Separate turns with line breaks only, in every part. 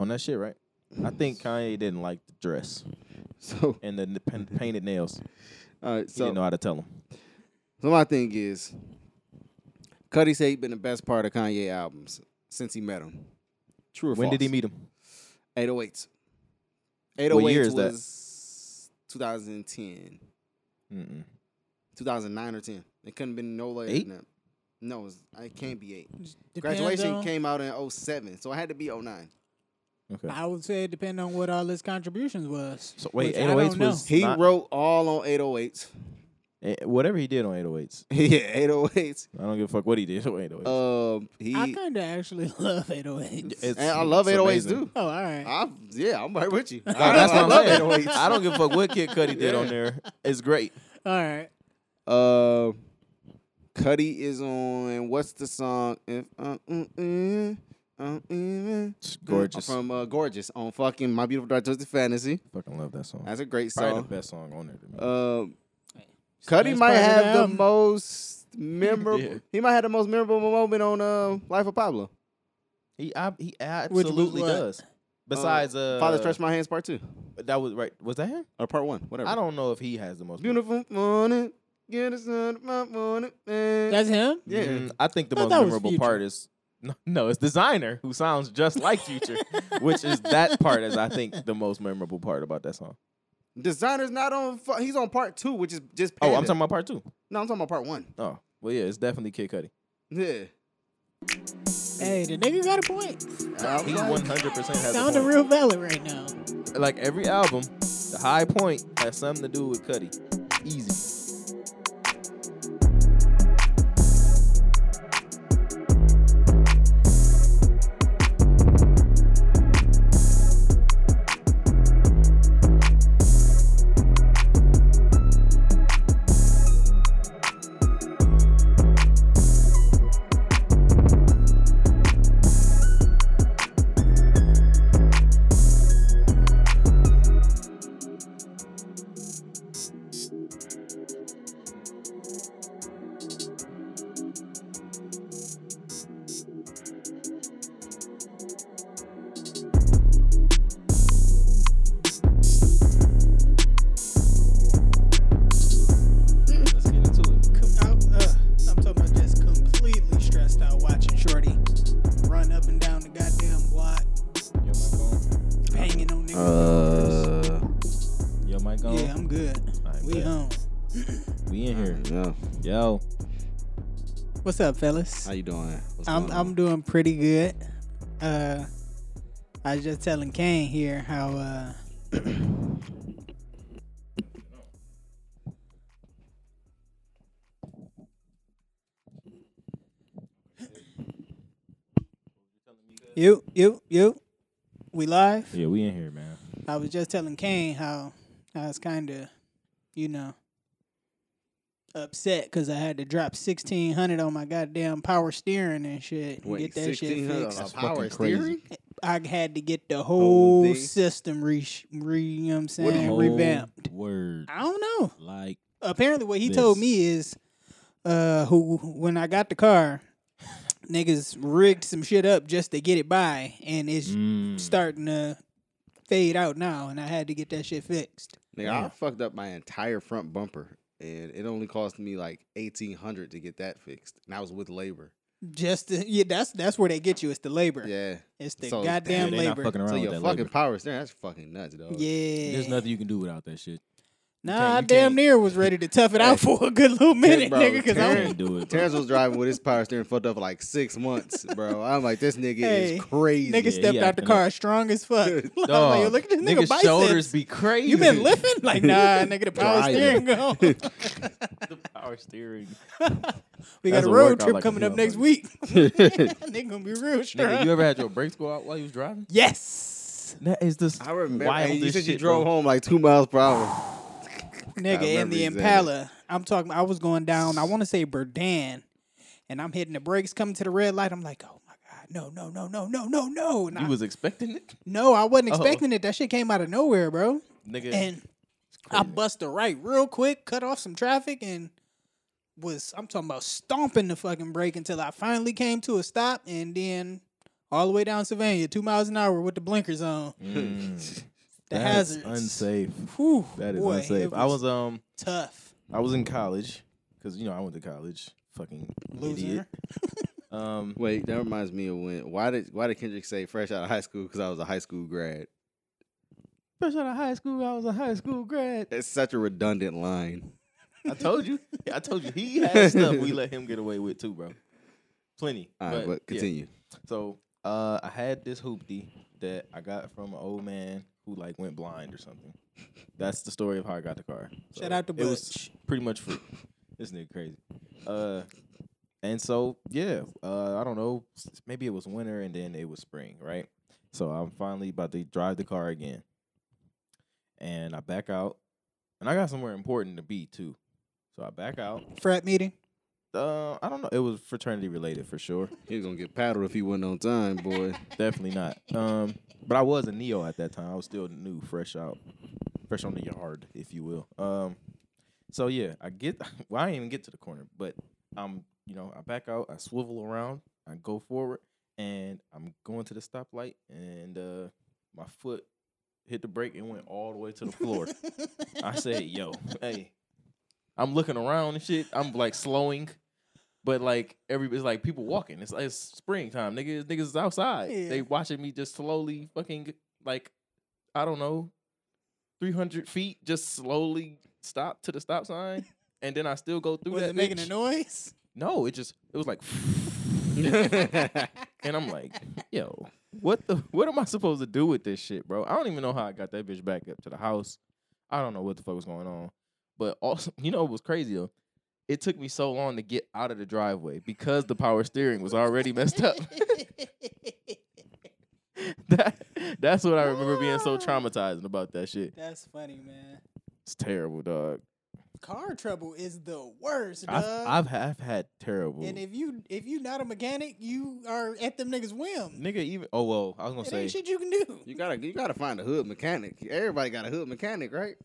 on that shit, right? I think Kanye didn't like the dress
So,
and the n- pin- painted nails.
all right.
He
Mm-hmm. So,
didn't know how to tell him.
so my thing is, Cudi say he been the best part of Kanye albums since he met him. oh True or
When
false?
did he meet him?
808s. 808s
year is that?
was 2010,
Mm-mm.
2009 or 10. It couldn't have been no later
Eight?
than that. No, it, was, uh, it can't be eight.
Depends
Graduation
on-
came out in 07, so it had to be 09.
Okay.
I would say it depend on what all his contributions was.
So wait,
which I
808s
don't know.
was
He
Not-
wrote all on 808s.
Eh, whatever he did on 808s.
yeah, 808s.
I don't give a fuck what he did on 808s.
Um, he
I kind of actually love 808s.
It's-
and I love
it's
808s
amazing.
too.
oh, all right.
I yeah, I'm right with you. I,
No, that's
I
what
love
I'm saying.
808s.
I don't give a fuck what Kid Cudi did on there. It's great.
all right.
Uh, Cuddy is on. What's the song? If uh, mm, mm, uh, mm,
It's
gorgeous
gorgeous.
from uh, gorgeous on fucking my beautiful dark twisted fantasy.
fucking love that song.
That's a great
probably the
song.
best song on there. To me.
Um,
It's the
Cuddy
best
might
part of
have the
album.
most memorable.
Yeah.
He might have the most memorable moment on uh, Life of Pablo.
he I, he absolutely
what?
does. Besides, uh,
Father Stretch My Hands Part Two
That was right. Was that him?
or Part One, whatever.
I don't know if he has the most.
Beautiful morning, get us out of my morning. Man.
That's him.
yeah.
Mm, I think the most
Thought Mm-hmm. that was
memorable
Future.
part is no, no, it's designer who sounds just like Future, which is that part is I think the most memorable part about that song.
Designer's not on. fu- He's on Part Two, which is just.
Oh, I'm
Panda.
talking about part two.
No, I'm talking about Part One.
Oh, well, yeah, it's definitely Kid Cudi.
Yeah.
Hey, the nigga got a point.
He 100 percent has a
Sounding
point.
real valid right now.
like every album, the high point has something to do with Cuddy. Easy. Let's get into it.
I'm, uh, I'm talking about just completely stressed out watching Shorty run up and down the goddamn block,
Yo, mic on.
banging on niggas.
Uh,
Yo, mic on.
yeah, I'm good.
Alright,
we
bet.
home.
We in here.
yeah.
Yo.
What's up, fellas?
How you doing? What's
I'm
going
I'm
on?
doing pretty good. Uh, I was just telling Kane here how uh, you you you, we live.
Yeah, we in here, man.
I was just telling Kane how I was kind of, you know, upset because I had to drop sixteen hundred on my goddamn power steering and shit. and
Wait,
get that shit
1600
fixed.
That's
Power
fucking crazy.
steering?
I had to get the
Whole
whole
thing?
system re, re you know what I'm
What do
saying,
you-
revamped.
Word.
I don't know.
Like,
Apparently, what he
This.
told me is, uh, who when I got the car, niggas rigged some shit up just to get it by, and it's
Hmm. mm.
starting to fade out now, and I had to get that shit fixed.
Nigga, I fucked up my entire front bumper, and it only cost me like eighteen hundred to get that fixed, and I was with labor.
Just to, yeah, that's that's where they get you. It's the labor.
Yeah,
It's the
So-
goddamn
they not
labor.
fucking around
so
with
your
that
fucking
labor.
power steering—that's fucking nuts, dog.
Yeah.
There's nothing you can do without that shit.
Nah, I
can't- you
damn
can't-
near was ready to tough it out for a good little minute,
bro,
nigga, because
You
I'm
Terrence-
can't do it. bro.
Terrence was driving with his power steering fucked up for like six months, bro. I'm like, this nigga
Hey,
is crazy.
Nigga
Yeah, he
stepped out the
acting
car strong as fuck. I was like, yo,
Dog,
look at this nigga
nigga's
biceps.
shoulders be crazy.
You been lifting? Like, nah, nigga, the power
Driving.
steering gone.
the power steering.
We
That's
got a
a
road
workout
trip
like a
coming up
motherfucker.
next week. nigga gonna be real
Nigga,
strong.
you ever had your brakes go out while you was driving?
yes.
That is this
I remember.
wildest
and you said
shit.
you drove
bro.
home like two miles per hour.
Nigga, in
remember
the
exactly.
Impala. I'm talking, I was going down, I want to say Burdan, and I'm hitting the brakes, coming to the red light. I'm like, oh my God, no, no, no, no, no, no, no. And I,
You was expecting it,
no, I wasn't
Oh.
expecting it. That shit came out of nowhere, bro.
nigga.
And I bust the right real quick, cut off some traffic, and was I'm talking about stomping the fucking brake until I finally came to a stop, and then all the way down Sylvania, two miles an hour with the blinkers on.
Mm.
The
That's
hazards.
unsafe.
Whew,
That is
boy, it
unsafe. I was um
tough.
I was in college because you know I went to college. Fucking
Loser.
idiot. Um,
Wait, that reminds me of when. Why did Why did Kendrick say fresh out of high school? Because I was a high school grad.
fresh out of high school, I was a high school grad.
That's such a redundant line.
I told you. I told you he had stuff we let him get away with too, bro. Plenty.
All right, but,
yeah.
continue.
So uh, I had this hoopty that I got from an old man who like went blind or something. That's the story of how I got the car. So
Shout out to
It was
Butch.
pretty much free. This nigga crazy. Uh, and so yeah, uh, I don't know. s- Maybe it was winter and then it was spring, right? So I'm finally about to drive the car again, and I back out, and I got somewhere important to be too. So I back out.
Frat meeting.
Uh, I don't know. It was fraternity related for sure.
He was gonna get paddled if he wasn't on time, boy.
Definitely not. Um, but I was a neo at that time. I was still new, fresh out, fresh on the yard, if you will. Um, so yeah, I get. Well, I didn't even get to the corner, but I'm, you know, I back out, I swivel around, I go forward, and I'm going to the stoplight, and uh, my foot hit the brake and went all the way to the floor. I said, "Yo, hey." I'm looking around and shit. I'm like slowing, but like everybody's like people walking. It's like it's springtime. Niggas, niggas is outside.
Yeah.
They watching me just slowly fucking like I don't know, three hundred feet, just slowly stop to the stop sign, and then I still go through
was
that.
it making
bitch.
a noise?
No, it just it was like,
That's
and I'm like, yo, what the what am I supposed to do with this shit, bro? I don't even know how I got that bitch back up to the house. I don't know what the fuck was going on, but also, you know, it was crazy though. It took me so long to get out of the driveway because the power steering was already messed up. that, that's what I remember being so traumatizing about that shit.
That's funny, man.
It's terrible, dog.
Car trouble is the worst,
I've,
dog.
I've, I've had terrible.
and if you if you not a mechanic, you are at them niggas' whim.
Nigga, even oh well, I was gonna
It
say
ain't shit you can do.
you gotta you gotta find a hood mechanic. Everybody got a hood mechanic, right?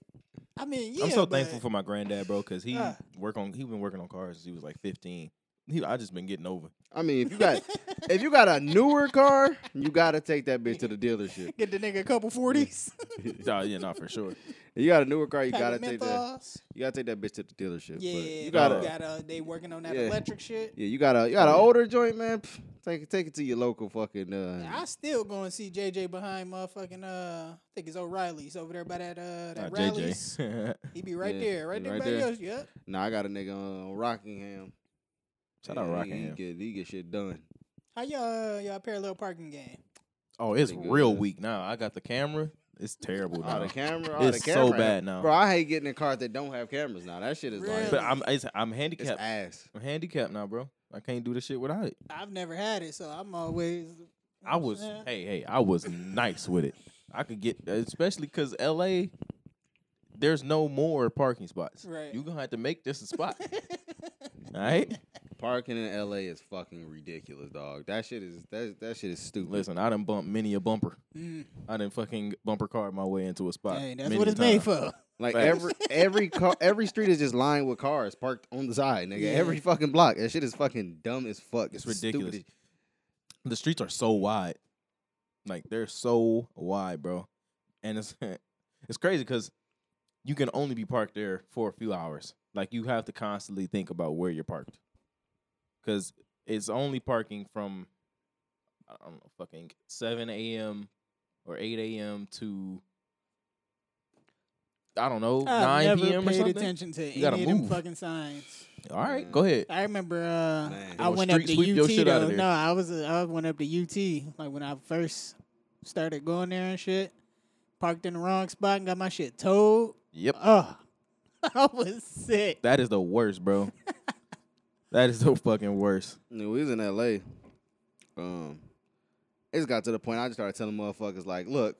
I mean, yeah.
I'm so
but
thankful for my granddad, bro, because he
Ah.
work on he been working on cars since he was like 15. He, I just been getting over.
I mean, if you got if you got a newer car, you gotta take that bitch to the dealership.
Get the nigga a couple forties.
nah, yeah, not for sure.
If you got a newer car, you
pack
gotta
of
take that.
menthols.
You gotta take that bitch to the dealership. but
Yeah,
you
gotta-
gotta.
They working on that
Yeah.
electric shit.
Yeah, you got a you got an
Yeah.
older joint, man. Pff, take take it to your local fucking. Uh,
I still going to see JJ behind motherfucking uh, I think it's O'Reilly's over there by that uh
Nah,
that rallies.
JJ.
He be right
Yeah,
there, right
he
there
right
by
there.
yours. Yep.
nah, I got a nigga on Rockingham.
Shout out
Yeah, he-
Rockingham.
He get, he get shit done.
How y'all uh, y'all parallel parking game?
oh, it's
They good,
real
huh?
weak now. I got the camera. It's terrible
Oh,
now.
the camera, oh,
it's
the camera.
so bad now.
bro. I hate getting in cars that don't have cameras now. That shit is like
but
Really?
I'm it's, I'm
it's
handicapped.
ass.
I'm handicapped now, bro. I can't do this shit without it.
I've never had it, so I'm always.
I was
Yeah.
hey hey I was nice with it. I could get especially because L.A. There's no more parking spots.
Right.
You gonna have to make this a spot. all right.
Parking in L.A. is fucking ridiculous, dog. That shit is that that shit is stupid.
Listen, I done bumped many a bumper.
Mm,
I didn't fucking bumper car my way into a spot.
dang, that's
many
what it's
times.
made for.
like
Facts.
every every car every street is just lined with cars parked on the side, nigga.
Yeah.
Every fucking block. That shit is fucking dumb as fuck.
It's
stupid
ridiculous.
as-
The streets are so wide, like they're so wide, bro. And it's it's crazy because you can only be parked there for a few hours. Like you have to constantly think about where you're parked, because it's only parking from I don't know, fucking seven a.m. or eight a.m. to I don't know Oh, nine
I've never
p.m. or
paid
something.
attention to any
You gotta
of them
move.
fucking signs.
All right, go ahead.
I remember uh,
Man.
I
Yo,
went up
street sweep
to
your
UT
shit outta
though.
there.
No, I was uh, I went up to UT like when I first started going there and shit. Parked in the wrong spot and got my shit towed.
Yep.
Oh, I was sick.
That is the worst, bro. that is the fucking worst.
Yeah, we was in LA. Um, it just got to the point I just started telling motherfuckers like, look,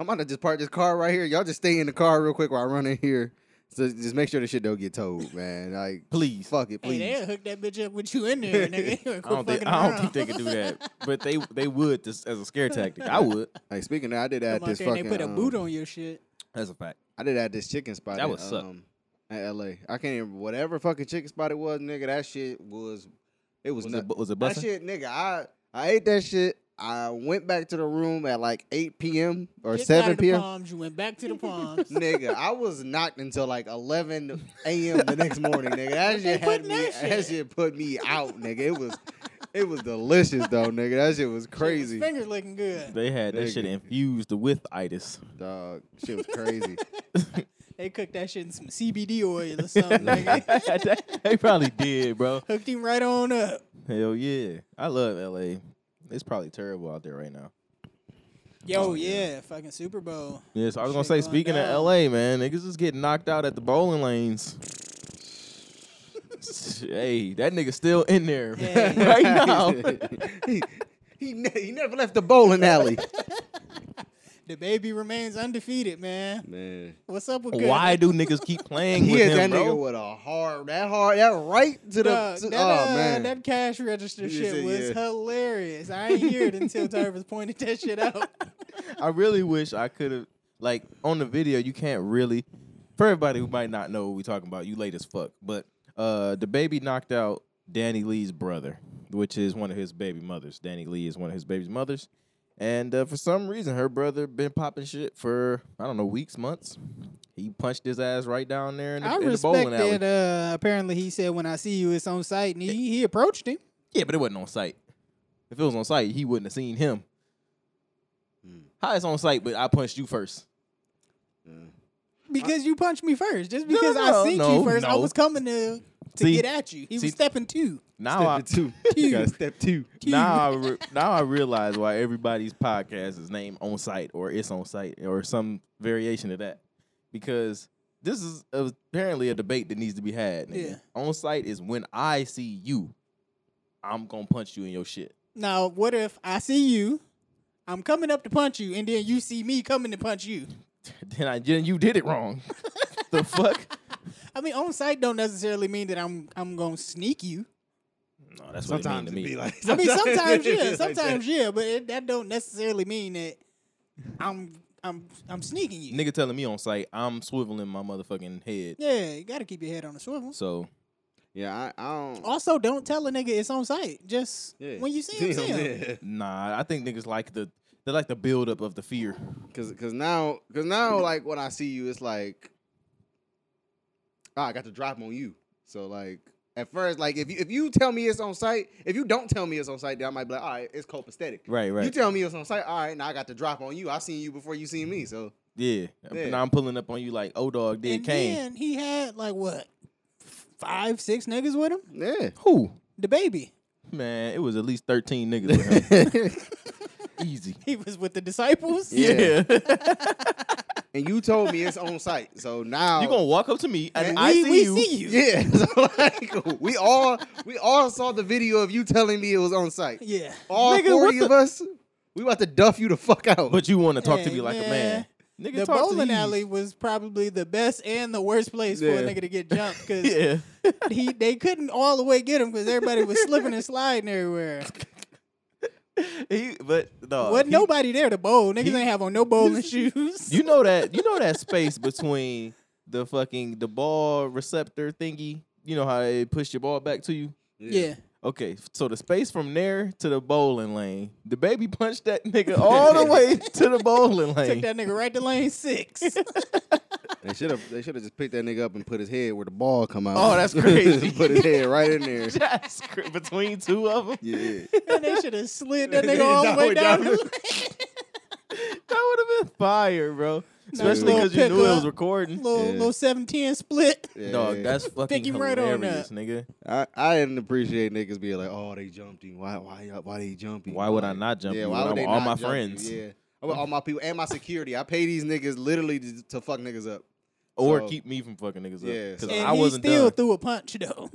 I'm about to just park this car right here. Y'all just stay in the car real quick while I run in here. So just make sure the shit don't get towed, man. Like,
Please.
fuck it,
Hey,
please.
they'll hook that bitch up with you in there, nigga. Quit
I don't, think,
fucking
I don't think
around.
they could do that, but they they would just as a scare tactic. I would.
Like, speaking of that, I did at
Come out
this
there and
fucking.
they put a
um,
boot on your shit.
That's a fact.
I did at this chicken spot.
That
in,
would suck.
Um, at LA, I can't even whatever fucking chicken spot it was, nigga. That shit was, it was,
Was
nut-
it bu- was it
That
busting?
shit, nigga. I I ate that shit. I went back to the room at like 8 p.m. or
Kicked out
7
of the
p.m.
Palms, you went back to the palms.
nigga, I was knocked until like 11 a.m. the next morning, nigga. That shit had
putting
me.
that
That shit.
shit?
put me out, nigga. It was, it was delicious though, nigga. That shit was crazy,
Fingers looking good.
They had that shit
Nigga.
infused with itis.
dog. Shit was crazy.
They cooked that shit in some CBD oil or something. nigga.
they probably did, bro.
Hooked him right on up.
Hell yeah. I love LA. It's probably terrible out there right now.
Oh,
Yo, yeah, fucking Super Bowl.
Yes, I was gonna
Shit
say.
going
Speaking
down.
of LA, man, niggas is getting knocked out at the bowling lanes. hey, that nigga still in there
Hey.
right now.
he, he, ne- he never left the bowling alley.
The baby remains undefeated, man.
Man,
What's up with good?
Why do niggas keep playing
he
with
hit
him,
that
bro?
nigga with a hard, that hard, that right to the.
Dog,
to-
that,
oh
uh,
man,
that cash register
You
shit
said,
was
yeah.
hilarious. I ain't hear it until Tarvis pointed that shit out.
I really wish I could have like on the video you can't really for everybody who might not know what we talking about, you late as fuck. But uh the baby knocked out Danny Lee's brother, which is one of his baby mothers. Danny Lee is one of his baby's mothers. And uh, for some reason her brother been popping shit for I don't know, weeks, months. He punched his ass right down there in the,
I
in the bowling
respect
alley.
that. Uh, apparently, he said, "When I see you, it's on site." And he, he approached him.
Yeah, but it wasn't on site. If it was on site, he wouldn't have seen him. How it's on site, but I punched you first.
Because you punched me first. Just because
no,
I seen
no,
you first, I
no.
was coming to to
See-
get at you. He
see-
was stepping two.
Now
step
I,
to two. You got step two.
now I re- now I realize why everybody's podcast is named on site or it's on site or some variation of that because this is apparently a debate that needs to be had. nigga.
Yeah.
On site is when I see you, I'm gonna punch you in your shit.
Now, what if I see you? I'm coming up to punch you, and then you see me coming to punch you.
then I then you did it wrong. the fuck?
I mean, on site don't necessarily mean that I'm I'm gonna sneak you.
No, Oh, that's what
Sometimes
it
it
mean to
be
me.
like.
I mean, sometimes
it be
yeah,
like that.
sometimes yeah, but it, that don't necessarily mean that I'm I'm I'm sneaking you.
Nigga telling me on site, I'm swiveling my motherfucking head.
Yeah, you gotta keep your head on the swivel.
So
Yeah, I, I don't.
Also, don't tell a nigga it's on site. Just
Yeah.
when you see him, see him.
Yeah.
nah, I think niggas like the they like the buildup of the fear.
Cause, cause now, cause now, like when I see you, it's like, ah, I got the drop on you. So like at first, like if you if you tell me it's on site, if you don't tell me it's on site, then I might be like, all right, it's copacetic.
Right, right.
You tell me it's on site, all right, now I got the drop on you. I seen you before you seen me, so
Yeah.
Yeah.
Now I'm pulling up on you like, oh dog, did
And
Kane.
then he had like what five, six niggas with him.
yeah.
Who?
The baby,
Man, it was at least 13 niggas with him. Easy.
he was with the disciples.
Yeah. and you told me it's on site, so now
you gonna walk up to me and
Man,
I
we,
see
we
you.
see you.
yeah. So like we all we all saw the video of you telling me it was on site.
Yeah.
All
Nigga, what
forty of us, we about to duff you the fuck out.
But you wanna talk to
Hey,
me like
man.
a man. Nigga
The
talk to
bowling
these.
alley was probably the best and the worst place for
Yeah.
a nigga to get jumped because
Yeah.
he they couldn't all the way get him because everybody was slipping and sliding everywhere.
He, but no.
Wasn't
Oh, he-
nobody there to bowl. Niggas
he-
ain't have on no bowling shoes.
You know that you know that space between the fucking the ball receptor thingy. You know how they push your ball back to you?
yeah.
Okay, so the space from there to the bowling lane, the baby punched that nigga all the way to the bowling
Took
lane.
that nigga right to lane six.
They should have. They should have just picked that nigga up and put his head where the ball come out.
Oh, that's crazy.
Just put his head right in there.
That's cr- between two of them.
Yeah.
and they should have slid that nigga
Yeah,
all the
down-
way down.
down.
the lane.
That would have been fire, bro. Especially
little
because you knew it
pickup.
was recording.
little
Yeah.
little seven ten split.
yeah.
Dog, that's fucking
him right on
hilarious,
up.
nigga.
I, I didn't appreciate niggas being like, oh, they jumped you. Why why y'all- why they jump you?
Why would I
Like,
not jump
yeah,
you?
why
when
would
I'm
they
all
not
my
jump you?
friends,
Yeah. I want all my people and my security. I pay these niggas literally to, to fuck niggas up.
or
So-
keep me from fucking niggas
Yeah,
up because
so-
And
I
he
wasn't
still
done.
threw a punch though.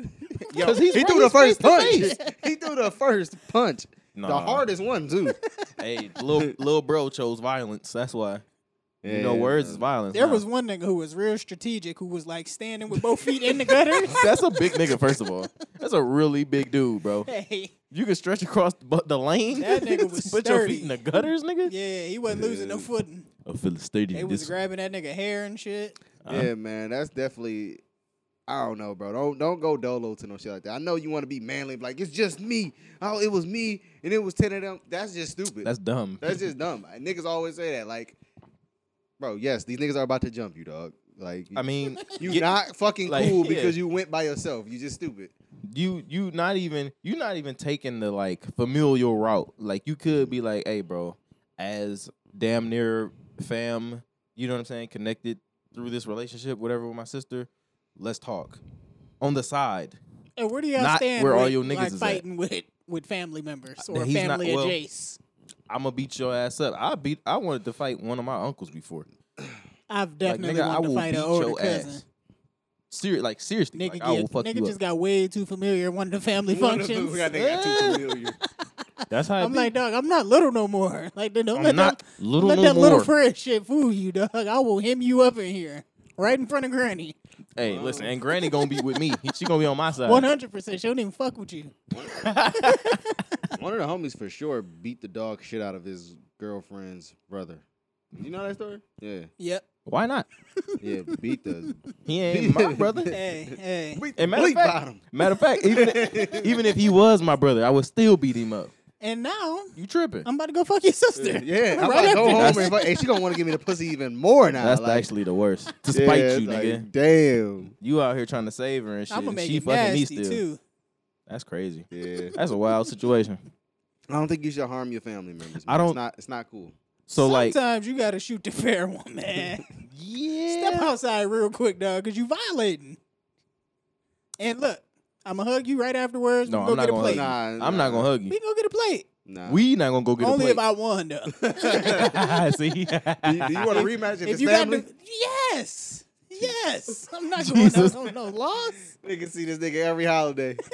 Yo,
'Cause he's
he
right-
threw the
he's
first
face
punch. he threw the first punch. The
Nah.
hardest one too.
hey, little little bro chose violence. That's why. You know,
Yeah,
words
bro.
is violence.
There
now.
was one nigga who was real strategic who was like standing with both feet in the gutters.
That's a big nigga. First of all, that's a really big dude, bro.
hey,
You can stretch across the, bu- the lane.
That nigga was
put your feet
sturdy.
in the gutters, nigga.
yeah, he wasn't losing no footing.
I feel the stadium.
They was grabbing that nigga hair and shit.
Uh-huh.
Yeah, man, that's definitely I don't know, bro. Don't don't go dolo to no shit like that. I know you want to be manly, like it's just me. Oh, it was me, and it was ten of them. That's just stupid.
That's dumb.
That's just dumb. And Niggas always say that. Like, bro, yes, these niggas are about to jump you, dog. Like,
I mean,
you
get-
not fucking
like,
cool
yeah.
because you went by yourself. You just stupid.
you you not even you not even taking the like familial route. Like you could be like, hey, bro, as damn near fam, you know what I'm saying, connected through this relationship, whatever with my sister. Let's talk on the side.
And where do y'all
Not
stand
where all
with,
your niggas
like,
is at. Uh,
fighting with with family members or
he's not-
family
well-
adjace?
I'm gonna beat your ass up. I beat. I wanted to fight one of my uncles before.
I've
Like
definitely
nigga, I
wanted
will
to fight
beat
an older
your
cousin.
ass. Seri- like seriously,
Nigga,
like,
get,
I will fuck
nigga
you
just
up.
got way too familiar with one of the family functions.
We got nigga got too familiar.
That's how I
I'm
be.
like, dog, I'm not little no more. Like, don't
I'm
let
not
that,
little
let
no
that little
more.
friend shit fool you, dog. I will hem you up in here, right in front of Granny.
Hey, listen, and Granny gonna be with me. She gonna be on my side.
One hundred percent. She don't even fuck with you.
One of the homies for sure beat the dog shit out of his girlfriend's brother. You know that story? Yeah,
Yep.
Why not?
yeah. Beat the
He ain't my brother.
Hey, hey,
beat
And matter of
bleep
fact,
out of him.
matter of fact, even even if he was my brother, I would still beat him up.
and now
You tripping?
I'm about to go fuck your sister.
Yeah, I'm
Right
about to go
after
home
this.
and fuck- hey, she gonna want to give me the pussy even more now.
That's
like,
actually the worst. To spite
yeah,
you,
it's like,
nigga.
Damn.
you out here trying to save her and shit.
I'm gonna
and
make
she
it
fucking me
nasty
still.
too.
That's crazy.
Yeah.
That's a wild situation.
I don't think you should harm your family members.
I
man.
don't-
It's not. It's not cool.
So like,
Sometimes you gotta shoot the fair one, man.
yeah.
Step outside real quick, dog, because you violating. And look, I'm gonna hug you right afterwards.
No,
we go
I'm not
get a
gonna hug
plate.
you.
Nah,
I'm
nah.
not gonna hug you.
We gonna get a plate.
Nah.
We not gonna go get
Only
a
if I won, though.
plate. See,
Do you, want to rematch if,
if
it's
you
family?
got the yes, yes, I'm not going
Jesus.
out on no loss,
They can see this nigga every holiday.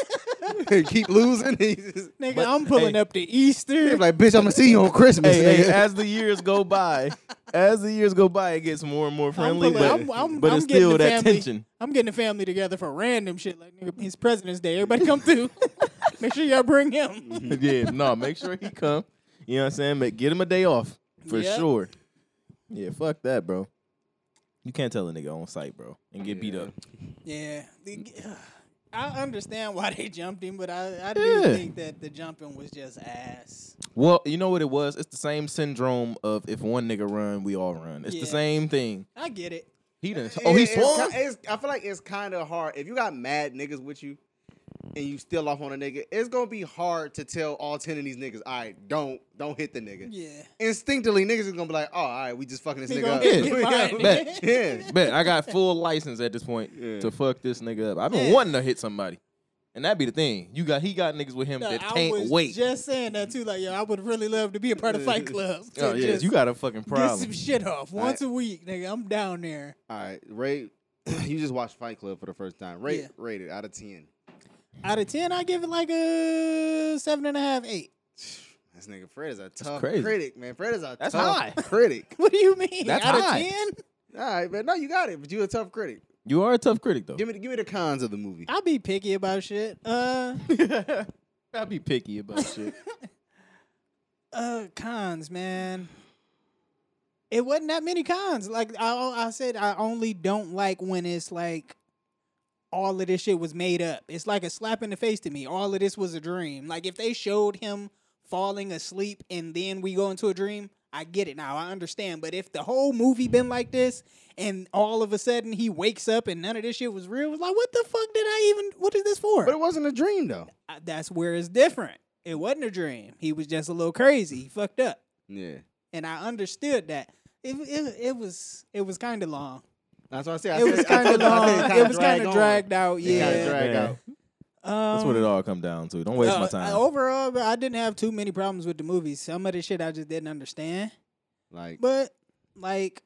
They Keep losing. He just-
nigga.
But,
I'm pulling
hey.
up to
he
Easter.
like, bitch, I'm gonna see you on Christmas.
hey, hey,
nigga."
as the years go by, as the years go by, it gets more and more
I'm,
friendly,
pulling-
but,
I'm- I'm-
but
I'm
it's
getting
still
the
that
family,
tension.
I'm getting the family together for random shit like nigga, his President's Day. Everybody come through. Make sure y'all bring him.
yeah, no, make sure he come. You know what I'm saying? But get him a day off for
Yep.
sure. Yeah, fuck that, bro. You can't tell a nigga on site, bro, and get beat
Yeah.
up.
Yeah. The- I understand why they jumped him, but I, I do
Yeah.
think that the jumping was just ass.
Well, you know what it was? It's the same syndrome of if one nigga run, we all run. It's
Yeah.
the same thing.
I get it.
He didn't. Oh, he
It- it's
swung.
ki- It's, I feel like it's kind of hard if you got mad niggas with you, and you still off on a nigga. It's gonna be hard to tell all ten of these niggas, all right, don't don't hit the nigga.
Yeah.
Instinctively, niggas is gonna be like, oh, all right, we just fucking this
We
nigga
gonna
up.
get
behind
yeah.
nigga.
yeah.
Bet I got full license at this point
Yeah.
to fuck this nigga up. I've been
Yeah.
wanting to hit somebody, and that'd be the thing. You got he got niggas with him
No,
that
I
can't
was
wait.
just saying that too. Like, yo, I would really love to be a part of Fight Club.
oh
to
yeah,
just
you got a fucking
Get
problem.
some shit off once
Right.
a week, nigga. I'm down there.
All right, Ray, you just watched Fight Club for the first time. Rate
Yeah.
rate it out of ten.
Out of ten, I give it like a seven and a half, eight.
This nigga Fred is a tough
crazy.
critic, man. Fred is a
That's
tough
high.
critic.
What do you mean?
That's
Out
high.
of ten,
All right, man. No, you got it, but you a tough critic.
You are a tough critic though.
Give me the, give me the cons of the movie.
I be picky about shit. Uh,
I'll be picky about shit.
uh, cons, man. It wasn't that many cons. Like I, I said, I only don't like when it's like all of this shit was made up. It's like a slap in the face to me. All of this was a dream. Like if they showed him falling asleep and then we go into a dream, I get it now. I understand. But if the whole movie been like this and all of a sudden he wakes up and none of this shit was real, it's like what the fuck did I even? What is this for?
But it wasn't a dream though.
I- that's where it's different. It wasn't a dream. He was just a little crazy. He fucked up,
Yeah.
and I understood that. It it, it was it was kind of long.
That's what I said. I
It was
said- I
kind
told
of
you, I said
long. It was kind
drag
of
on.
dragged out.
It kinda
Yeah.
drag
Yeah.
out.
Um,
That's what it all come down to. Don't waste my
uh,
time.
Overall, but I didn't have too many problems with the movie. Some of the shit I just didn't understand,
Like
but like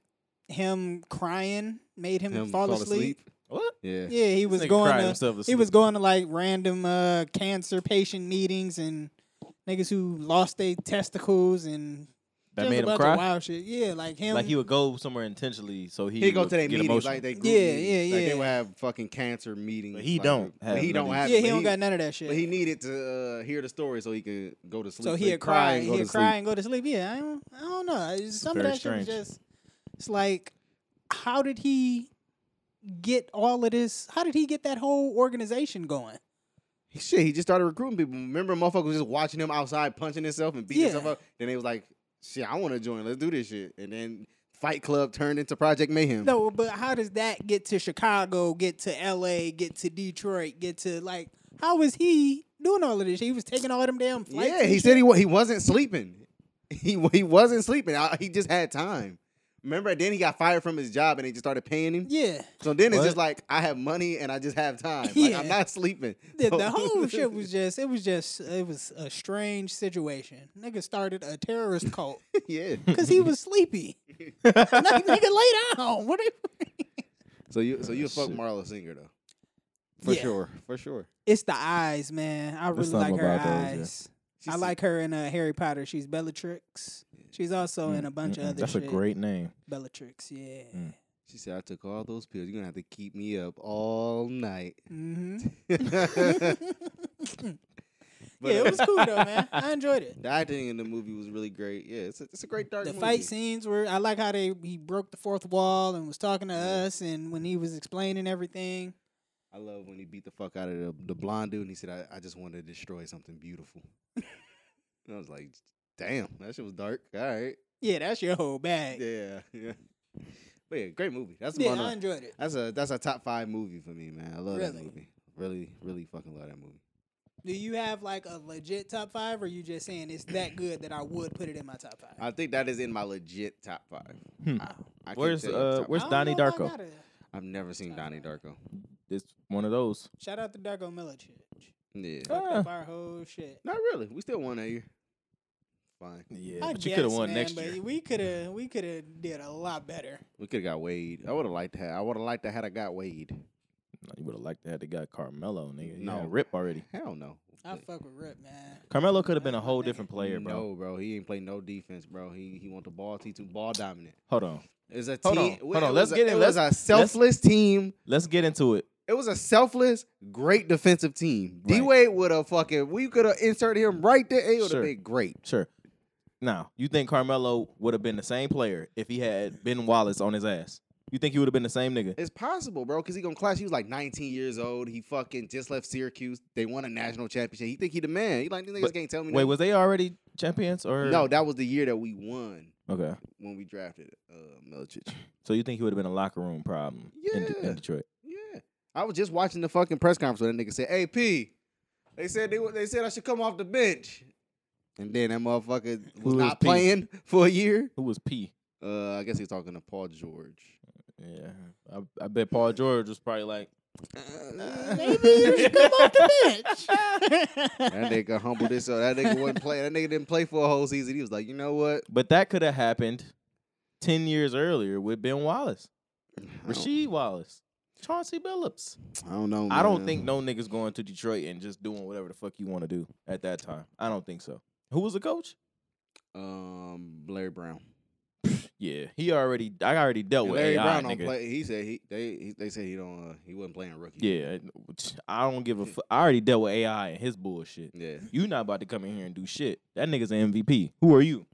him crying made him, fall, asleep.
what?
Yeah.
Yeah, he was
Nigga
going
cried
to
himself to
He
sleep.
was going to like random uh, cancer patient meetings and niggas who lost their testicles and
that
just
made
a
him
bunch
cry.
of wild shit. Yeah, like him.
Like he would go somewhere intentionally, so he
He go
would
to their
get
meetings
emotional.
like they group
Yeah,
meetings.
yeah,
Like they
yeah.
would have fucking cancer meetings.
But he
like,
don't
but
have
he don't
none of
have.
yeah,
but
he don't got none of that shit.
But he needed to uh, hear the story so he could go to sleep.
so
he'd
he'd cry,
and go to
he'd
sleep.
cry and go to sleep. Yeah, I don't, I don't know. It's- some of
very
that shit was
strange.
just. It's like, how did he get all of this? How did he get that whole organization going?
He- Shit, he just started recruiting people. Remember, motherfucker was just watching him outside punching himself and beating
Yeah.
himself up. Then they was like, "Shit, I want to join. Let's do this shit." And then Fight Club turned into Project Mayhem.
No, but how does that get to Chicago, get to LA, get to Detroit, get to like how was he doing all of this? He was taking all them damn flights.
yeah,
and
he
shit?
said he wa- he wasn't sleeping. He wa- he wasn't sleeping. I- he just had time. Remember, then he got fired from his job and they just started paying him.
Yeah.
So then it's
What?
just like I have money and I just have time. Like,
Yeah.
I'm not sleeping.
The,
So-
the whole shit was just it was just it was a strange situation. Nigga started a terrorist cult
yeah.
because he was sleepy. like, nigga, lay down. What? Are you-
So you so you fuck
Shit.
Marla Singer though. For
Oh, Yeah.
sure, for sure.
It's the eyes, man. I
There's
really like
something
her
about those, yeah.
eyes. I like her in uh, Harry Potter. She's Bellatrix. She's also in a bunch of
Mm-mm.
other.
That's
shit.
a great name.
Bellatrix. Yeah.
Mm.
She said, "I took all those pills. You're gonna have to keep me up all night."
hmm
but,
yeah, it
uh,
was cool though, man. I enjoyed it.
the acting in the movie was really great. Yeah, it's a, it's a great dark.
The
movie.
fight scenes were. I like how they he broke the fourth wall and was talking to us, and when he was explaining everything.
I love when he beat the fuck out of the, the blonde dude, and he said, I, "I just want to destroy something beautiful." and I was like, "Damn, that shit was dark." All right,
Yeah, that's your whole bag. Yeah,
yeah, yeah. But yeah, great movie. That's one.
I
Of,
enjoyed it.
that's a that's a top five movie for me, man. I love that
Really?
movie. Really, really fucking love that movie.
Do you have like a legit top five, or you just saying it's that good that I would put it in my top five?
I think that is in my legit top five.
Hmm.
I- I can't
Where's,
tell you
uh,
off the top of
where's-
I don't
Donnie
know if I
Darko?
got a-
my- I've never seen Donnie Darko.
It's one of those.
Shout out to Darko Milicic.
Yeah,
Fucked
Ah.
up our whole shit.
not really. We still won that year. Fine.
Yeah,
I
but
guess,
you could have won
man,
next
but
year.
We could have we could have did a lot better.
We could have got Wade. I would have liked to have. I would have liked to had I got Wade.
No, you would have liked to have the guy Carmelo, nigga. No,
No.
rip already.
Hell no.
I fuck with Rip, man.
Carmelo could have been a
That's my
whole
nigga.
different player, bro.
No, bro. He ain't play no defense, bro. He he want the ball. He too ball dominant.
Hold on.
It's a
Hold
team.
on,
it
hold on,
was
let's
a-
get in-
It was a selfless team.
Let's get into it.
It was a selfless, great defensive team.
Right.
D Wade would have fucking. We could have inserted him right there. It would have
Sure.
been great.
Sure. Now, you think Carmelo would have been the same player if he had Ben Wallace on his ass? You think he would have been the same nigga?
It's possible, bro, because he gonna clash. He was like 19 years old. He fucking just left Syracuse. They won a national championship. He think he the man. He like these niggas
But-
can't tell me.
Wait,
nothing."
was they already champions or
no, that was the year that we won
Okay.
when we drafted uh, Milicic.
So you think he would have been a locker room problem in, De- in
Yeah.
Detroit?
Yeah, I was just watching the fucking press conference where that nigga said, "Hey P, they said they wa- they said I should come off the bench," and then that motherfucker
Who
was
is
not
P?
playing for a year.
Who was P?
Uh, I guess he's talking to Paul George.
Yeah, I, I bet Paul George was probably like,
Maybe you should come off the bench.
That nigga humbled himself. That nigga wasn't playing. That nigga didn't play for a whole season. He was like, you know what?
but that could have happened ten years earlier with Ben Wallace,
I don't-
Rasheed Wallace, Chauncey Billups.
I don't know.
I don't
man.
think no niggas going to Detroit and just doing whatever the fuck you want to do at that time. I don't think so. Who was the coach?
Um, Larry Brown.
Yeah, he already. Oh, I already dealt
And
with
Larry
AI,
Brown don't
nigga.
play. He said he they he, they said he don't uh, he wasn't playing rookie.
Yeah, which- I don't give a. Fu- I already dealt with AI and his bullshit.
yeah.
You not about to come in here and do shit. That nigga's an MVP. Who are you?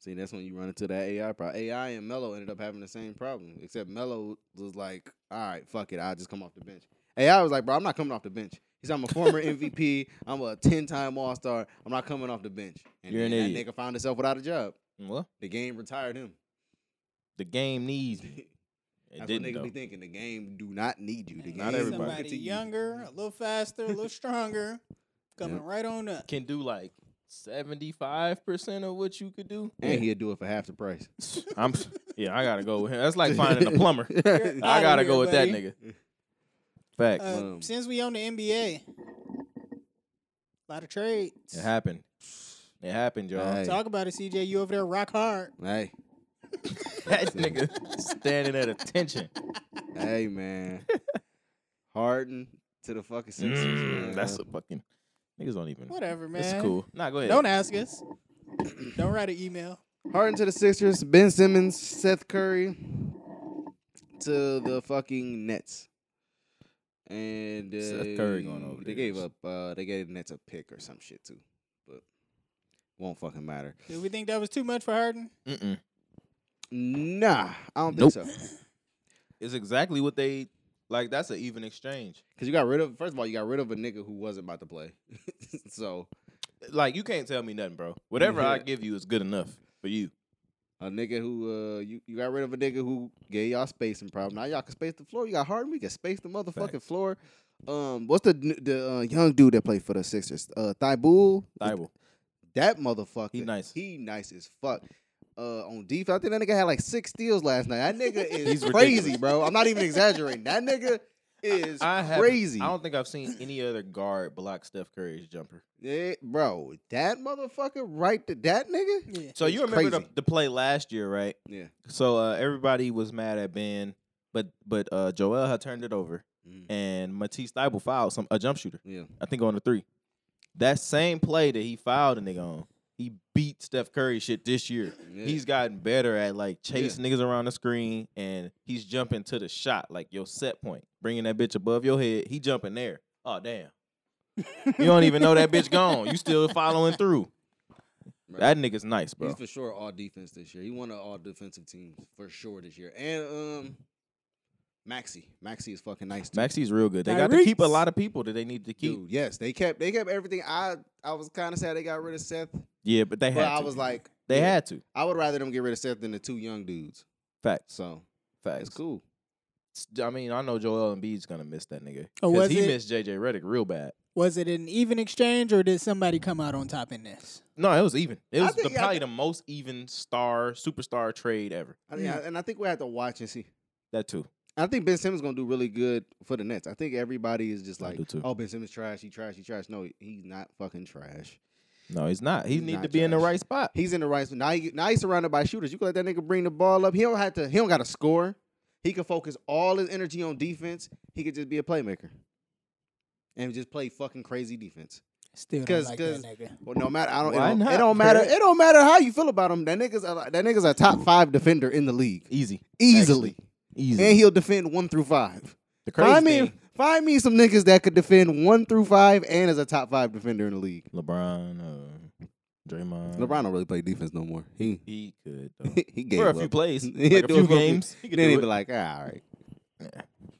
See, that's when you run into that AI problem. AI and Melo ended up having the same problem, except Melo was like, "All right, fuck it, I'll just come off the bench." AI was like, "Bro, I'm not coming off the bench." He said, "I'm a former MVP. I'm a ten-time All-Star. I'm not coming off the bench." And
You're an
then that
idiot.
nigga found himself without a job.
Well,
The game retired him.
the game needs me. It
That's what
didn't
niggas
though.
be thinking. The game do not need you. The game
Need
Not everybody.
look at
Somebody
you.
younger, a little faster, a little stronger, coming
Yep.
right on up.
Can do like seventy five percent of what you could do.
And he'll do it for half the price.
I'm. Yeah, I gotta go with him. That's like finding a plumber.
You're
I
outta
gotta
here,
go with that
buddy.
nigga. Fact.
Uh,
Um,
since we own the NBA, a lot of trades.
it happened. It happened, y'all. all
Hey.
Talk about it, CJ. You over there rock hard.
Hey,
That nigga standing at attention.
hey, man. Harden to the fucking Sixers. man.
Mm, that's a fucking niggas don't even.
Whatever, man.
It's cool. Nah, go ahead.
Don't ask us. Don't write an email.
Harden to the Sixers, Ben Simmons, Seth Curry to the fucking Nets. And uh,
Seth Curry going over there.
They gave up. Uh, they gave the Nets a pick or some shit too, but won't fucking matter.
Did we think that was too much for Harden?
Mm-mm.
Nah, I don't
Nope.
think so.
It's exactly what they like. That's an even exchange.
Because you got rid of, first of all, you got rid of a nigga who wasn't about to play. so
Like you can't tell me nothing, bro. Whatever I
Yeah.
give you is good enough for you.
a nigga who, uh, you, you got rid of a nigga who gave y'all spacing problem. Now y'all can space the floor. You got Harden. We can space the motherfucking
Facts.
floor. Um, what's the n- the uh, young dude that played for the Sixers? Uh, Thibault.
Thibault.
That motherfucker.
He nice.
He nice as fuck. Uh, on defense, I think that nigga had like six steals last night. That nigga is
He's
crazy,
ridiculous.
bro. I'm not even exaggerating. That nigga is
I haven't-
crazy.
I don't think I've seen any other guard block Steph Curry's jumper.
Yeah, bro, that motherfucker right to that nigga.
Yeah.
So
It's
you remember the,
crazy.
the play last year, right?
Yeah.
So uh, everybody was mad at Ben, but but uh, Joel had turned it over,
Mhm.
and Matisse Thybulle fouled some a jump shooter.
Yeah.
I think on the three. That same play that he fouled a nigga on, he beat Steph Curry shit this year.
Yeah.
He's gotten better at like chasing niggas around the screen, and he's jumping to the shot, like your set point, bringing that bitch above your head. He jumping there. Oh damn. you don't even know that bitch gone. You still following through.
bro.
That nigga's nice, bro.
He's for sure all defense this year. He won an all defensive team for sure this year. And um Maxi. Maxi is fucking nice too.
Maxi's real good. They got to keep a
Tyrese.
lot of people that they need to keep.
Dude, yes, they kept they kept everything. I I was kind of sad they got rid of Seth,
Yeah, but they
but
had
I
to.
was like,
they
yeah,
had to.
I would rather them get rid of Seth than the two young dudes.
Facts.
So
Facts.
it's cool.
S- I mean, I know Joel Embiid's gonna miss that nigga
Oh,
because
was
he
it?
missed JJ Redick real bad.
Was it an even exchange or did somebody come out on top in this?
No, it was even. It
I
was the,
think- I
probably
thi-
the most even star superstar trade ever.
I mean, I- and I think we have to watch and see.
That too.
I think Ben Simmons gonna do really good for the Nets. I think everybody is just
I
like,
do too.
oh, Ben Simmons trash, he trash, he trash. No, he's not fucking trash.
No, he's not. He
He's
need
not
to be in the
trash.
right spot.
He's in the right. Now, he, now he's surrounded by shooters. You can let that nigga bring the ball up. He don't have to. He don't got to score. He can focus all his energy on defense. He could just be a playmaker and just play fucking crazy defense.
Still don't
'Cause-
like
'cause-
that nigga.
Well, no matter. I don't. It
Why
don't, it
not,
don't matter.
Fred?
It don't matter how you feel about him. That nigga's a, that nigga's a top five defender in the league
Easy,
easily,
easy.
and he'll defend one through five.
the crazy
find me,
thing,
find me some niggas that could defend one through five and is a top five defender in the league.
LeBron, uh, Draymond,
LeBron don't really play defense no more. He
He could though.
he gave
for a
up.
few plays,
He
like a
do
few
it for a few-
games. He, could
then
do
he'd
it.
be like, ah, all right.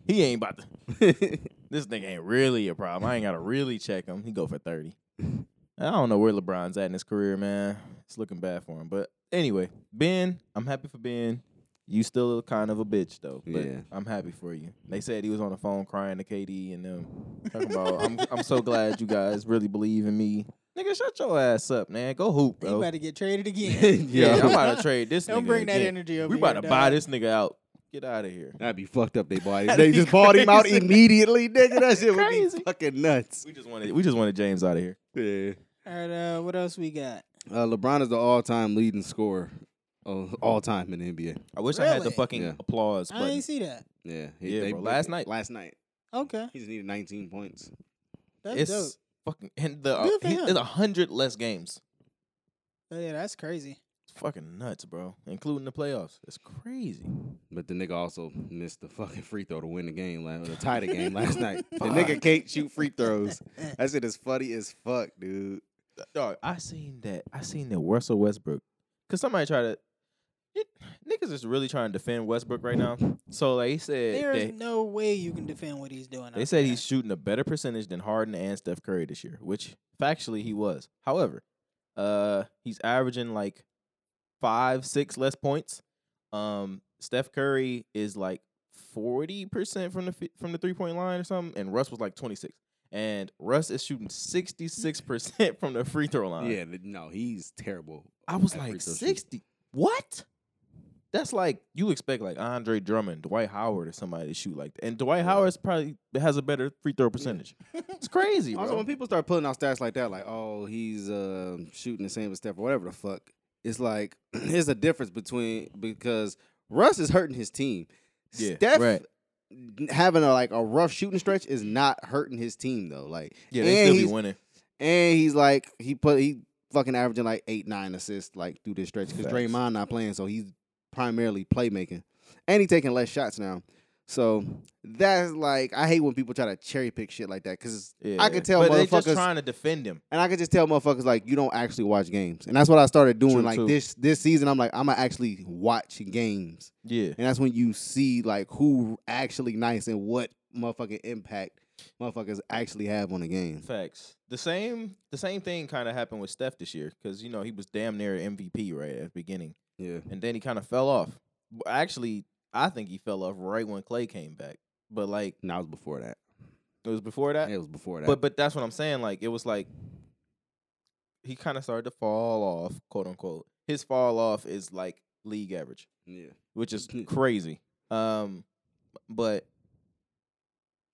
he ain't about to. This nigga ain't really a problem. I ain't gotta really check him. He go for thirty. I don't know where LeBron's at in his career, man. It's looking bad for him. But anyway, Ben, I'm happy for Ben. You still kind of a bitch though. But
Yeah.
I'm happy for you. They said he was on the phone crying to KD and them talking about I'm I'm so glad you guys really believe in me. Nigga, shut your ass up, man. Go hoop,
He about
bro.
to get traded again.
Yeah, I'm about to trade this
Don't
nigga
bring that
again.
energy over
We about
here,
to buy
dog.
this nigga out. Get out of here.
That'd be fucked up. They bought him.
That'd
They
be
just bought him out
crazy.
immediately, nigga. That shit would be
Crazy.
fucking nuts.
We just wanted we just wanted James out of here.
Yeah.
All right, uh, what else we got?
Uh, LeBron is the all-time leading scorer, of all time in the NBA.
I wish I had the
Really?
fucking
Yeah.
applause
I
button.
ain't see that.
Yeah.
Yeah, bro. Last night.
Last night.
Okay,
He just needed 19 points.
that's
it's
dope.
fucking and the uh,
Good for
he-
him.
there's a hundred less games.
Oh, yeah, that's crazy.
It's fucking nuts, bro. Including the playoffs. It's crazy.
But the nigga also missed the fucking free throw to win the game, like, or to tie the game last night. The nigga can't shoot free throws. That shit is funny as fuck, dude.
Dog, I seen that. I seen that Russell Westbrook. Cause somebody tried to it, niggas is really trying to defend Westbrook right now. So like he said
There is
that-
no way you can defend what he's doing.
they
out
said
there.
he's shooting a better percentage than Harden and Steph Curry this year, which factually he was. However, uh he's averaging like five, six less points. Um, Steph Curry is like forty percent from the fi- from the three point line or something, and Russ was like twenty six, and Russ is shooting sixty six percent from the free throw line.
Yeah, th- no, he's terrible.
I was
at free
like
throw shooting.
sixty. What? That's like you expect like Andre Drummond, Dwight Howard, or somebody to shoot like that, and Dwight Howard's probably has a better free throw percentage. It's crazy, bro.
Also, when people start pulling out stats like that, like, oh, he's um shooting the same as Steph or whatever the fuck, it's like, there's a difference between because Russ is hurting his team.
Yeah,
Steph
right.
n- having a like a rough shooting stretch is not hurting his team though. Like,
yeah,
and
they still
he's-
be winning.
And he's like, he put he fucking averaging like eight nine assists like through this stretch because
Facts.
Draymond not playing, so he's primarily playmaking, and he taking less shots now. So that's like I hate when people try to cherry pick shit like that because
Yeah.
I could tell
but they just
motherfuckers
trying to defend him.
and I could just tell motherfuckers like you don't actually watch games, and that's what I started doing.
True,
like
too.
this this season, I'm like I'm gonna actually watch games,
Yeah.
and that's when you see like who actually nice and what motherfucking impact motherfuckers actually have on the game.
Facts. The same the same thing kind of happened with Steph this year because you know he was damn near MVP right at the beginning,
Yeah,
and then he kind of fell off. B- Actually, I think he fell off right when Clay came back, but like
and that was before that.
it was before that.
It was before that.
Uh, But but that's what I'm saying. Like it was like he kind of started to fall off, quote unquote. His fall off is like league average,
yeah,
which is crazy. Um, but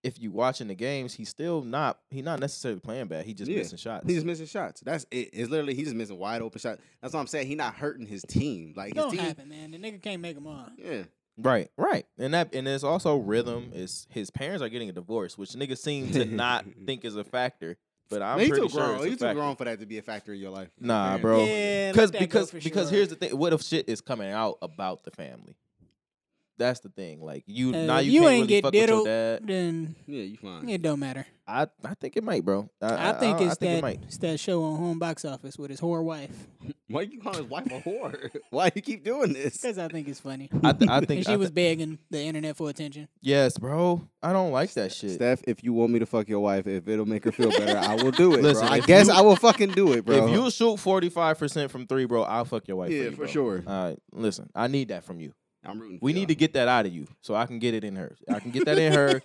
if you watching the games, he's still not he not necessarily playing bad. He just
Yeah.
missing shots.
he's missing shots. That's it. It's literally he's just missing wide open shots. That's what I'm saying. He's not hurting his team. Like his
Don't
team.
happen, man. The nigga can't make them on.
Yeah,
Right, right, and that and it's also rhythm. Is his parents are getting a divorce, which niggas seem to not think is a factor. But I'm
he's
pretty
too
sure
grown.
it's a
he's too
factor.
grown for that to be a factor in your life.
Nah,
Yeah.
Yeah,
bro.
let
Cause,
that go
because
for
because
sure.
here's the thing. What if shit is coming out about the family? That's the thing. Like you
Uh,
now
if
you,
you
can't
ain't
really
get
fuck
diddled-
with your dad.
Then
Yeah, you fine.
it don't matter.
I I think it might, bro. I,
I, think it's
it
that
might.
it's that show on home box office with his whore wife
Why you calling his wife a whore? Why you keep doing this?
because I think it's funny.
I, th- I think
And
I
she
thi-
was begging the internet for attention.
yes, bro. I don't like that shit.
Steph, if you want me to fuck your wife, if it'll make her feel better, I will do it.
Listen,
bro. I
if
guess
you-
I will fucking do it, bro.
If you shoot forty five percent from three, bro, I'll fuck your wife.
yeah,
you,
for
bro.
sure.
All right, listen. I need that from you.
I'm rooting. For
We need to get that out of you, so I can get it in her. I can get that in her.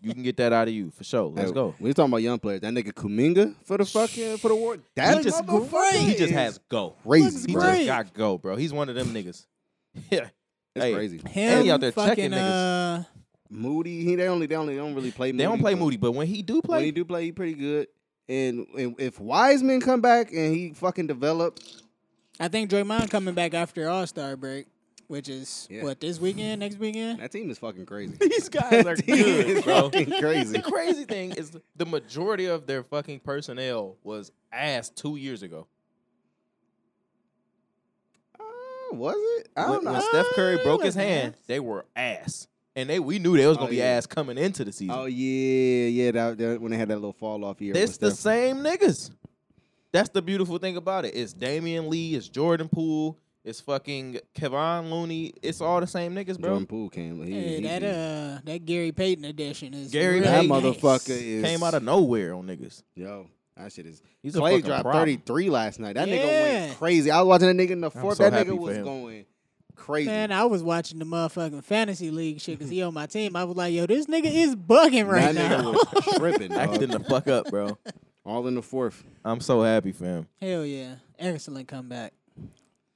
you can get that out of you for sure. Let's go.
We talking about young players. That nigga Kuminga for the fucking for the war. That
he just
motherfucker
great. He
is
just has go.
crazy,
He
bro.
just got go, bro. He's one of them niggas. Yeah,
It's
Hey.
crazy.
And
Him
he out there
fucking,
checking niggas.
uh,
Moody. He they only they only don't really play. Moody,
they don't play
but
Moody, but when he do
When he
play,
do play, he pretty good. And, and if Wiseman come back and he fucking develop,
I think Draymond coming back after All Star break, which is
Yeah.
what this weekend, next weekend.
that team is fucking crazy.
these guys are
That team is
good, bro.
fucking
The
crazy.
crazy thing is the majority of their fucking personnel was ass two years ago.
Uh, was it? I
When,
don't know.
when Steph Curry
Uh,
broke
it
his
wasn't
hand,
ass.
they were ass, and they we knew they was
Oh,
gonna be
yeah.
ass coming into the season.
Oh yeah, yeah. That, that when they had that little fall off year.
It's
with
the
Steph.
same niggas. That's the beautiful thing about it. It's Damian Lee, it's Jordan Poole, it's fucking Kevon Looney. It's all the same niggas, bro.
Jordan Poole came. He,
Hey,
he-
that uh, that Gary Payton edition is
Gary
really
that
Payton.
nice.
motherfucker is
Came out of nowhere on niggas.
yo. That shit is.
He's a
Clay
fucking
dropped
problem.
thirty three last night. That nigga
Yeah.
went crazy. I was watching that nigga in the fourth.
so
that
happy
nigga
for
was
him.
going crazy.
Man, I was watching the motherfucking fantasy league shit because he on my team. I was like, yo, this nigga is bugging right
that
now.
nigga was tripping. dog.
Acting the fuck up, bro.
All in the fourth.
I'm so happy for him.
Hell yeah, excellent comeback.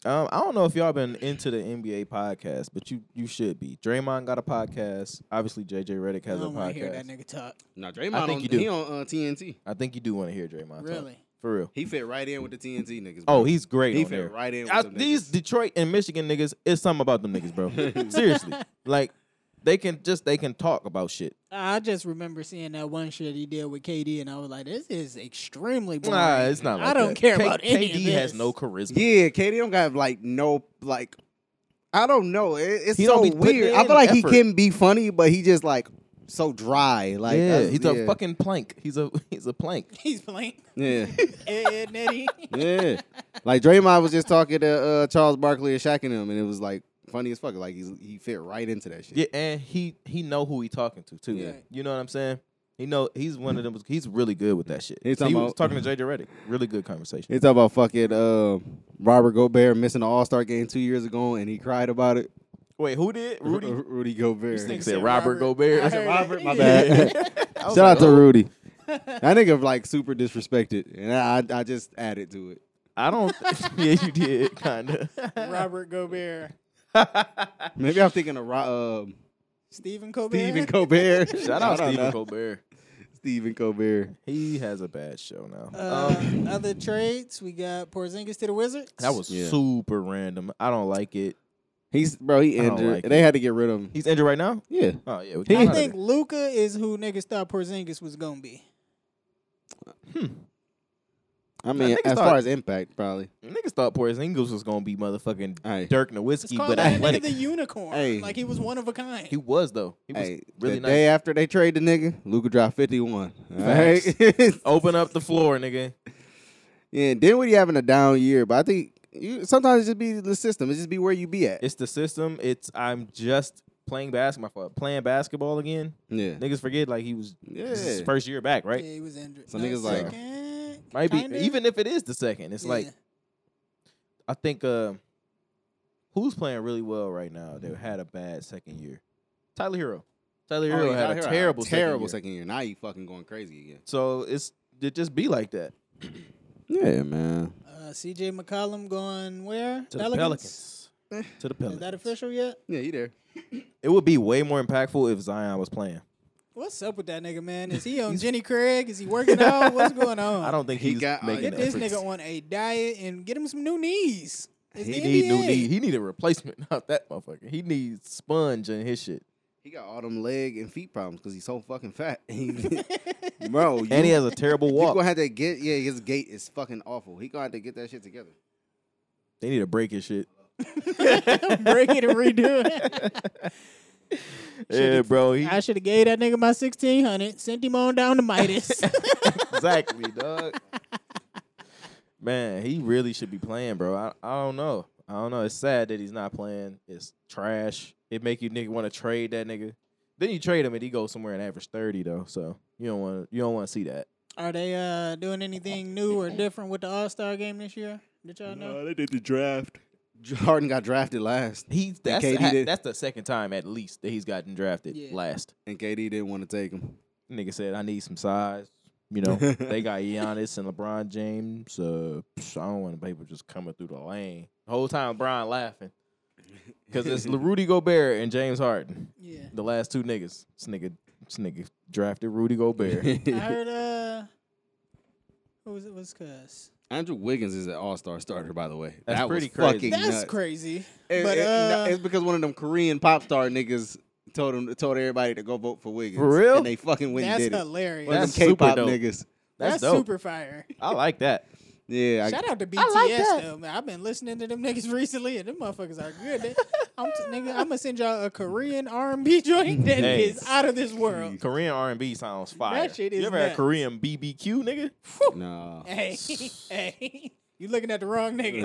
Um, I don't know if y'all been into the NBA podcast, but you you should be. Draymond got a podcast. Obviously, JJ Redick
I
has a
don't want to hear that
podcast.
nigga talk.
No, Draymond.
I think
on,
you do.
He on uh, TNT.
I think you do want to hear Draymond. talk.
Really?
for real.
He fit right in with the TNT niggas. Bro.
Oh, he's great.
he
on
fit
there.
right in. With
I-
them
these
niggas.
Detroit and Michigan niggas, it's something about them niggas, bro. Seriously, like they can just they can talk about shit.
I just remember seeing that one shit he did with KD, and I was like, this is extremely boring.
Nah, it's not. Like
I don't
that.
care
K-
about
KD
any of this.
has no charisma.
Yeah, KD don't got like no like. I don't know. It, it's
He
so
don't be putting
weird. I
in
feel like he
effort.
can be funny, but he just like so dry. Like
yeah,
that's-
he's
yeah.
a fucking plank. He's a he's a plank.
He's playing
yeah,
Ed Nettie.
yeah. Like Draymond was just talking to uh, Charles Barkley and Shaq and him, and it was like funny as fuck. Like he's, he fit right into that shit.
Yeah, and he he know who he talking to too.
Yeah.
You know what I'm saying? He know he's one of them. He's really good with that shit.
He
He
talking
was
about-
talking to JJ Redick. Really good conversation.
He talk about fucking uh, Robert Gobert missing the All Star game two years ago, and he cried about it.
Wait, who did Rudy?
Rudy Gobert.
This nigga
said
said
Robert.
Robert Gobert.
I heard
Robert,
it.
my
Yeah.
bad.
I was
Shout out
like,
to
oh.
Rudy. That nigga like super disrespected, and I I just added to it.
I don't. yeah, you did kind
Robert Gobert.
of.
Maybe I'm thinking of Ro- um,
Stephen Colbert.
Stephen Colbert.
Shout out
I don't
Stephen
know.
Colbert.
Stephen Colbert.
He has a bad show now.
Uh,
um,
other trades, we got Porzingis to the Wizards.
that was
yeah.
super random. I don't like it.
He's bro. He
I don't
injured.
like
they had to get rid of him.
He's injured right now.
Yeah.
Oh yeah, we
I
can't-
think Luca is who niggas thought Porzingis was gonna be.
I mean,
niggas
as
thought-
far as impact, probably.
Niggas thought Portis Ingles was gonna be motherfucking
Hey.
Dirk Nowitzki,
It's called
but
that nigga
athletic.
the unicorn.
Hey.
Like he was one of a kind.
He was though. He was
Hey,
really
the
nice.
day after they trade the nigga, Luca dropped fifty one.
Facts.
Right?
Open up the floor, nigga.
yeah, Dinwiddie having a down year, but I think you, sometimes it just be the system. It just be where you be at.
It's the system. It's I'm just playing basketball. Playing basketball again.
yeah,
Niggas forget like he was
yeah.
this is his first year back, right?
Yeah, he was injured.
Some niggas like-
second,
Might be
kinda.
even if it is the second. It's like
Yeah.
I think uh, who's playing really well right now that had a bad second year? Tyler Hero. Tyler
Oh,
Hero
yeah,
had
Tyler
a
Hero
terrible,
terrible
second, year.
second year. Now you fucking going crazy again.
So it's it just be like that
Yeah, man.
Uh, C.J. McCollum going where?
to the Pelicans. To the Pelicans.
Is that official yet?
Yeah, you there?
It would be way more impactful if Zion was playing.
What's up with that nigga, man? Is he on Jenny Craig? Is he working out? What's going on?
I don't think
He
he's
got- oh,
making
yeah.
get
the
this
effort.
nigga on a diet and get him some new knees. It's
He
the
need new
NBA.
knee. He need a replacement, not that motherfucker. He needs sponge and his shit.
He got all them leg and feet problems because he's so fucking fat. Bro, you,
And he has a terrible
you
walk.
gonna have to get yeah. His gait is fucking awful. He gonna have to get that shit together.
They need to break his shit.
Break it and redo it.
Yeah, bro. He,
I should have gave that nigga my sixteen hundred. Sent him on down to Midas.
exactly, dog. Man, he really should be playing, bro. I, I don't know. I don't know. It's sad that he's not playing. It's trash. It make you nigga want to trade that nigga. Then you trade him and he goes somewhere and average thirty though. So you don't want you don't want to see that.
Are they uh, doing anything new or different with the All Star game this year? Did y'all know?
they did the draft. Harden got drafted last,
He that's
KD did.
that's the second time at least that he's gotten drafted
Yeah.
last.
and KD didn't want to take him.
Nigga said I need some size. You know they got Giannis and LeBron James. Uh, psh, I don't want people just coming through the lane. The whole time Brian laughing because it's Rudy Gobert and James Harden.
yeah.
The last two niggas. This nigga, this nigga drafted Rudy Gobert.
I heard uh, who was it? Was Cuz?
Andrew Wiggins is an All Star starter, by the way.
That's
that
pretty
was
crazy.
fucking
That's
nuts.
crazy.
It-
but
it- no,
uh,
it's because one of them Korean pop star niggas told him told everybody to go vote for Wiggins.
For real?
and they fucking went and
that's
did it.
hilarious.
One of
That's
That's,
them
super
K-pop
dope.
niggas.
That's, dope.
super fire.
I like that.
Yeah, I,
Shout out to BTS
that.
though, man. I've been listening to them niggas recently, and them motherfuckers are good. They- I'm t- nigga, I'm gonna send y'all a Korean R&B joint that is
Hey.
out of this world.
Korean R and B sounds fire.
shit
you
is
ever had
nuts.
Korean BBQ, nigga?
no.
Hey, hey, you looking at the wrong nigga.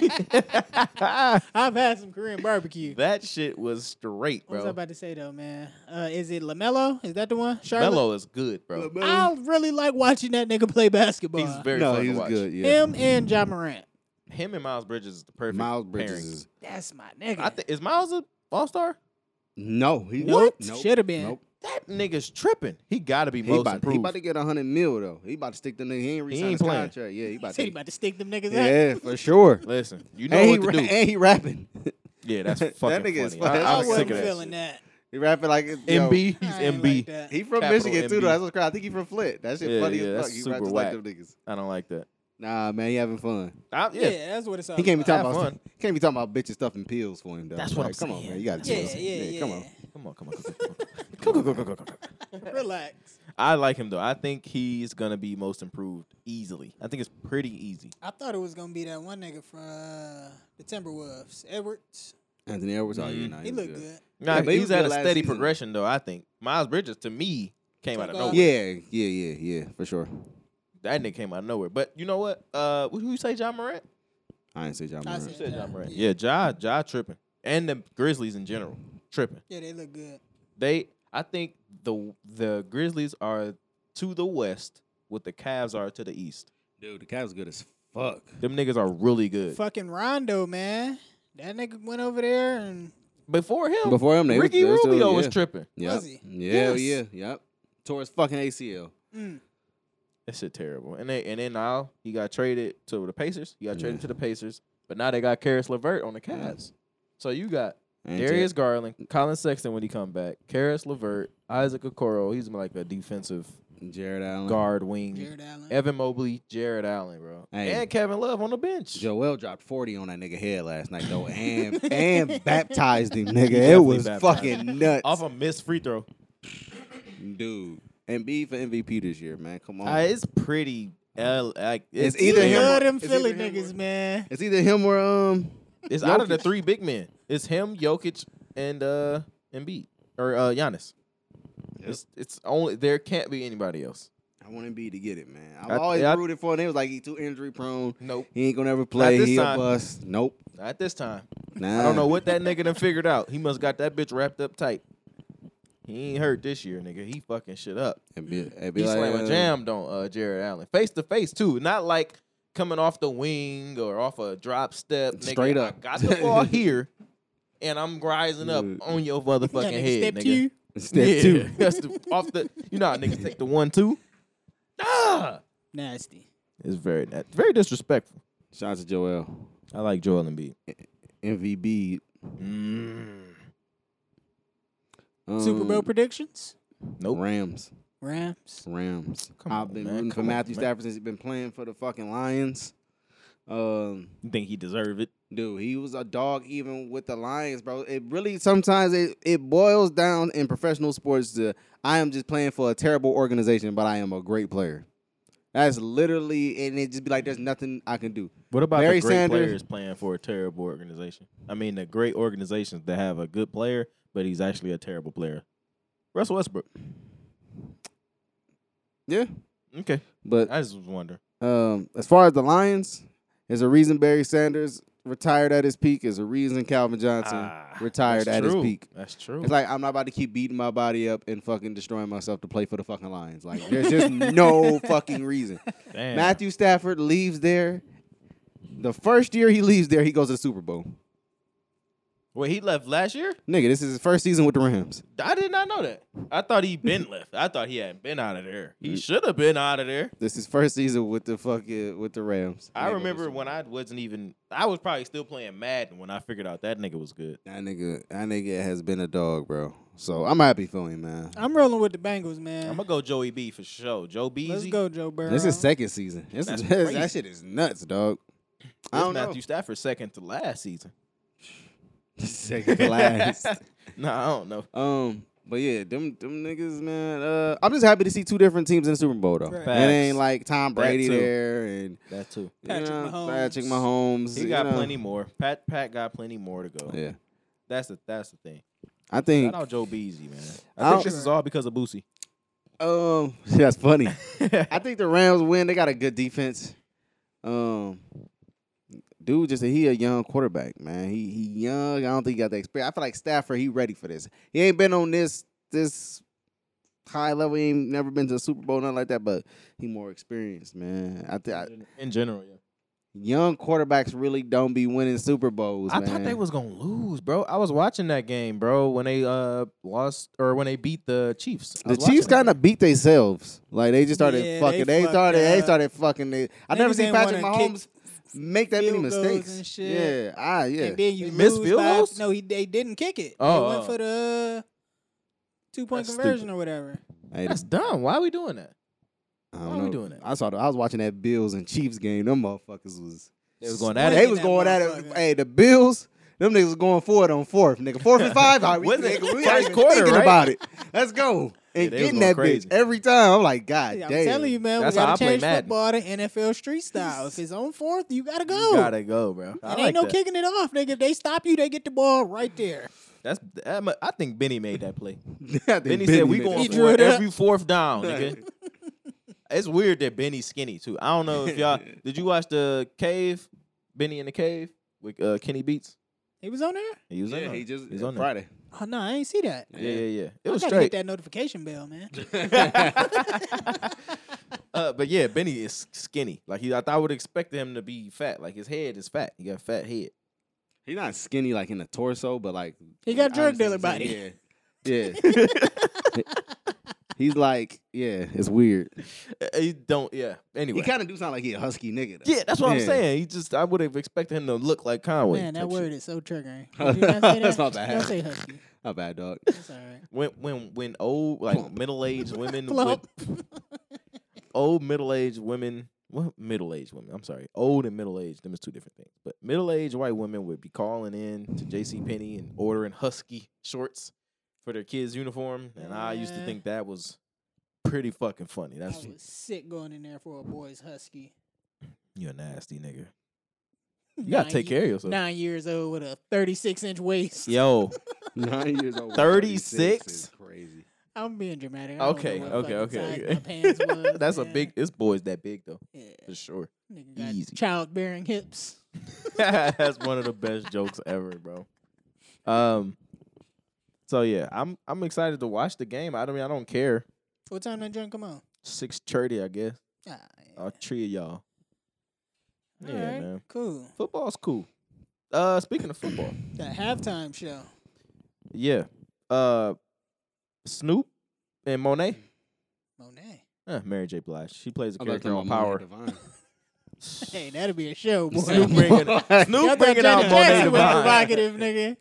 right.
I've had some Korean barbecue.
that shit was straight,
What was I
bro.
about to say though, man? Uh, is it Lamelo? Is that the one? Charlotte.
Melo is good, bro.
I really like watching that nigga play basketball.
He's very
no,
fun
he's
to watch.
good. Yeah,
Him and John Morant.
Him and Miles Bridges is the perfect
Miles Bridges
pairing.
is
That's my nigga.
I think is Miles a all star?
no. He,
What?
Nope.
Should have been.
Nope.
That nigga's tripping. He gotta be
He
most
about, he
improved.
about to get a hundred mil though. He about to stick the nigga. He ain't
He
re-signed
ain't
his
playing.
contract. Yeah, he about
Said he
to.
about to stick them niggas out.
Yeah, for sure.
Listen, you know
And he,
what
ra-
to do.
and he rapping.
Yeah, that's
That
fucking
nigga
funny.
is fucking-
I,
I
am
was
sick
wasn't
of that.
feeling that.
He rapping like it's- yo,
MB, he's
I ain't
MB.
Like that.
He from
Capital
Michigan too, though.
MB.
That's what's crazy. I think he from Flint. That shit
Yeah,
funny
yeah,
as
that's
fuck. He
super
rap just
whack.
like them niggas.
I don't like that.
Nah, man, he having fun.
I,
Yeah.
yeah,
that's what it's all
He can't be
about.
talking
Have
about
fun.
he can't be talking about bitches stuffing pills for him though.
That's what
Like,
I'm
come
saying.
on, man. You gotta
Yeah,
chill.
yeah, yeah,
Come on.
Come on, come on, come on, come on, come on, come on, come on, come on, come on.
Relax.
I like him though. I think he's gonna be most improved easily. I think it's pretty easy.
I thought it was gonna be that one nigga from uh, the Timberwolves, Edwards.
Anthony Edwards, oh yeah,
Mhm.
nah,
He looked good.
Nah,
Yeah, but he
he's
was
at
good
a
last
steady
season.
progression though. I think Miles Bridges to me came out of
Took off.
nowhere.
Yeah, yeah, yeah, yeah, for sure.
That nigga came out of nowhere. But you know what? Uh, who you say, John Morant?
I ain't say John
I
Moran.
said-
You said
Ja.
John Morant.
Yeah.
Yeah, Ja, Ja tripping, and the Grizzlies in general tripping.
Yeah, they look good.
They, I think the the Grizzlies are to the west what the Cavs are to the east.
Dude, the Cavs good as fuck.
Them niggas are really good.
Fucking Rondo, man. That nigga went over there and
Before him,
Before him, they was-
Ricky
they was still-
Rubio was
yeah.
tripping.
Yep.
Was he?
Yeah, oh,
Yes.
yeah, yep. Tore his fucking ACL.
mm,
That shit terrible. And they, and then now he got traded to the Pacers. He got traded
Yeah.
to the Pacers, but now they got Karis LeVert on the Cavs. So you got
And
Darius Garland, Colin Sexton when he come back, Karis LeVert, Isaac Okoro. He's like a defensive
Jar- Jared Allen.
guard wing.
Jared Allen.
Evan Mobley, Jared Allen, bro,
Hey.
and Kevin Love on the bench.
Joel dropped 40 on that nigga head last night though and and baptized him, nigga. It
definitely
was
baptized
fucking nuts.
Off a missed free throw,
Dude. And B for MVP this year, man. Come on.
Uh, it's pretty L, like,
Oh. It's
it's,
either
either
him
Love
or-
him.
them
it's
Philly
either him
niggas,
or-
man.
It's either him or um.
It's out of the three big men. It's him, Jokic, and uh Embiid or uh Giannis. It's it's only there can't be anybody else.
I want Embiid to get it, man. I've
I-
always
I-
rooted for him. They was like he too injury prone.
Nope,
He ain't gonna ever play.
this
He a
time.
bust. Nope.
not this time.
Nah.
I don't know what that nigga done figured out. He must got that bitch wrapped up tight. He ain't hurt this year, nigga. He fucking shit up.
It'd be, it'd be
He
like,
slam
uh,
a jammed on uh, Jared Allen, face to face too. Not like coming off the wing or off a drop step. Nigga,
Straight
I
up.
got the ball here, and I'm rising up
Yeah.
on your motherfucking
That nigga
head,
step
nigga.
to you.
uh, Step
yeah.
two.
That's the off the. You know how niggas take the one two. Ah,
Nasty.
it's very na- very disrespectful.
Shout out to Joel.
I like Joel Embiid. Mm.
MVB. Um,
Super Bowl predictions?
Nope.
Rams.
Rams.
Rams.
Come
I've
on,
been
man.
rooting for
Come on,
Matthew
man.
Stafford since he's been playing for the fucking Lions. Um,
You think he deserve it?
dude, he was a dog even with the Lions, bro. It really sometimes it, it boils down in professional sports to I am just playing for a terrible organization, but I am a great player. That's literally, and it just be like, there's nothing I can do.
What about
Barry
the great
Sanders-
players playing for a terrible organization? I mean, the great organizations that have a good player, but he's actually a terrible player. Russell Westbrook.
Yeah,
Okay,
but
I just was wondering.
Um, as far as the Lions, there's a reason Barry Sanders retired at his peak. There's a reason Calvin Johnson
Ah,
retired
that's
at
true.
his peak.
That's true.
It's like I'm not about to keep beating my body up and fucking destroying myself to play for the fucking Lions. Like there's just no fucking reason.
Damn.
Matthew Stafford leaves there. The first year he leaves there, he goes to the Super Bowl.
Wait, he left last year?
Nigga, this is his first season with the Rams.
I did not know that. I thought he been left. I thought he hadn't been out of there.
Mm.
He should have been out of there.
This is his first season with the fucking with the Rams.
I remember when I wasn't even. I was probably still playing Madden when I figured out that nigga was good.
that nigga that nigga has been a dog, bro. So I'm happy for him, man.
I'm rolling with the Bengals, man.
I'm gonna go Joey B for sure. Joe B.
Let's go, Joe Burrow.
This is second season. This is,
That's
that
crazy.
shit is nuts, dog. I don't
Matthew
know.
Stafford second to last season.
second to last.
no, I don't know.
um, but yeah, them them niggas, man. Uh, I'm just happy to see two different teams in the Super Bowl though. It
Right.
ain't
Facts.
like Tom
That
Brady
too.
there and
That too.
Patrick
you know,
Mahomes.
Patrick Mahomes.
He
you
got
know.
plenty more. Pat Pat got plenty more to go.
Yeah,
That's the that's the thing.
I think.
Shout out Joe Beasy, man.
I
I
don't-
think this is all because of Boosie.
Um, that's funny. I think the Rams win. They got a good defense. Um, dude, just he a young quarterback, man. He he young. I don't think he got the experience. I feel like Stafford, he ready for this. He ain't been on this this high level. He ain't never been to a Super Bowl, nothing like that. But he more experienced, man. I think
In general, yeah.
young quarterbacks really don't be winning Super Bowls.
I
man.
thought they was gonna lose, bro. I was watching that game, bro, when they uh lost or when they beat the Chiefs. I
The
was watching
Chiefs
that
kind of beat themselves. Like they just started
Yeah, they
fucking. They,
fucked
started. They
up.
started fucking. It. I
Niggas
never seen
ain't
Patrick
wanna kick
Mahomes make that many
field goals
mistakes.
and shit.
Yeah, ah, yeah.
And then you
They missed
lose
field
by-
goals?
No, he, they didn't kick it.
Oh,
they went
oh.
for the uh, two point
That's
conversion
stupid.
or whatever.
Hey,
game. That's dumb. Why are we doing that?
I don't
why
know.
we doing that?
I saw. The, I was watching that Bills and Chiefs game. Them motherfuckers was.
They was going
at
They
it.
was
That
going at it.
motherfucker.
Hey, the Bills. Them niggas was going for it on fourth, nigga. Fourth and five. All right, we,
Wasn't it
nigga, we
first
not even
quarter,
thinking
right?
about it. Let's go
they was
and
going
getting that
crazy.
bitch every time. I'm like, God
Yeah, I'm
damn.
telling you, man,
That's
we
how
gotta
I play
change
Madden.
football to NFL street style. If it's on fourth, you gotta go.
You gotta go, bro. I
it
like
ain't no
that.
kicking it off, nigga. If they stop you, they get the ball right there.
That's that mu- I think Benny made that play.
I think
Benny,
Benny
said we
made
going
that
He
for
drew it up.
every fourth down, nigga. it's weird that Benny's skinny too. I don't know if y'all did you watch the cave, Benny in the cave with uh, Kenny Beats.
He was on there?
He was
play.
on
Yeah,
there.
he just uh,
he was on there.
Friday.
Oh no, I ain't see that.
Yeah, yeah, yeah. It was
I gotta hit
straight.
that notification bell, man.
Uh, but yeah, Benny is skinny. Like he, I, thought I would expect him to be fat. Like his head is fat. He got a fat head.
He's not skinny like in the torso, but like
He got drug
honestly,
dealer
he's-
body.
Yeah, yeah. he's like, yeah, it's weird.
Uh, He don't. Yeah. Anyway.
He kind of do sound like he a husky nigga. Though.
yeah, that's what I'm
Yeah.
saying. He just, I would have expected him to look like Conway.
Man, that
type shit.
word is so triggering. Did you not say
That's
that?
my bad.
Don't say husky.
not bad dog.
That's all right.
When, when, when old, like middle aged women, with,
Plump.
old middle aged women, what middle aged women? I'm sorry, old and middle aged. Them is two different things. But middle aged white women would be calling in to J.C. Penney and ordering husky shorts for their kids' uniform, and I used to
Yeah.
think that was pretty fucking funny.
I
That's
was sick going in there for a boy's husky.
you a nasty nigga. You gotta take care of yourself.
Nine years old with a 36 inch waist.
Yo,
Nine years old.
36?
is Crazy.
I'm being dramatic. I don't know
Okay,
what
okay, okay,
fucking size
okay.
my pants was,
that's a
man.
big. This boy's that big though,
Yeah.
for sure.
Nigga got
easy.
childbearing hips.
that's one of the best jokes ever, bro. Um, so yeah, I'm I'm excited to watch the game. I don't mean I don't care.
What time that joint come on?
Six thirty, I guess.
Ah, yeah.
All three of y'all.
All
Yeah,
right,
man.
Cool.
Football's cool. Uh, speaking of football,
That halftime show.
yeah. Uh, Snoop and Monet.
Monet.
Uh, Mary J. Blige. She plays a
I'm about
character
to call
on
my
Power.
Monet Divine.
Hey, that'll be a show, boy.
Snoop bringing
Y'all
Snoop
thought
bringing out
Janet Jackson
Monet
was
Divine.
provocative, nigga.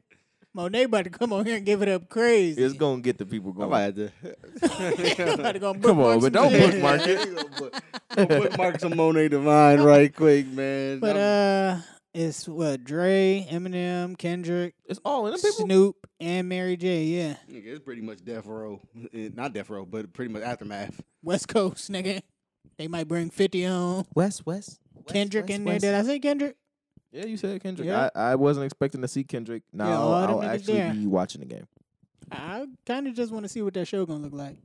Monet about to come on here and give it up crazy.
It's gonna get the people
I'm
going.
about to.
About to go
Come on, but
bookmark some
don't
shit.
bookmark it.
Put Mark some Monet Divine right quick, man.
But
I'm-
uh, it's what Dre, Eminem, Kendrick,
It's all in the people.
Snoop, and Mary J. Yeah,
Nigga, it's pretty much death row. Eh, Not death row, but pretty much aftermath.
West Coast, nigga. They might bring Fifty on
West, West.
Kendrick in there. Did I say Kendrick?
Yeah, you said Kendrick.
Yeah.
I, I wasn't expecting to see Kendrick. Now
Yeah, all them
I'll, I'll
niggas
actually
there.
be watching the game.
I kind of just want to see what that show gonna look like.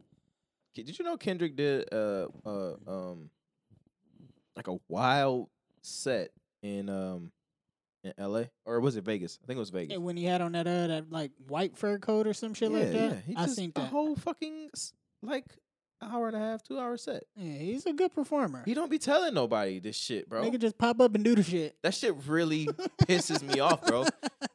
K- Did you know Kendrick did uh uh um like a wild set in um in L.A. or was it Vegas? I think it was Vegas.
And when he had on that uh, that like white fur coat or some shit like that,
He
I
just-
seen
a
that.
whole fucking s- like hour and a half, two hour set.
yeah, he's a good performer.
He don't be telling nobody this shit, bro.
Nigga just pop up and do the shit.
That shit really pisses me off, bro.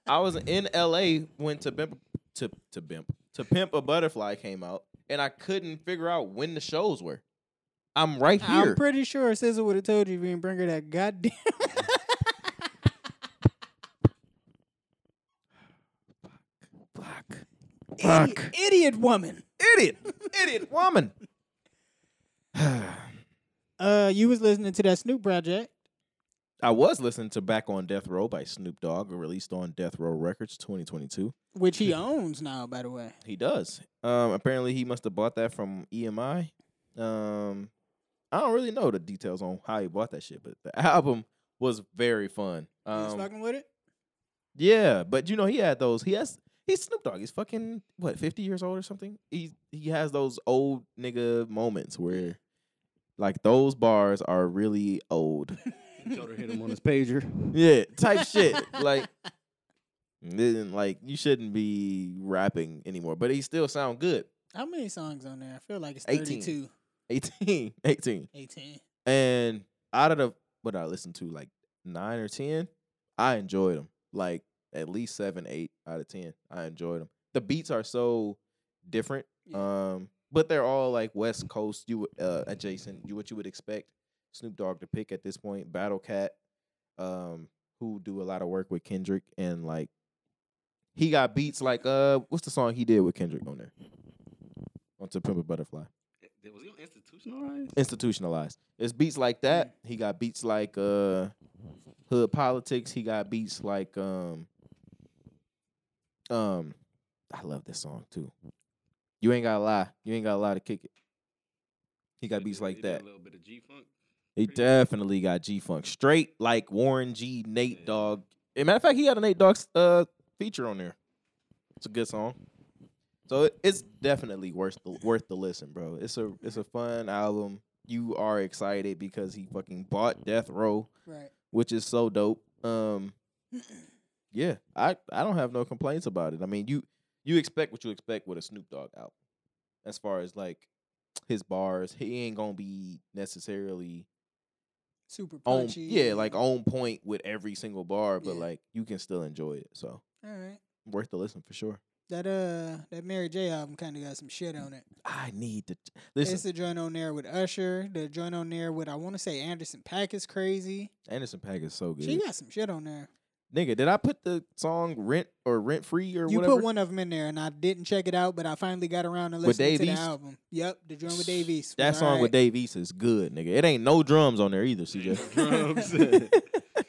I was in LA when to pimp to to pimp to pimp a butterfly came out, and I couldn't figure out when the shows were. I'm right here.
I'm pretty sure SZA would have told you if you didn't bring her that goddamn.
Fuck.
Idiot, idiot woman.
Idiot, idiot woman.
Uh, you was listening to that Snoop project.
I was listening to Back on Death Row by Snoop Dogg, released on Death Row Records 2022.
which he owns now, by the way.
He does. Um, apparently, he must have bought that from EMI. Um, I don't really know the details on how he bought that shit, but the album was very fun.
You was
Um,
fucking with it.
yeah, but you know, he had those. He has he's Snoop Dogg. He's fucking what fifty years old or something. He he has those old nigga moments where, like, those bars are really old.
Joder hit him on his pager.
yeah, type shit. Like, then like you shouldn't be rapping anymore, but he still sound good.
How many songs on there? I feel like it's
18.
32,
18, 18.
18.
And out of the what I listened to, like nine or ten, I enjoyed them. Like at least seven, eight out of ten, I enjoyed them. The beats are so different, um, but they're all like West Coast, you would- uh, adjacent, you what you would expect Snoop Dogg to pick at this point. Battle Cat, um, who do a lot of work with Kendrick, and like he got beats like uh, what's the song he did with Kendrick on there? On To Pimp a Butterfly
Eh, Was he on institutionalized?
institutionalized. It's beats like that. He got beats like uh Hood Politics. He got beats like um um I love this song too. You ain't gotta lie. You ain't gotta lie to kick it. He got beats like that.
A little bit of G funk.
He
pretty-
definitely got G Funk. Straight like Warren G, Nate
Yeah.
Dogg. As a matter of fact, he had a Nate Dogg uh feature on there. It's a good song. So it, it's definitely worth the worth the listen, bro. It's a it's a fun album. You are excited because he fucking bought Death Row,
Right.
which is so dope. Um yeah, I I don't have no complaints about it. I mean, you you expect what you expect with a Snoop Dogg album, as far as like his bars. He ain't gonna be necessarily
Super
on
punchy.
Um, yeah, like on point with every single bar, but
Yeah.
like you can still enjoy it. So
All right.
worth the listen for sure.
That uh, that Mary J album kind of got some shit on it.
I need to listen.
It's the joint on there with Usher. The joint on there with I want to say Anderson Pack is crazy.
Anderson Pack is so good.
She got some shit on there.
Nigga, did I put the song Rent or Rent Free or
You
whatever?
put one of them in there, and I didn't check it out, but I finally got around to
With
listening to
Dave
the
East?
album. Yep, the joint with Dave East.
that
was
song with
alright.
Dave East is good, nigga. It ain't no drums on there either, CJ.
Drums.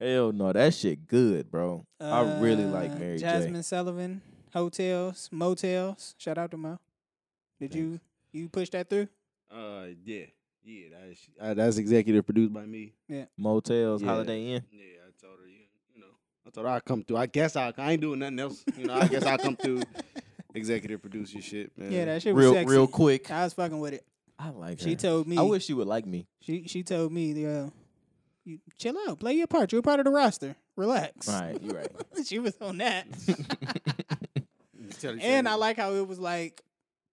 Hell no, that shit good, bro. I really like
Uh,
Mary J.
Jasmine Sullivan, hotels, motels. Shout out to Mo. Did you You push that through?
Uh, yeah, yeah. That's uh, that's executive produced by me.
Motels,
Yeah.
Holiday Inn.
Yeah, I told her. You, you know, I told her I come through. I guess I, I ain't doing nothing else. You know, I guess I come through. Executive produce your shit, man.
Yeah, that shit was
Real,
sexy.
real quick.
I was fucking with it.
I like her.
She told me.
I wish she would like me.
She she told me, uh, you chill out, play your part. You're part of the roster. Relax.
All right, you're right.
she was on that.
Tell her
and
shit.
I like how it was like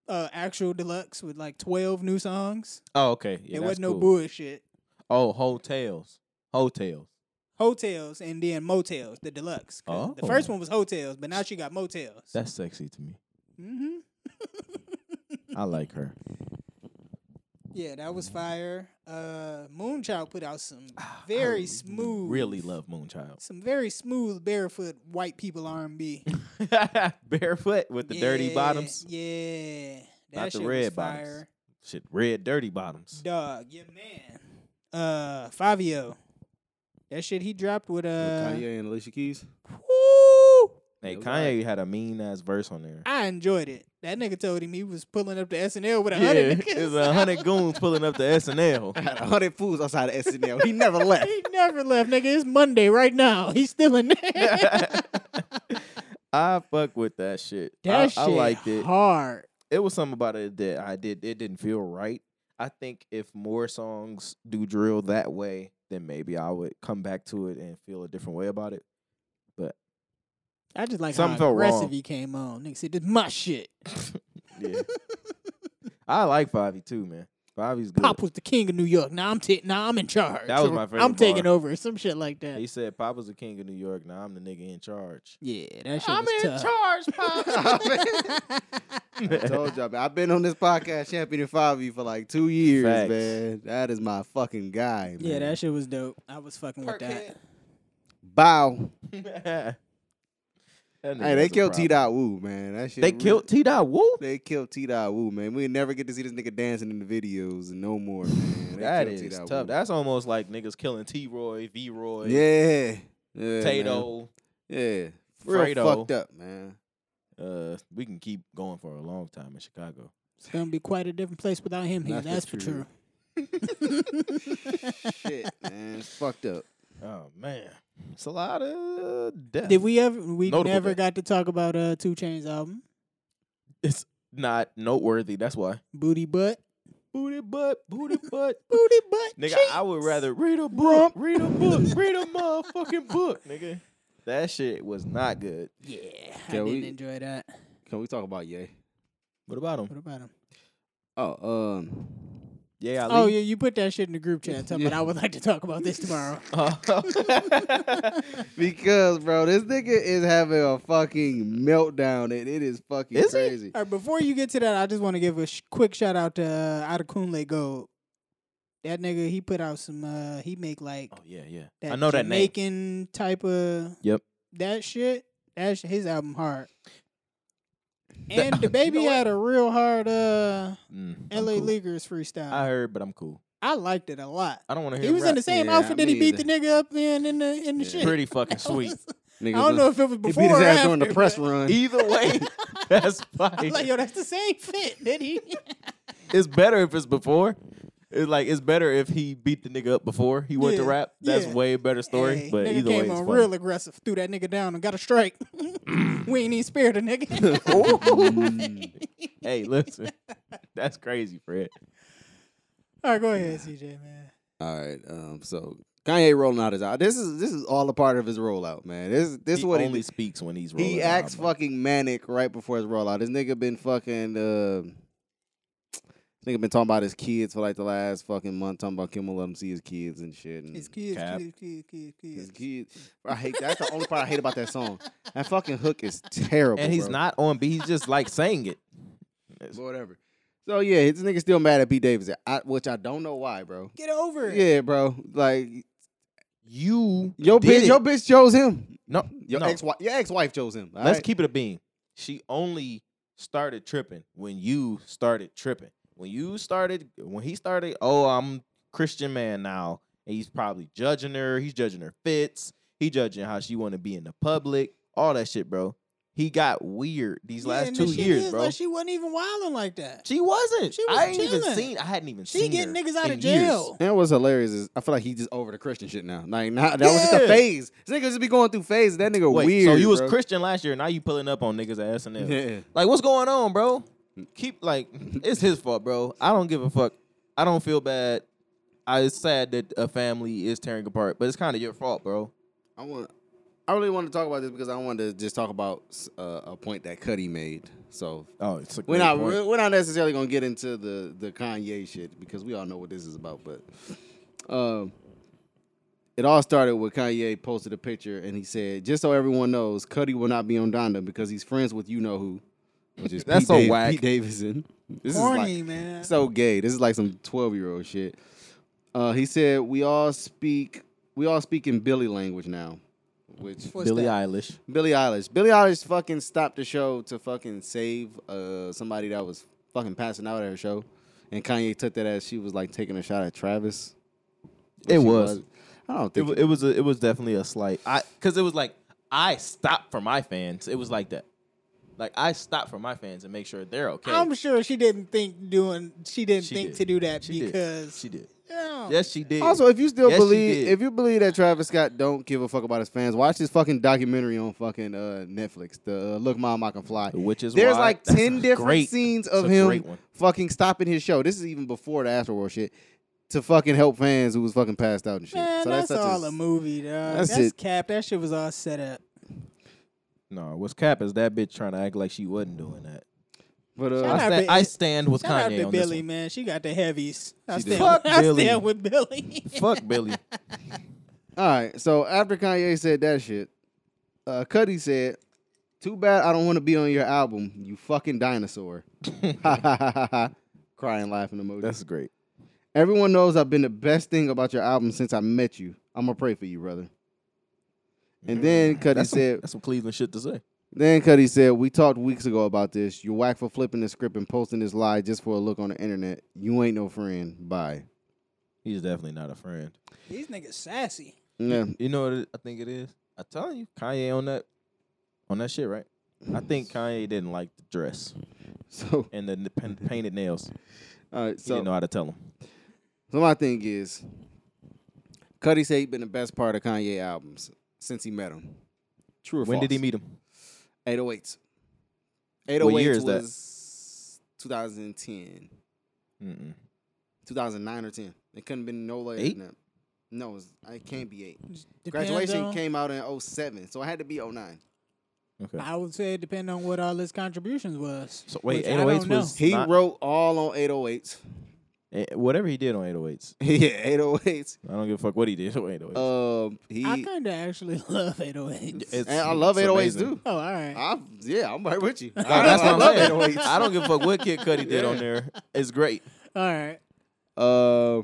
uh actual deluxe with like twelve new songs.
oh, okay. Yeah,
it
that's
wasn't no
cool.
bullshit.
Oh, hotels. Hotels.
Hotels and then motels, the deluxe. 'Cause The first
Oh.
one was hotels, but now she got motels.
That's sexy to me.
hmm
I like her.
Yeah, that was fire. Uh Moonchild put out some very
Mm. Ah, I
smooth
Really love Moonchild.
some very smooth barefoot white people R and B.
Barefoot with the dirty
Yeah,
bottoms.
Yeah. That
Not the
shit was
red bottoms.
fire.
Shit, red dirty bottoms.
Dog, your man. Uh Fabio. That shit he dropped with
With
uh
Kanye and Alicia Keys.
woo!
Hey,
Yeah,
Kanye had a mean ass verse on there.
I enjoyed it. That nigga told him he was pulling up the SNL with a
Yeah,
hundred
it was a hundred goons pulling up the SNL.
Had a hundred fools outside of SNL. He never left.
He never left, nigga. It's Monday right now. He's still in there.
I fuck with that shit.
That
I,
shit
I liked it.
hard.
It was something about it that I did. It didn't feel right. I think if more songs do drill that way, then maybe I would come back to it and feel a different way about it.
I just like
Something
how
felt
aggressive
wrong.
he came on. Nigga said, "This my shit."
Yeah, I like Favi too, man. Favi's good.
Pop was the king of New York. Now I'm ta- now I'm in charge.
That was
Or,
my favorite
I'm taking
bar.
over. Some shit like that.
He said, "Pop was the king of New York. Now I'm the nigga in charge."
yeah, that shit was tough.
I told y'all, man. I've been on this podcast, Champion and Five you for like two years,
Facts.
man. That is my fucking guy, man.
Yeah, that shit was dope. I was fucking with that.
Bow.
That nigga
Hey, they
has a
killed T
problem.
Dot Woo, man. That shit.
They
really-
killed T Dot Woo.
They killed T Dot Woo, man. We never get to see this nigga dancing in the videos no more, man. They
That
killed
is
T-Dot
tough.
Woo.
That's almost like niggas killing T Roy, V Roy,
yeah, yeah, man.
Tato.
yeah, real
Fredo.
fucked up, man.
Uh, we can keep going for a long time in Chicago.
It's gonna be quite a different place without him here.
That's
That's,
for
for sure.
Shit, man, it's fucked up.
Oh man, it's a lot of death.
Did we ever? We
Notable
never
death.
got to talk about uh Two Chains album,
It's not noteworthy. That's why.
Booty Butt.
Booty butt, booty butt.
Booty Butt.
Nigga,
cheeks.
I would rather read a book, read a book, read a motherfucking book, nigga. That shit was not good.
Yeah, I
Yeah,
didn't
we-
enjoy that.
Can we talk about Ye?
What about him?
What about him?
Oh, um,
Yeah, Ali.
Oh yeah, you put that shit in the group chat. Talking
Yeah.
about I would like to talk about this tomorrow.
Oh.
Because, bro, this nigga is having a fucking meltdown, and it is fucking
Is he?
crazy.
All right, before you get to that, I just want to give a sh- quick shout out to uh, Adekunle Gold. That nigga, he put out some. uh He make like
Oh, yeah, yeah.
that
I know that name.
Jamaican type of
Yep.
that shit. That sh- his album hard.
That-
And the
You
baby
know what?
had a real hard uh
Mm, I'm
L.A.
cool.
Leaguers freestyle.
I
I,
heard, but I'm cool.
liked it a lot.
I don't want to hear.
He was
rap.
in the same
Yeah,
outfit
I
that he beat the
mean-
nigga up in in the in the
Yeah.
shit.
Pretty fucking
That was-
sweet.
Nigga,
I don't know if it was
he
before
beat his
or
ass
after,
during the press run.
Either way, that's
I was like,
fine.
yo, that's the same fit, did he?
It's better if it's before. It's like it's better if he beat the nigga up before he went to
Yeah,
rap. That's
yeah.
way better story.
Hey,
but
nigga
either way,
came
it's
on
funny.
real aggressive, threw that nigga down and got a strike. we ain't even spared a nigga.
hey, listen, that's crazy, Fred.
All right, go ahead, CJ, man.
All right, um, so Kanye rolling out his out. This is this is all a part of his rollout, man. This this
He
what
only
he
speaks when he's rolling.
he
an
acts
album.
fucking manic right before his rollout. This nigga been fucking. Uh, this nigga been talking about his kids for like the last fucking month. Talking about Kim will let him see his kids and shit. And
It's kids,
Cap.
kids, kids, kids,
his
kids.
kids. I hate that's the only part I hate about that song. That fucking hook is terrible.
and he's
bro.
not on beat. He's just like saying it.
But whatever. So yeah, this nigga still mad at Pete Davidson, I, which I don't know why, bro.
Get over it.
Yeah, bro. Like
You,
your
did
bitch,
it.
your bitch chose him.
no,
Your
no.
ex wife, your ex wife chose him. all
Let's
right?
keep it a beam. She only started tripping when you started tripping. When you started, when he started, oh, I'm Christian man now. And he's probably judging her. He's judging her fits. He judging how she want to be in the public. All that shit, bro. he got weird these
Yeah,
last
and
two
the shit
years,
is,
bro.
Like,
she,
she wasn't even wilding like that.
wasn't.
she was
I ain't even
chilling.
seen. I hadn't even
She
seen.
getting
her
niggas out
in
of
years.
jail.
And what's hilarious is I feel like he just over the Christian shit now. Like nah, that was just
Yeah.
a phase. This nigga just be going through phases. That nigga
Wait,
weird.
so you was
bro.
Christian last year, now you pulling up on niggas at SNL.
Yeah.
Like, what's going on, bro? Keep like, it's his fault, bro. I don't give a fuck. I don't feel bad. I it's sad that a family is tearing apart, but it's kind of your fault, bro.
I want. I really want to talk about this because I wanted to just talk about uh, a point that Cuddy made. So
Oh, it's a
we're not re- we're not necessarily gonna get into the the Kanye shit because we all know what this is about. But um, it all started when Kanye posted a picture and he said, "Just so everyone knows, Cuddy will not be on Donda because he's friends with you know who." Which is
That's
Pete
so
Dav-
whack.
Pete Davidson. This is
Horny,
like,
man.
so gay. This is like some twelve year old shit. Uh, he said, "We all speak we all speak in Billy language now," which
What's
Billie
that?
Eilish.
Billie Eilish. Billie Eilish fucking stopped the show to fucking save uh somebody that was fucking passing out at her show, and Kanye took that as she was like taking a shot at Travis. Which
It was.
she wasn't. I don't
It,
think
wa-
it,
it was a, it was definitely a slight. I because it was like I stopped for my fans. It was like that. Like I stopped for my fans and make sure they're okay.
I'm sure she didn't think doing. She didn't
She
think
did.
to do that
She did.
because Oh.
she did.
Yeah.
Yes, she did.
Also, if you still
Yes, she
believe
did.
if you believe that Travis Scott don't give a fuck about his fans, watch this fucking documentary on fucking uh, Netflix. The uh, Look, Mom, I Can Fly.
Which is
there's
why-
like
that's
ten
a
different
great-
scenes
that's
of
a
him
great one.
fucking stopping his show. This is even before the Astroworld shit to fucking help fans who was fucking passed out and shit.
Man,
so
that's,
such
all a, movie, dog.
that's
That's,
it.
cap. That shit was all set up.
no, what's cap is that bitch trying to act like she wasn't doing that.
But uh,
Shout
I
out
stand,
to-
I stand with
Shout out
Kanye
to
on this
Billy,
one.
man. She got the heavies. I
She
stand,
did.
Fuck
I
Billy.
stand with Billy.
Fuck Billy.
All right. So after Kanye said that shit, uh, Cuddy said, "Too bad I don't want to be on your album, you fucking dinosaur." Crying, laughing emoji.
That's great.
Everyone knows I've been the best thing about your album since I met you. I'm gonna pray for you, brother. And then Cuddy
Mm. That's some,
said,
that's some Cleveland shit to say.
then Cuddy said, we talked weeks ago about this. You're whack for flipping the script and posting this lie just for a look on the internet. You ain't no friend. Bye.
He's definitely not a friend.
These niggas sassy.
Yeah.
You know what it, I think it is? I'm telling you, Kanye on that on that shit, right? I think Kanye didn't like the dress
So,
and the n- pen-
Mm-hmm.
painted nails.
all right.
He
So
didn't know how to tell him.
So my thing is, Cuddy said he been the best part of Kanye albums since he met him. True or
When did he
false?
meet him?
808s.
What year
808s
is that?
was 2010,
Mm-mm.
2009 or 10. It couldn't have been no later
Eight?
than that. No, it, was, uh, it can't be eight.
Depends
Graduation
on-
came out in 07, so it had to be 09.
Okay.
I would say it depend on what all his contributions was.
So wait,
which I
808s
don't know.
was-
He
Not-
wrote all on 808s.
Eh, Whatever he did on 808s,
yeah, 808s.
I don't give a fuck what he did on 808s.
Um, he
I kind of actually love 808s.
It's-
and I love
it's
808s
amazing.
too.
oh, all right.
I, yeah, I'm right with you. I,
Oh, that's what
love
I'm saying.
808s.
I don't give a fuck what Kid Cudi did on there. It's great.
all right.
Uh,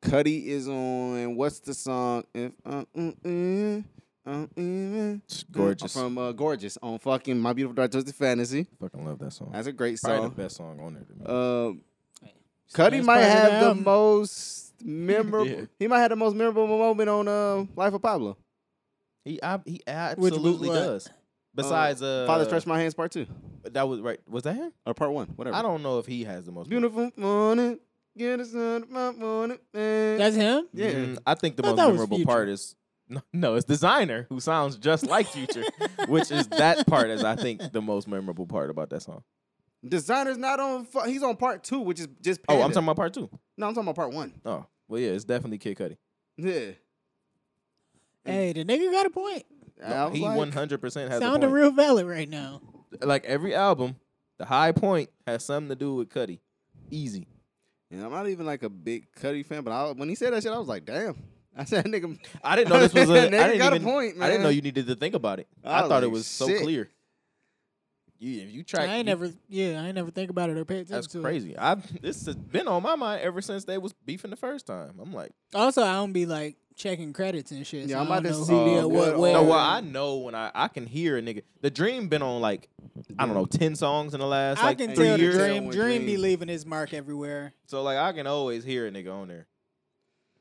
Cuddy is on. What's the song? If uh, mm, mm, uh, mm,
It's
mm,
gorgeous.
from uh, Gorgeous on fucking My Beautiful Dark Twisted Fantasy.
Fucking love that song.
That's a great
Probably the
song.
best song on there. To me.
Um, Cuddy
Best
might
part of
have
the
the
album.
most memorable. He might have the most memorable moment on uh, Life of Pablo.
He I, he
Which was
absolutely
what?
does. Besides, uh,
Father Stretch My Hands Part Two
That was right. Was that him?
or Part One, whatever.
I don't know if he has the most.
Beautiful morning, get the sun of my morning. Man.
That's him?
yeah.
Mm, I think the
Thought
most
that was
memorable
Future.
part is no, no, it's designer who sounds just like Future, which is that part is I think the most memorable part about that song.
Designer's not on. fu- He's on Part Two, which is just.
Oh, I'm
Panda.
talking about part two.
No, I'm talking about Part One.
Oh, well, yeah, it's definitely Kid Cudi.
Yeah.
Hey, the nigga got a point.
I was
He
like,
100 percent has a
Sounding
point.
real valid right now.
Like every album, the high point has something to do with Cudi. Easy.
And I'm not even like a big Cuddy fan, but I, when he said that shit, I was like, damn. I said, that nigga.
I didn't know this was a. I
Nigga
didn't
got a
even-
point,
I didn't know
man.
you needed to think about it.
I
I,
was
thought it
like,
was so
"Shit."
clear. You, if you track,
I ain't
you-
never, yeah, I ain't never think about it or pay attention
That's
to it.
crazy. I this has been on my mind ever since they was beefing the first time. I'm like,
Also, I don't be like checking credits and shit.
Yeah,
so
I'm
I
about
don't
to
know
see
who
the,
did
uh,
what.
good
where.
oh, no,
old-
well, I know when I I can hear a nigga. The dream been on like I don't know ten songs in the last
I
like
can
three
tell the
years.
dream.
Tell
Dream be
Dream.
leaving his mark everywhere.
So like I can always hear a nigga on there.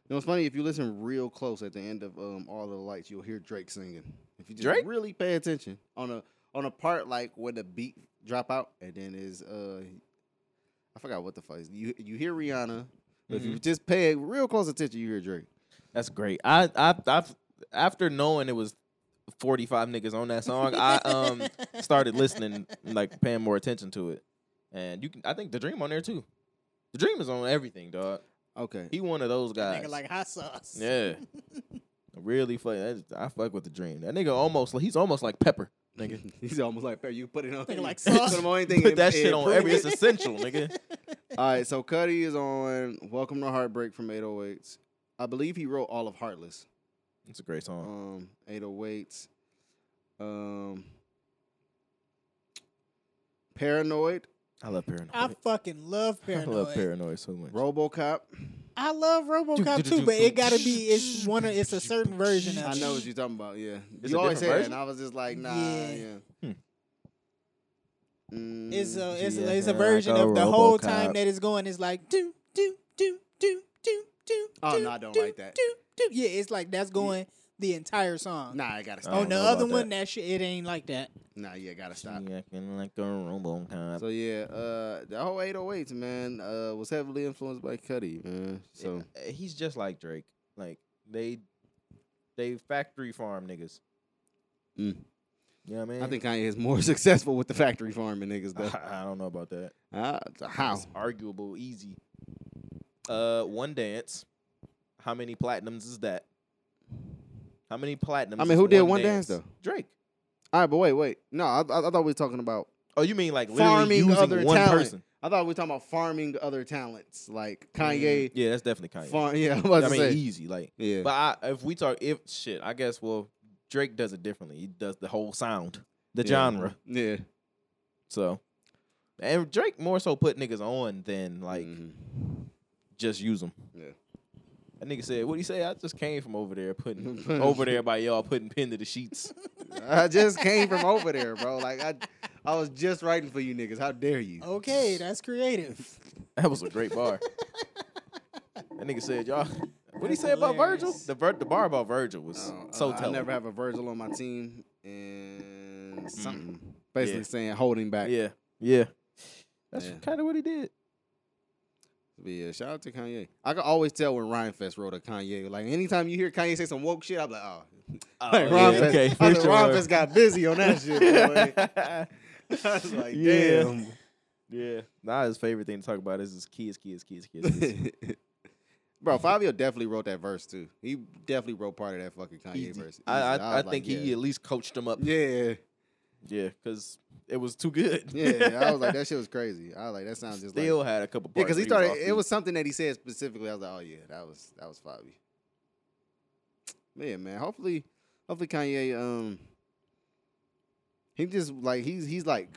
You know, it's funny if you listen real close at the end of um, all of the lights, you'll hear Drake singing. If you just
Drake?
really pay attention on a on a part like when the beat drop out, and then is uh, I forgot what the fuck is you you hear Rihanna,
Mm-hmm.
but if you just pay real close attention, you hear Drake.
That's great. I I I after knowing it was 45 niggas on that song, I um started listening like paying more attention to it. And you can I think the dream on there too. The dream is on everything, dog.
Okay,
He one of those guys.
Nigga like hot sauce.
yeah. really fuck that- I fuck with the dream. That nigga almost he's almost like Pepper, nigga.
he's almost like you put it on
Nigga like
put
sauce.
him on anything.
Put
and-
that shit
and
on
prove
every
it.
it's essential, nigga.
All right, so Cuddy is on Welcome to Heartbreak from 808s. I believe he wrote all of Heartless.
It's a great song.
Um 808s. Um Paranoid,
I love Paranoid.
I fucking love
I
paranoid.
love Paranoid so much.
RoboCop.
I love RoboCop too, but it gotta be it's one of it's a certain version of.
I
it.
know what you're talking about. Yeah,
It's
you
a different
always say that,
version?
and I was just like, nah.
Yeah.
Yeah.
Hmm.
Mm,
It's a it's,
Yeah,
a, it's a
I
version
go
of the whole
RoboCop.
time that it's going. It's like do do do do do do.
Oh,
do,
no, I don't
do,
like that.
Do do. Yeah, it's like that's going the entire song.
nah. I
I
gotta stop.
don't
On the
know
other
about
one, that. shit it ain't like that.
Nah, yeah, gotta
Oh, She
stop.
acting like a RoboCop.
So yeah, uh, the whole 808s man uh, was heavily influenced by Cuddy, man. So
Uh, he's just like Drake. Like they they factory farm niggas. You
Mm.
know what I mean?
I think Kanye is more successful with the factory farming niggas though.
I, I don't know about that.
Uh, how?
It's arguable, easy. Uh one dance. How many platinums is that? How many platinums?
mean,
is
who did One Dance, though?
Drake.
All right, but wait, wait. No, I, I, I thought we were talking about.
Oh, you mean like literally
Farming
using
other
one
talent.
person?
I thought we were talking about farming other talents like
Mm,
Kanye.
Yeah, that's definitely Kanye.
Farm, yeah, I'm about
I
to
mean,
say.
easy. Like,
yeah,
but I, if we talk, if shit, I guess well, Drake does it differently. He does the whole sound, the
Yeah.
genre.
yeah.
So, and Drake more so put niggas on than like
Mhm.
just use them.
Yeah.
That nigga said, "What do you say? I just came from over there, putting over there by y'all putting pin to the sheets."
I just came from over there, bro. Like I, I was just writing for you niggas. How dare you?
Oh,
Okay, that's creative.
That was a great bar. that nigga said, "Y'all, what he
That's
say about Virgil?
hilarious.
The ver- the bar about Virgil was
Uh,
so
uh, I
telling.
never have a Virgil on my team, and something basically
Yeah.
saying holding back.
yeah, yeah." That's
Yeah.
kind of what he did.
But yeah, shout out to Kanye. I can always tell when Ryan Fest wrote a Kanye. Like anytime you hear Kanye say some woke shit, I'm like, oh, like,
yeah,
Ron Fest.
okay,
I
for
was like, Ron
sure.
Fest got busy on that shit. Boy. I was like,
Yeah.
damn.
yeah. Nah, his favorite thing to talk about is his kids, kids, kids, kids. kids.
Bro, Fabio definitely wrote that verse too. He definitely wrote part of that fucking Kanye
Easy.
verse.
I, I,
Easy.
I,
was like,
think he
yeah.
at least coached him up.
Yeah,
Yeah, because it was too good.
yeah. I was like, that shit was crazy. I was like, that sounds just
still
like
had a couple.
yeah,
because
because he started. it was something that he said specifically. I was like, oh yeah, that was that was Fabi. But yeah, man. Hopefully, hopefully Kanye. Um, he just like he's he's like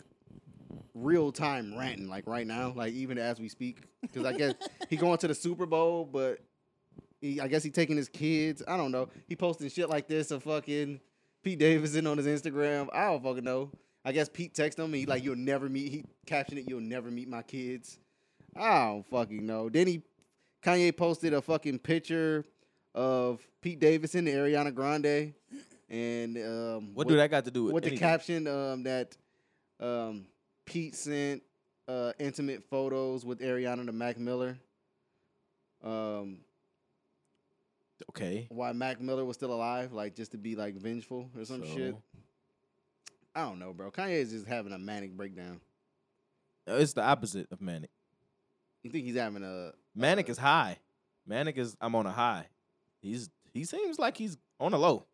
real time ranting like right now, like even as we speak. Because I guess he going to the Super Bowl, but he I guess he taking his kids. I don't know. He posting shit like this of fucking Pete Davidson on his Instagram. I don't fucking know. I guess Pete texted him and he like you'll never meet. He captioned it, "You'll never meet my kids." I don't fucking know. Then he Kanye posted a fucking picture of Pete Davidson and Ariana Grande, and um,
What, do that got to do with
What the
anything?
caption um, that um, Pete sent uh, intimate photos with Ariana to Mac Miller. Um,
Okay.
why Mac Miller was still alive, like just to be like vengeful or some shit.
So-
I don't know, bro. Kanye is just having a manic breakdown.
It's the opposite of manic.
You think he's having a
Manic
Uh,
is high. Manic is I'm on a high. He's he seems like he's on a low.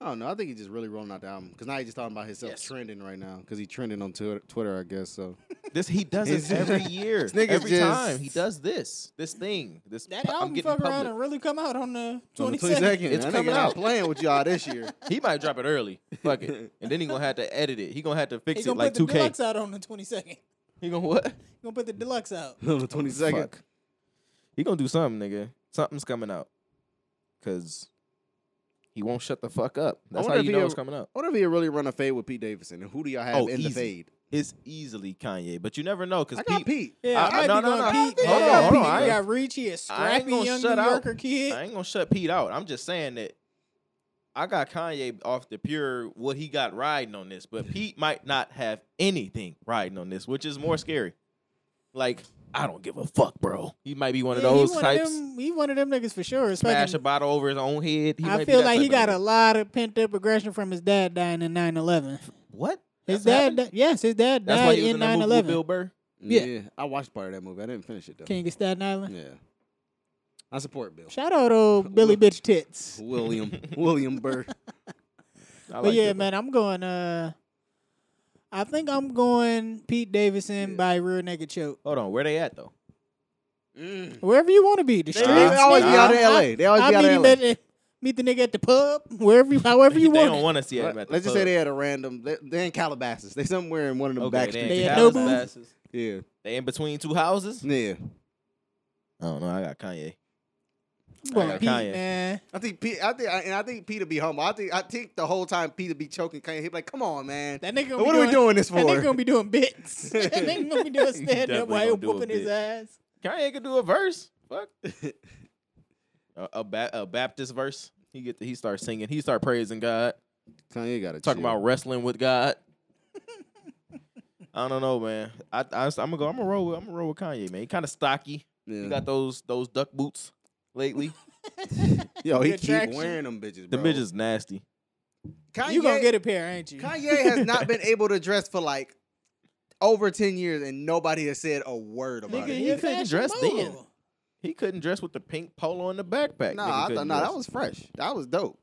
I don't know. I think he's just really rolling out the album because now he's just talking about himself
Yes.
trending right now because he's trending on Twitter, Twitter, I guess. So
This he does this
He's-
every year.
This nigga's
every
just-
time he does this, this thing, this.
That
pu- I'm
album
getting
fuck around
public.
and really come out on the
On the
twenty second.
It's
that nigga
coming
not
out.
playing with y'all this year.
He might drop it early. Fuck it, and then he gonna have to edit it. He gonna have to
He
fix it
gonna
like
put the
2K.
deluxe out on the twenty second. He
He gonna what?
gonna put the deluxe out.
on the twenty second.
Fuck. He gonna do something, nigga. Something's coming out. Cause he won't shut the fuck up. That's how
wonder if
you
he
know it's
ever-
coming up.
What if he really run a fade with Pete Davidson? And who do y'all have
Oh,
in the
easy.
fade?
It's easily Kanye, but you never know. Cause
I got Pete.
Yeah,
I-
I,
no,
be
no,
going
no.
Pete.
Hold
man.
on, hold on.
Pete,
I
You
ain't-
got Richie, a
I ain't
scrappy
gonna
young
shut
New
out.
Yorker kid.
I ain't gonna shut Pete out. I'm just saying that I got Kanye off the pure what he got riding on this, but Pete might not have anything riding on this, which is more scary. Like I don't give a fuck, bro. He might be one of
Yeah, he
those
one
types.
Of them, he one of them niggas for sure. It's
smash a
fucking-
bottle over his own head. He might
I
be
feel
that
like he
type of
got a
nigga.
lot of pent up aggression from his dad dying in 9-11.
what? That's
His dad,
happened?
di- yes, his dad
That's why
died
he was
in
in that movie
9
with Bill
11.
Burr.
Yeah.
Yeah.
I watched part of that movie. I didn't finish it though.
King of Staten Island.
Yeah, I support Bill.
Shout out old Billy Bitch Tits.
William William Burr.
I
but
like
yeah,
Bill Burr.
man, I'm going. uh I think I'm going Pete Davidson
Yeah.
by rear naked choke.
Hold on, where they at though?
Mm.
Wherever you want to be, the
They,
streets.
they
always be
nigga.
out in
nigga.
L.A. They always
I, I
be out
meet
in
him
L.A.
at the, meet the nigga at the pub, wherever, you- however you
they
want.
don't
it.
want to see him
Let,
at
us
the
just say they had a random. They, they in Calabasas. They somewhere in one of them
okay,
back
they
streets.
in
They
in
had no
Calabasas.
booth.
yeah,
They in between two houses.
yeah.
I don't know. I got Kanye.
I'm going
I got
Pete,
Kanye.
man.
I think Pete. I think, and I think Peter be humble. I think, I think the whole time Peter be choking Kanye. He be like, "Come on, man.
That nigga. gonna
What
be
are we doing this for?"
That nigga gonna be doing bits. that nigga gonna be doing
He
stand up
definitely
while
gonna do a
whooping his
bit.
ass.
Kanye could do a verse. Fuck. a, a, ba- a Baptist verse. He get he start singing. He start praising God.
Kanye got to
Talking about wrestling with God. I don't know, man. I, I am gonna go. I'm gonna roll with. I'm gonna roll with Kanye, man. He kind of stocky.
Yeah.
He got those those duck boots lately.
Yo, he
The
keep
attraction.
wearing them bitches.
the
bro.
bitches nasty.
Kanye,
You gonna get a pair, ain't you?
Kanye has not been able to dress for like over ten years, and nobody has said a word about
Nigga,
it.
He couldn't
fashion
dress
mogul.
then. He couldn't dress with the pink polo and the backpack.
No,
Nigga
I thought
couldn't
no,
dress.
that was fresh. That was dope.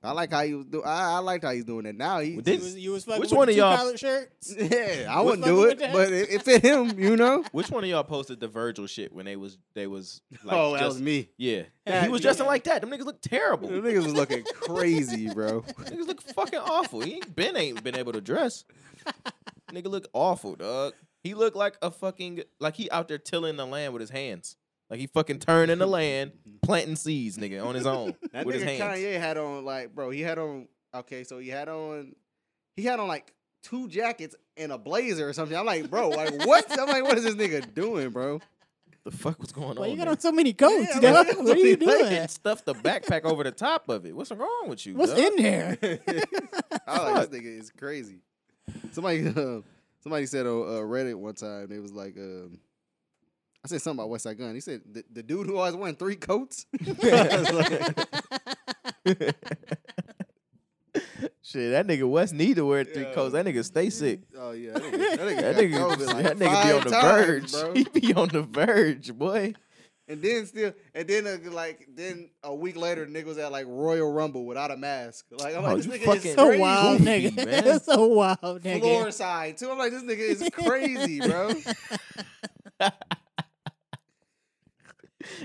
I like how he was do. I, I liked how he's doing it now.
Well,
He,
You
this-
was, you was fucking
Which
with
one
the
of y'all-
two-collared shirts.
yeah, I
What's
wouldn't
fucking
do
with
it,
that?
but it, it fit him. You know.
Which one of y'all posted the Virgil shit when they was they was like
oh, that
just-
was me.
yeah.
That-
he was dressing like that. Them niggas look terrible.
Them niggas was looking crazy, bro.
Niggas look fucking awful. He ain't been ain't been able to dress. Nigga look awful, dog. He looked like a fucking like he out there tilling the land with his hands. Like he fucking turning the land, planting seeds, nigga, on his own
That
with his
nigga
hands.
Kanye had on like, bro, he had on okay, so he had on he had on like two jackets and a blazer or something. I'm like, bro, like what? I'm like, what is this nigga doing, bro?
The fuck was going
Why
on?
you got
there?
on so many coats,
Yeah,
dog?
like,
What are you
like,
doing?
and stuffed the backpack over the top of it. What's wrong with you?
What's
dog?
in there?
I was like, this nigga is crazy. Somebody uh, somebody said on uh, Reddit one time, they was like, um, I said something about West Side Gun. He said the, the dude who always wearing three coats. I was like,
Shit, that nigga West need to wear three
Yeah.
coats. That nigga stay sick.
oh yeah, that nigga,
That
that nigga, got
nigga,
COVID like
that nigga be
five
on the
times,
verge.
bro.
He be on the verge, boy.
And then still, and then uh, like then a week later, the nigga was at like Royal Rumble without a mask. Like I'm
Oh,
like, this
you
nigga
fucking
is
so
crazy.
wild,
Goofy,
nigga.
man.
That's so wild, nigga.
Floor side too. I'm like, this nigga is crazy, bro.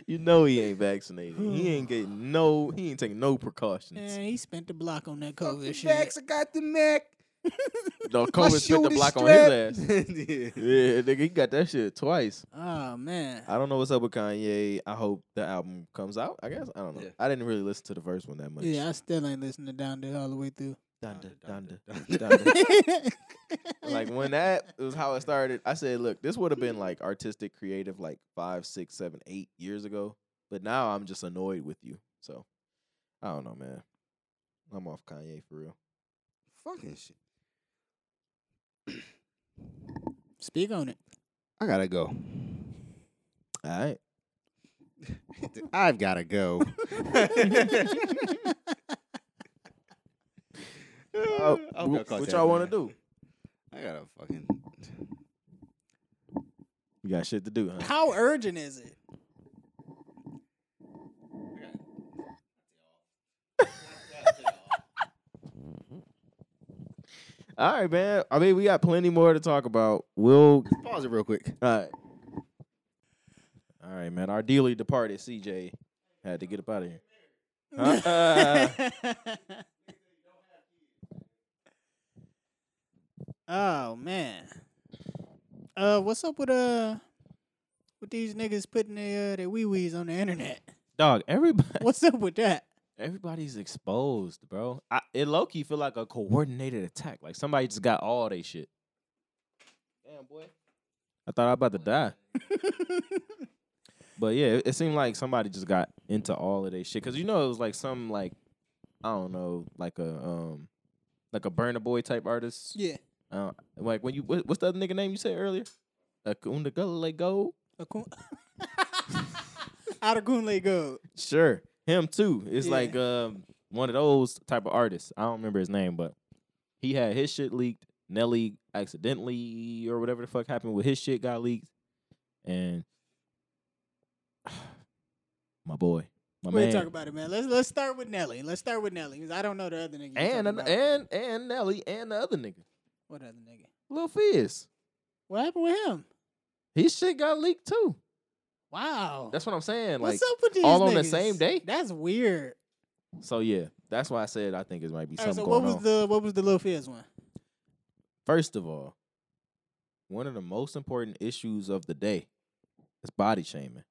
You know he ain't vaccinated. He ain't getting no. He ain't taking no precautions.
Man, he spent the block on that COVID
Fucking
shit.
Vax, I got the Mac.
No,
My
COVID spit the
shoulder's
block on his
strapped.
ass.
yeah.
Yeah, nigga, he got that shit twice.
Oh man.
I don't know what's up with Kanye. I hope the album comes out. I guess I don't know.
Yeah.
I didn't really listen to the first one that much.
Yeah, I still ain't listening to Down there all the way through.
Donda,
Donda,
donda,
donda,
donda. like when that was how it started, I said, look, this would have been like artistic, creative, like five, six, seven, eight years ago. But now I'm just annoyed with you. So I don't know, man. I'm off Kanye for real.
Fucking shit.
Speak on it.
I gotta go.
All right.
I've gotta go.
Uh, wh- what y'all want to do?
I gotta fucking.
You got shit to do, huh?
How urgent is it?
All right, man. I mean, we got plenty more to talk about. We'll.
Pause it real quick.
All right. All right, man. Our dearly departed CJ had to get up out of here. Huh? Uh,
oh man. Uh, what's up with uh, with these niggas putting their uh, their wee wees on the internet?
dog, everybody.
What's up with that?
Everybody's exposed, bro. I, it low key feel like a coordinated attack. Like somebody just got all they shit. Damn boy. I thought I was about to die. but yeah, it, it seemed like somebody just got into all of their shit. Cause you know it was like some like I don't know, like a um, like a burner boy type artist.
Yeah.
Uh, like when you what, what's the other nigga name you said earlier? Akunda Gullah Gold.
Akun- Out of Kunle Gold.
Sure, him too. It's
Yeah.
like um one of those type of artists. I don't remember his name, but he had his shit leaked. Nelly accidentally or whatever the fuck happened with his shit got leaked, and my boy, my
We'll
man,
talk about it, man. Let's let's start with Nelly. Let's start with Nelly because I don't know the other nigga. you're
and an-
talking about.
and and Nelly and the other nigga,
what other nigga?
Lil Fizz.
What happened with him?
His shit got leaked too.
Wow.
That's what I'm saying. Like,
What's up with these
all on the
niggas?
same day?
That's weird.
so yeah, that's why I said I think it might be
All right,
something
so
going
what was
on.
the what was the Lil Fizz one?
First of all, one of the most important issues of the day is body shaming.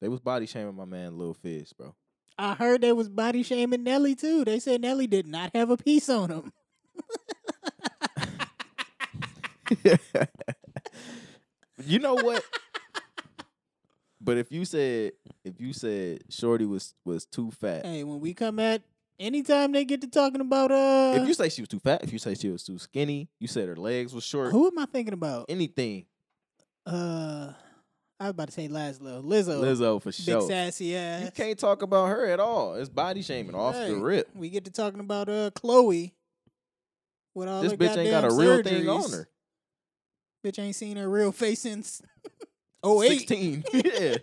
They was body shaming my man Lil Fizz, bro.
I heard they was body shaming Nelly too. They said Nelly did not have a piece on him.
you know what? but if you said if you said Shorty was was too fat,
Hey, when we come at anytime they get to talking about uh
if you say she was too fat, if you say she was too skinny, you said her legs was short,
who am I thinking about?
anything,
Uh I was about to say Laszlo. Lizzo.
Lizzo for
Big
sure.
sassy ass.
You can't talk about her at all. It's body shaming off the
Right.
rip.
We get to talking about uh Chloe. With all
This
her
bitch ain't got a
goddamn
real thing
surgeries.
on her.
Bitch ain't seen her real face since oh eight.
16. yeah.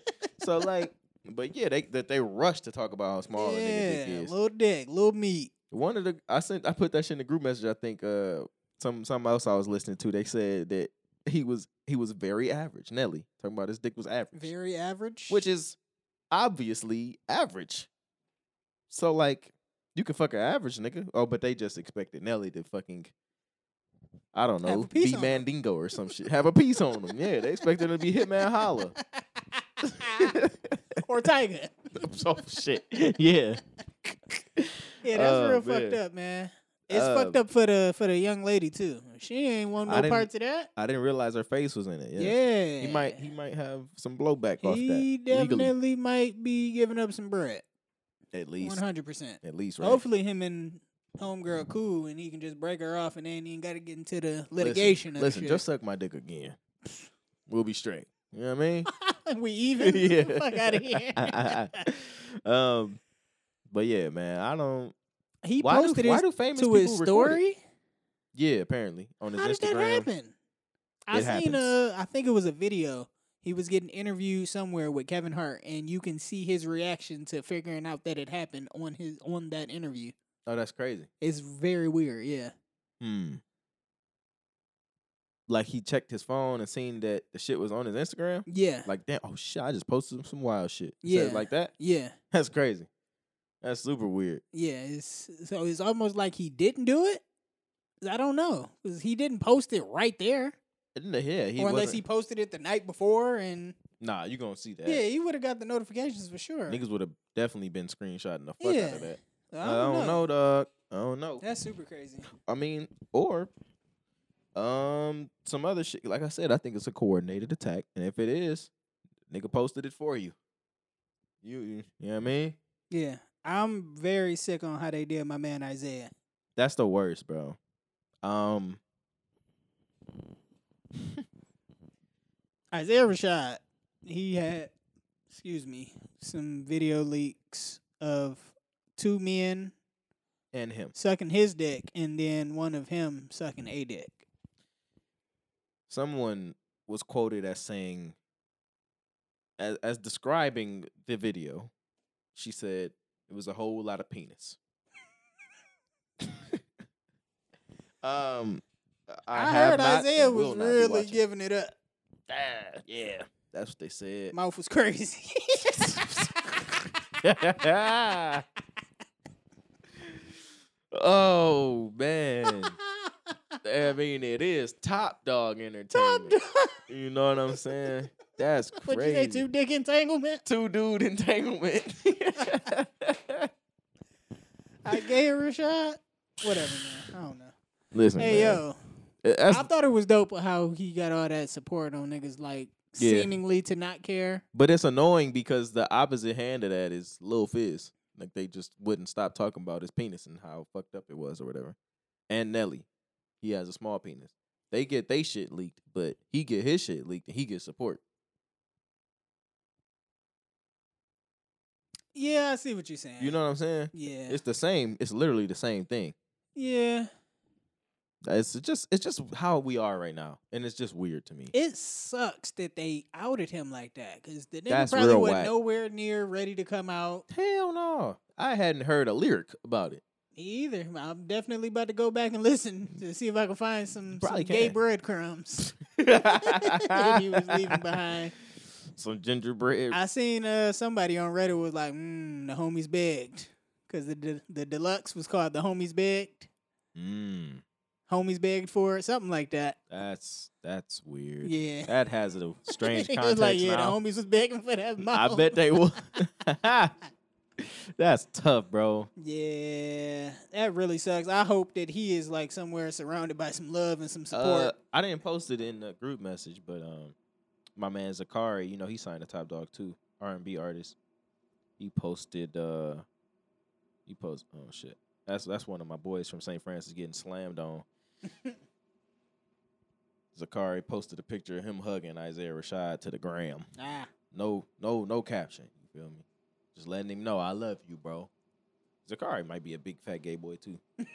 So like, but yeah, they that they rush to talk about how small a nigga dick
Yeah,
is.
little dick, little meat.
One of the I sent I put that shit in the group message. I think uh some something else I was listening to. They said that he was he was very average. Nelly talking about his dick was average,
Very average.
which is obviously average. So like, you can fuck an average nigga. Oh, but they just expected Nelly to fucking. I don't
Have a
know,
piece
be
on 'em.
Mandingo or some shit. Have a piece on them. Yeah, they expected him to be Hitman Holla.
or Tiger.
oh shit. Yeah.
Yeah, that's
Oh, man.
real fucked up, man. It's
Uh,
fucked up for the for the young lady too. She ain't want
I
no
didn't-
parts of that.
I didn't realize her face was in it. Yeah.
Yeah,
He might he might have some blowback off that.
He
legally,
definitely might be giving up some bread.
at
One
least.
hundred percent.
At least, right?
Hopefully, him and homegirl cool, and he can just break her off, and then he ain't got to get into the
Listen,
litigation. of
Listen,
shit.
just suck my dick again. We'll be straight. You know what I mean?
we even.
yeah.
Fuck out of here.
um but yeah, man, I don't
he
why do,
posted
why
his
do famous
to
people
his
record it?
story.
Yeah, apparently. On his
How did
Instagram.
that happen? I
It
seen
happens.
a, I think it was a video. He was getting interviewed somewhere with Kevin Hart, and you can see his reaction to figuring out that it happened on his on that interview.
Oh, that's crazy.
It's very weird, yeah.
Hmm. Like he checked his phone and seen that the shit was on his Instagram.
Yeah.
Like damn, oh shit, I just posted some, some wild shit. Yeah,
Yeah.
like that.
yeah.
That's crazy. That's super weird.
Yeah. It's so it's almost like he didn't do it. I don't know. 'cause he didn't post it right there.
And the- Yeah, he
or unless
wasn't-
he posted it the night before and
Nah, you gonna see that.
Yeah, he would have got the notifications for sure.
Niggas would have definitely been screenshotting the fuck out
Yeah.
of that.
I
I don't, know. dog. I don't know.
That's super crazy.
I mean, or um, some other shit. Like I said, I think it's a coordinated attack, and if it is, nigga posted it for you. You, you know what I mean?
Yeah. I'm very sick on how they did my man Isaiah.
That's the worst, bro. Um,
Isaiah Rashad, he had, excuse me, some video leaks of two men
and him.
sucking his dick and then one of him sucking a dick.
someone was quoted as saying as, as describing the video she said it was a whole lot of penis um i,
I,
have
heard
not
Isaiah
and will
was
not be
really
watching.
giving it up.
Ah, yeah that's what they said
Mouth was crazy.
oh man i mean it is top dog entertainment you know what i'm saying that's crazy
What'd you say, two dick entanglement?
two dude entanglement.
I gave Rashad. Whatever, man. I don't know.
Listen,
Hey,
man.
yo.
Uh, that's-
I thought it was dope how he got all that support on niggas like
Yeah.
seemingly to not care.
but it's annoying because the opposite hand of that is Lil Fizz. Like they just wouldn't stop talking about his penis and how fucked up it was or whatever. And Nelly, he has a small penis. They get they shit leaked, but he get his shit leaked and he gets support.
Yeah, I see what you're saying.
You know what I'm saying?
Yeah.
It's the same. It's literally the same thing.
yeah.
It's just it's just how we are right now, and it's just weird to me.
It sucks that they outed him like that because the nigga
That's
probably
real
wasn't
whack.
nowhere near ready to come out
Hell no, I hadn't heard a lyric about it.
Me either. I'm definitely about to go back and listen to see if I can find some, some
Probably
gay
can.
breadcrumbs.
he
He was leaving behind.
some gingerbread.
I seen uh, somebody on Reddit was like, mm, "The homies begged," because the de- the deluxe was called "The Homies Begged."
Mm,
Homies begged for it, something like that.
that's that's weird.
Yeah,
That has a strange
It
context
was like, yeah,
now.
the homies was begging for that.
I
Model.
bet they will. that's tough, bro.
Yeah, that really sucks. I hope that he is like somewhere surrounded by some love and some support.
Uh, I didn't post it in the group message, but um, my man Zakari, you know, he signed a Top Dog too, R and B artist. He posted, uh, he posted, oh shit, that's that's one of my boys from St. Francis getting slammed on. Zakari posted a picture of him hugging Isaiah Rashad to the gram.
ah,
No, no, no caption. You feel me? Just letting him know I love you, bro. Zakari might be a big fat gay boy too.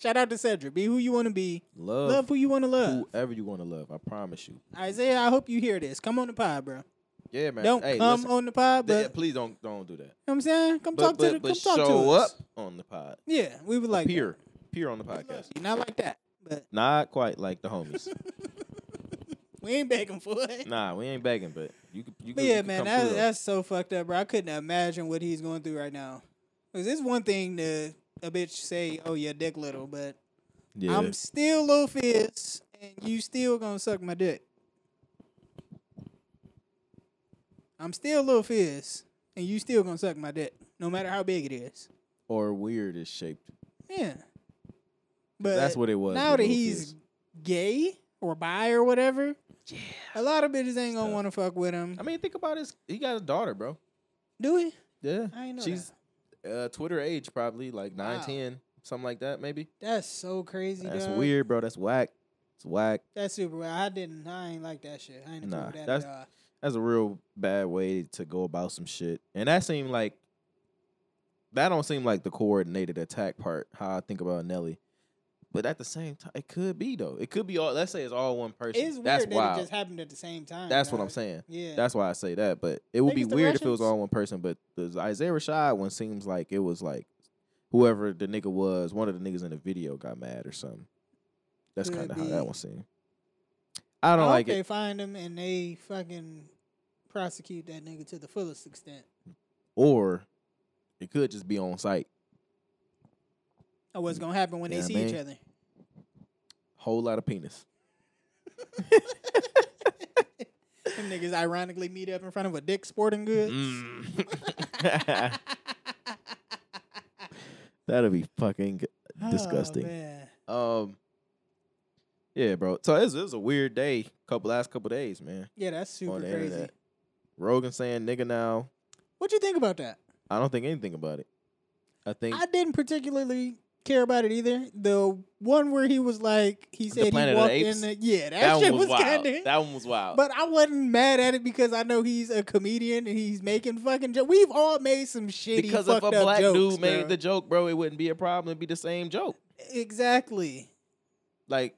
shout out to Cedric. Be who you want to be.
Love,
Love who you want to love.
whoever you want to love. I promise you.
Isaiah, I hope you hear this. Come on the pod, bro.
Yeah, man.
Don't
Hey,
come
listen.
on the pod, but
Th-
you know
please don't don't do that.
what I'm saying, come
But,
talk
but-
to the,
but
come talk
show
to us.
up on the pod.
Yeah, we would like
Appear. Appear on the
that.
podcast.
Look, Not like that, but
Not quite like the homies.
we ain't begging for it.
nah, we ain't begging, but you could you
but
could
yeah,
you could
man,
come
that,
through, though.
that's so fucked up, bro. I couldn't imagine what he's going through right now. Cause it's one thing to a bitch say, "Oh, your dick little," but
yeah.
I'm still Lil Fizz, and you still gonna suck my dick. I'm still Lil Fizz, and you still gonna suck my dick, no matter how big it is.
or weird is shaped.
Yeah. But
That's what it was.
now
with
that
Lil
he's
Fizz.
gay or bi or whatever, yeah, a lot of bitches ain't gonna
tough.
want to fuck with him.
I mean, think about his he got a daughter, bro.
Do we?
Yeah.
I ain't know
She's uh Twitter age probably, like nine,
Wow.
ten, something like that, maybe.
That's so crazy.
That's
dog.
weird, bro. That's whack. It's whack.
That's super weird. I didn't. I ain't like that shit. I ain't
Nah,
nah, that
that's-
at all.
That's a real bad way to go about some shit. And that seemed like that don't seem like the coordinated attack part, how I think about Nelly. But at the same time, it could be though. It could be all let's say it's all one person.
It's weird
That's
that
wild.
it just happened at the same time.
That's what
dog.
I'm saying.
Yeah.
That's why I say that. But it would
Think
be
it's the
weird if it was
Russians?
all one person. But the Isaiah Rashad one seems like it was like whoever the nigga was, one of the niggas in the video got mad or something. That's
Could
kind of how
be. Oh,
that one seemed. I
I
don't
hope
like
they
it.
find him and they fucking prosecute that nigga to the fullest extent.
Or it could just be on site.
Or what's gonna happen when
Mm. Yeah,
they see
man.
each other?
Whole lot of penis.
Them niggas ironically meet up in front of a dick sporting goods.
Mm. That'll be fucking
Oh,
disgusting.
man.
um Yeah, bro. So it's it's a weird day, couple last couple days, man.
Yeah, that's super
on the
crazy.
internet. Rogan saying nigga now.
What you think about that?
I don't think anything about it. I think
I didn't particularly care about it either. The one where he was like, he said he
Planet of the
walked
Apes?
in. The, yeah, that,
that,
shit
one was, wild.
kind of.
That one was wild.
But I wasn't mad at it because I know he's a comedian and he's making fucking jokes. We've all made some shitty
because if
fucked
a
up
black
jokes,
dude made
bro.
the joke, bro, it wouldn't be a problem. It'd be the same joke.
exactly.
Like,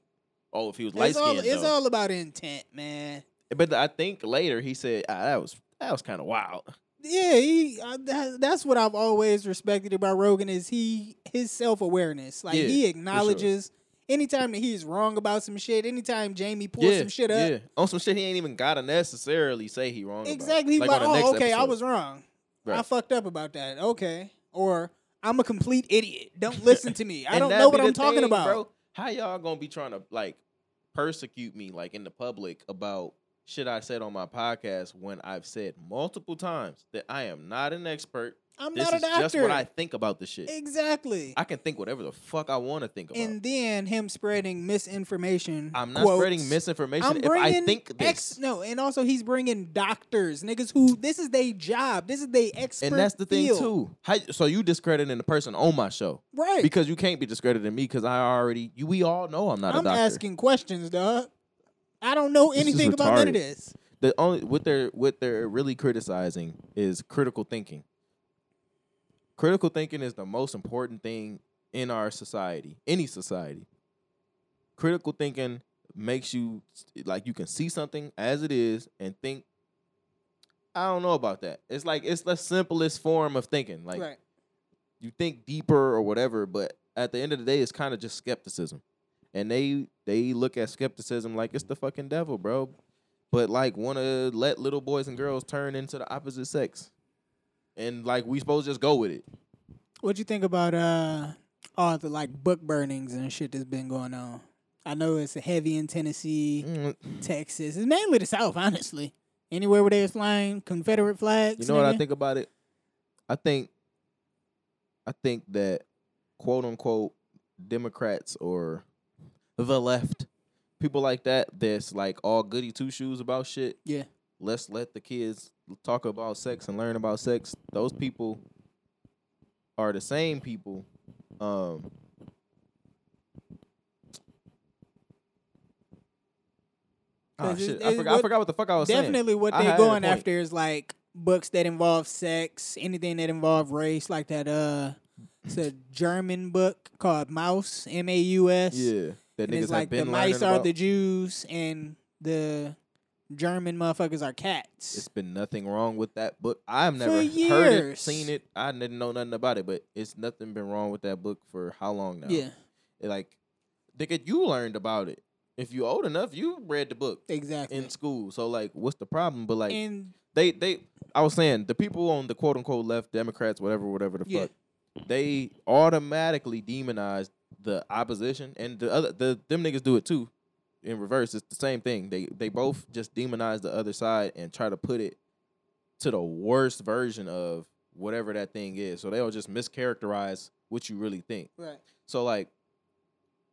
oh, if he was light
it's, all,
skinned,
it's all about intent, man.
but I think later he said ah, that was that was kind of wild.
Yeah, he. I, that, that's what I've always respected about Rogan is he his self awareness. Like
Yeah,
he acknowledges anytime that he's wrong about some shit. Anytime Jamie pulls some shit up,
Yeah, on some shit he ain't even gotta necessarily say he wrong. about.
exactly. He's
Like,
like,
on the next
oh, okay, I
episode.
was wrong. I
Right.
fucked up about that. Okay, or I'm a complete idiot. Don't listen to me. I
And
don't
that
know
be
what
the
I'm talking
thing,
about.
bro. How y'all gonna be trying to like persecute me like in the public about shit I said on my podcast when I've said multiple times that I am not an expert.
I'm
This
not a
is
doctor.
just what I think about the shit.
exactly.
I can think whatever the fuck I want to think about.
and then him spreading misinformation.
I'm not
quotes.
spreading misinformation.
I'm
if
bringing
I think this,
ex- no, and also he's bringing doctors, niggas who this is their job, this is their expert,
and that's the thing
field.
too. How, so you discrediting the person on my show
right?
because you can't be discrediting me because I already you, we all know I'm not a
I'm
doctor.
asking questions, dog. I don't know
This is
anything about none
retarded.
of this.
the only what they're what they're really criticizing is critical thinking. Critical thinking is the most important thing in our society, any society. Critical thinking makes you like you can see something as it is and think I don't know about that. It's like it's the simplest form of thinking. Like
right.
you think deeper or whatever, but at the end of the day, it's kind of just skepticism. And they they look at skepticism like it's the fucking devil, bro. But like want to let little boys and girls turn into the opposite sex, and like we supposed to just go with it.
What you think about uh all the like book burnings and shit that's been going on? I know it's heavy in Tennessee,
Mm,
Texas. It's mainly the South, honestly. Anywhere where they're flying Confederate flags.
You know what I
nigga.
think about it? I think, I think that quote unquote Democrats or the left, people like that, that's like all goody two shoes about shit.
Yeah.
let's let the kids talk about sex and learn about sex. Those people are the same people. Um, ah,
'Cause it's-
Ah, shit. I
it's
forgot, I
what-
forgot what the fuck I was saying.
Definitely what
I
they're
had a
going
point.
after is like books that involve sex, anything that involve race, like that uh it's a German book called Mouse, M A U S.
Yeah, that
And
niggas
it's
have
like the
been
mice
learning
are
about.
the Jews and the German motherfuckers are cats.
It's been nothing wrong with that book. I've
For
never heard it,
years.
seen it. I didn't know nothing about it, but it's nothing been wrong with that book for how long now?
Yeah,
It, like, nigga, you learned about it. If you old enough, you read the book
exactly.
in school. So like, what's the problem? But like,
and
they they I was saying the people on the quote unquote left, Democrats, whatever, whatever the
Yeah.
fuck, they automatically demonize the opposition and the other the them niggas do it too. In reverse, it's the same thing. They they both just demonize the other side and try to put it to the worst version of whatever that thing is. So they'll just mischaracterize what you really think.
right.
So like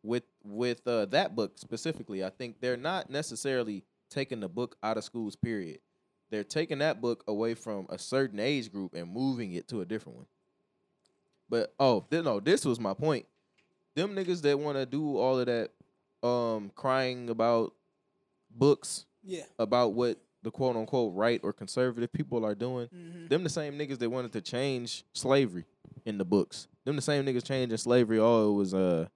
with with uh, that book specifically, I think they're not necessarily taking the book out of schools. Period. They're taking that book away from a certain age group and moving it to a different one. But oh th- no, this was my point. Them niggas that want to do all of that, um, crying about books
Yeah.
about what the quote unquote right or conservative people are doing.
Mhm.
Them the same niggas that wanted to change slavery in the books. Them the same niggas changing slavery. Oh, it was uh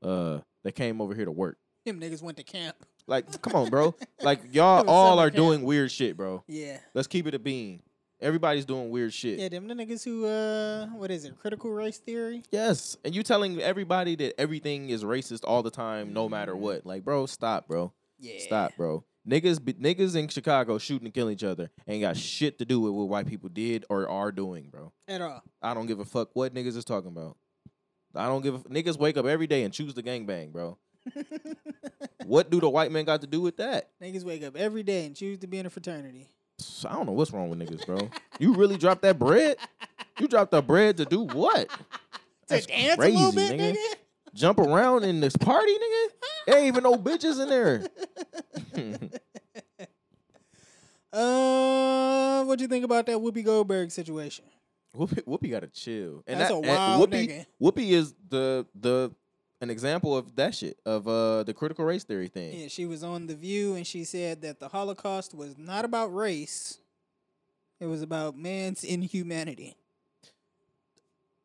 uh they came over here to work.
Them niggas went to camp.
Like, come on, bro. Like
It
y'all
was
all
summer
are
camp.
doing weird shit, bro.
Yeah.
Let's keep it a bean. Everybody's doing weird shit.
Yeah, them the niggas who uh what is it? Critical race theory?
Yes. And you telling everybody that everything is racist all the time, no matter
Mhm.
what. Like, bro, stop, bro.
Yeah.
Stop, bro. Niggas, be, niggas in Chicago shooting and killing each other ain't got shit to do with what white people did or are doing, bro.
At all.
I don't give a fuck what niggas is talking about. I don't give a f- niggas wake up every day and choose the gangbang, bro. what do the white man got to do with that?
Niggas wake up every day and choose to be in a fraternity.
Pss, I don't know what's wrong with niggas, bro. You really dropped that bread? You dropped the bread to do what? That's
to dance a little
crazy,
bit,
nigga.
nigga.
Jump around in this party, nigga? There ain't even no bitches in there.
Uh, what you think about that Whoopi Goldberg situation?
Whoopi, Whoopi gotta chill. And
That's
that,
a
and
wild
Whoopi,
nigga.
Whoopi is the the an example of that shit of uh the critical race theory thing.
Yeah, she was on The View and she said that the Holocaust was not about race. It was about man's inhumanity.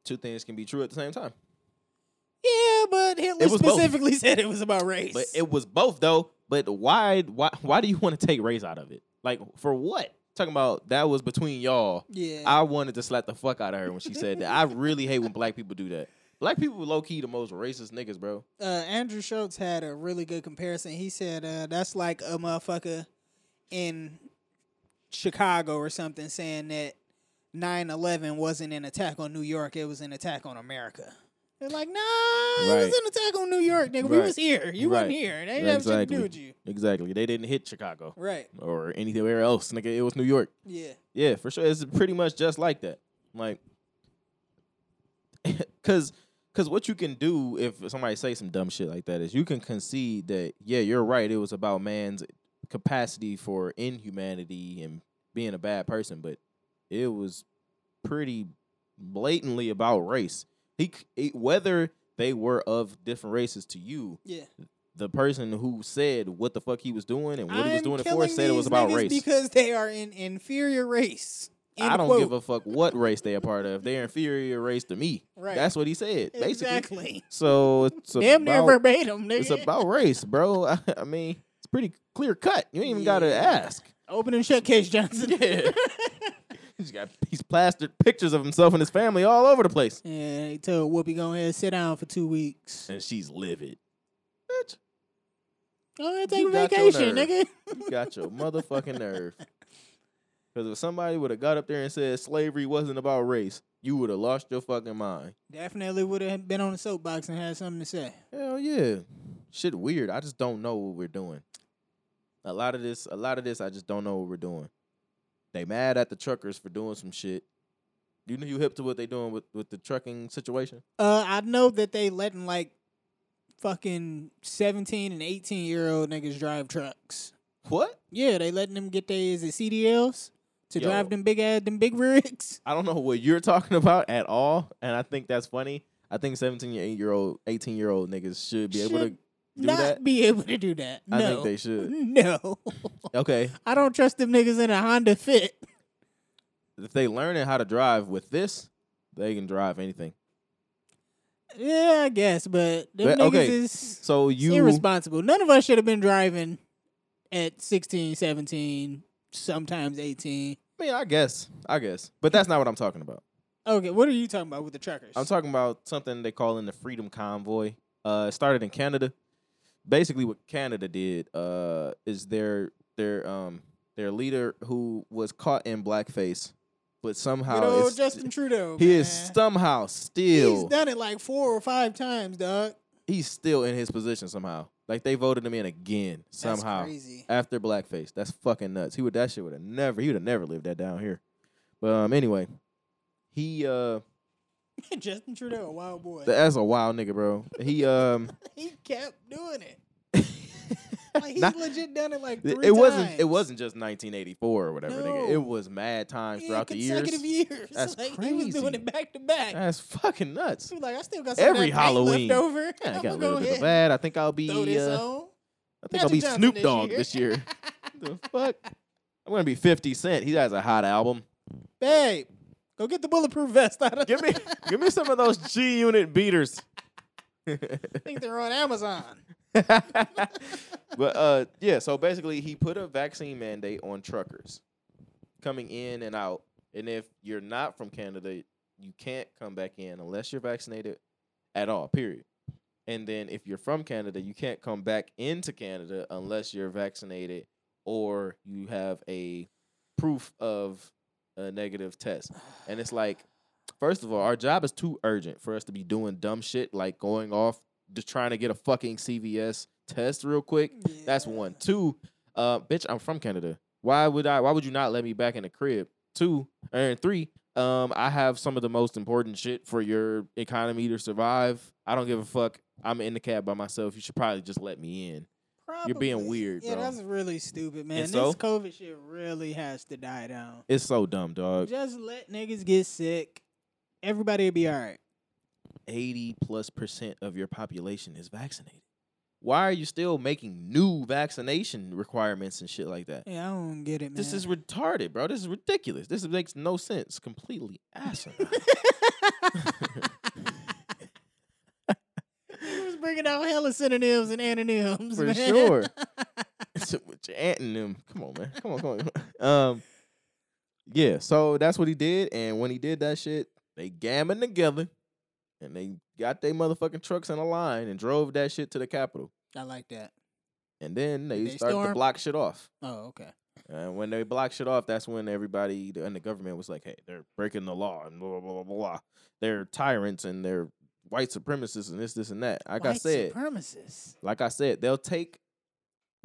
Two things can be true at the same time.
Yeah, but Hitler
was both.
specifically said it was about race.
But it was both though. But why why why do you want to take race out of it? Like for what? Talking about that was between y'all.
yeah,
I wanted to slap the fuck out of her when she said that. I really hate when black people do that. Black people low key the most racist niggas, bro.
uh, Andrew Schultz had a really good comparison. He said uh, that's like a motherfucker in Chicago or something saying that 9-11 wasn't an attack on New York; it was an attack on America. They're like, nah, it was
Right.
an attack on New York, nigga. We
Right.
was here. You
Right.
wasn't here. They ain't have shit to
Exactly.
do with you.
Exactly. They didn't hit Chicago
Right.
or anywhere else, nigga. It was New York.
Yeah.
Yeah, for sure. It's pretty much just like that. Like because because what you can do if somebody say some dumb shit like that is you can concede that yeah you're right it was about man's capacity for inhumanity and being a bad person but it was pretty blatantly about race he, c- he whether they were of different races to you
Yeah.
the person who said what the fuck he was doing and what he was
I'm
doing it for
killing
said it was
these
about
niggas
race
because they are an inferior race.
I don't give a fuck what race they're part of. They're inferior race to me.
Right.
That's what he said, basically.
Exactly.
So it's
Damn near
about,
verbatim, nigga.
it's about race, bro. I, I mean, it's pretty clear cut. You ain't even gotta
Yeah.
ask.
Open and shut Case Johnson.
Yeah. he's got he's plastered pictures of himself and his family all over the place.
Yeah, he told Whoopi go ahead sit down for two weeks.
And she's livid. Bitch,
Go ahead
You
take a
got your
vacation,
nerve.
nigga.
you got your motherfucking nerve. Because if somebody would have got up there and said slavery wasn't about race, you would have lost your fucking mind.
Definitely would have been on the soapbox and had something to say.
Hell yeah. Shit weird. I just don't know what we're doing. A lot of this, a lot of this, I just don't know what we're doing. They mad at the truckers for doing some shit. You know you hip to what they doing with, with the trucking situation?
Uh, I know that they letting like fucking seventeen and eighteen year old niggas drive trucks.
What?
Yeah, they letting them get their is it CDLs to
Yo.
drive them big ass them big rigs.
I don't know what you're talking about at all. And I think that's funny. I think 17 year 8 year old, 18 year old niggas should be able to do
Should Not
that.
be able to do that. No.
I think they should.
No,
Okay.
I don't trust them niggas in a Honda Fit.
If they learning how to drive with this, they can drive anything.
Yeah, I guess, but them
But,
niggas
okay,
is
So you
irresponsible. None of us should have been driving at 16, 17, sometimes 18.
I mean, I guess. I guess. But that's not what I'm talking about.
Okay, what are you talking about with the truckers?
I'm talking about something they call in the Freedom Convoy. Uh, it started in Canada. Basically, what Canada did uh, is their their um their leader who was caught in blackface, but somehow
Good old
is-
Justin Trudeau.
he is
man.
somehow
He's
still
done it like four or five times, dog.
he's still in his position somehow. Like they voted him in again somehow
That's crazy.
after blackface. That's fucking nuts. He would that shit would have never he would have never lived that down here. But um anyway, he uh
Justin Trudeau, a wild boy.
that's a wild nigga, bro. He um.
he kept doing it. Like he's
Not-
legit done it like three
Th-
times.
it wasn't it wasn't just 1984 or whatever nigga.
No.
it was mad times
Yeah,
throughout the years
consecutive years.
That's
like he was doing
crazy.
it back to back.
that's fucking nuts
He was like, I still got some of
Every
that paint
Halloween.
left over.
yeah, i
I'm
got a
gonna
little
go
bit
ahead
of that i think i'll be
and Throw this
uh,
on.
i think i'll be
Magic Johnson
snoop
this
dogg
year.
this year the fuck i'm gonna be 50 cent he has a hot album
Babe, go get the bulletproof vest out of
give me give me some of those g unit beaters
I think they're on Amazon.
but uh, yeah, so basically, he put a vaccine mandate on truckers coming in and out, and if you're not from Canada, you can't come back in unless you're vaccinated at all. Period. And then if you're from Canada, you can't come back into Canada unless you're vaccinated or you have a proof of a negative test. And it's like, first of all, our job is too urgent for us to be doing dumb shit like going off just trying to get a fucking CVS test real quick. That's one. Two, uh, bitch, I'm from Canada. Why would I? Why would you not let me back in the crib? Two and three. Um, I have some of the most important shit for your economy to survive. I don't give a fuck. I'm in the cab by myself. You should probably just let me in. You're being
Probably.
weird,
Yeah,
bro.
that's really stupid, man.
And
this
so?
COVID shit really has to die down.
It's so dumb, dog.
Just let niggas get sick. Everybody will be all right.
80 plus percent of your population is vaccinated. Why are you still making new vaccination requirements and shit like that?
Yeah, I don't get it, man.
This is retarded, bro. This is ridiculous. This makes no sense. Completely asinine.
He was bringing out hella synonyms and antonyms,
For
man.
sure. So, with your aunt and them. Come on, man. Come on, come on. Um, yeah. So that's what he did, and when he did that shit, they gammoned together, and they got their motherfucking trucks in a line and drove that shit to the Capitol,
I like that.
and then they,
Did they
started to
storm?
block shit off.
Oh, okay.
And when they blocked shit off, that's when everybody th- and the government was like, "Hey, they're breaking the law and blah blah blah blah blah. They're tyrants and they're white supremacists and this this and that." Like I
White
said,
supremacists.
like I said, they'll take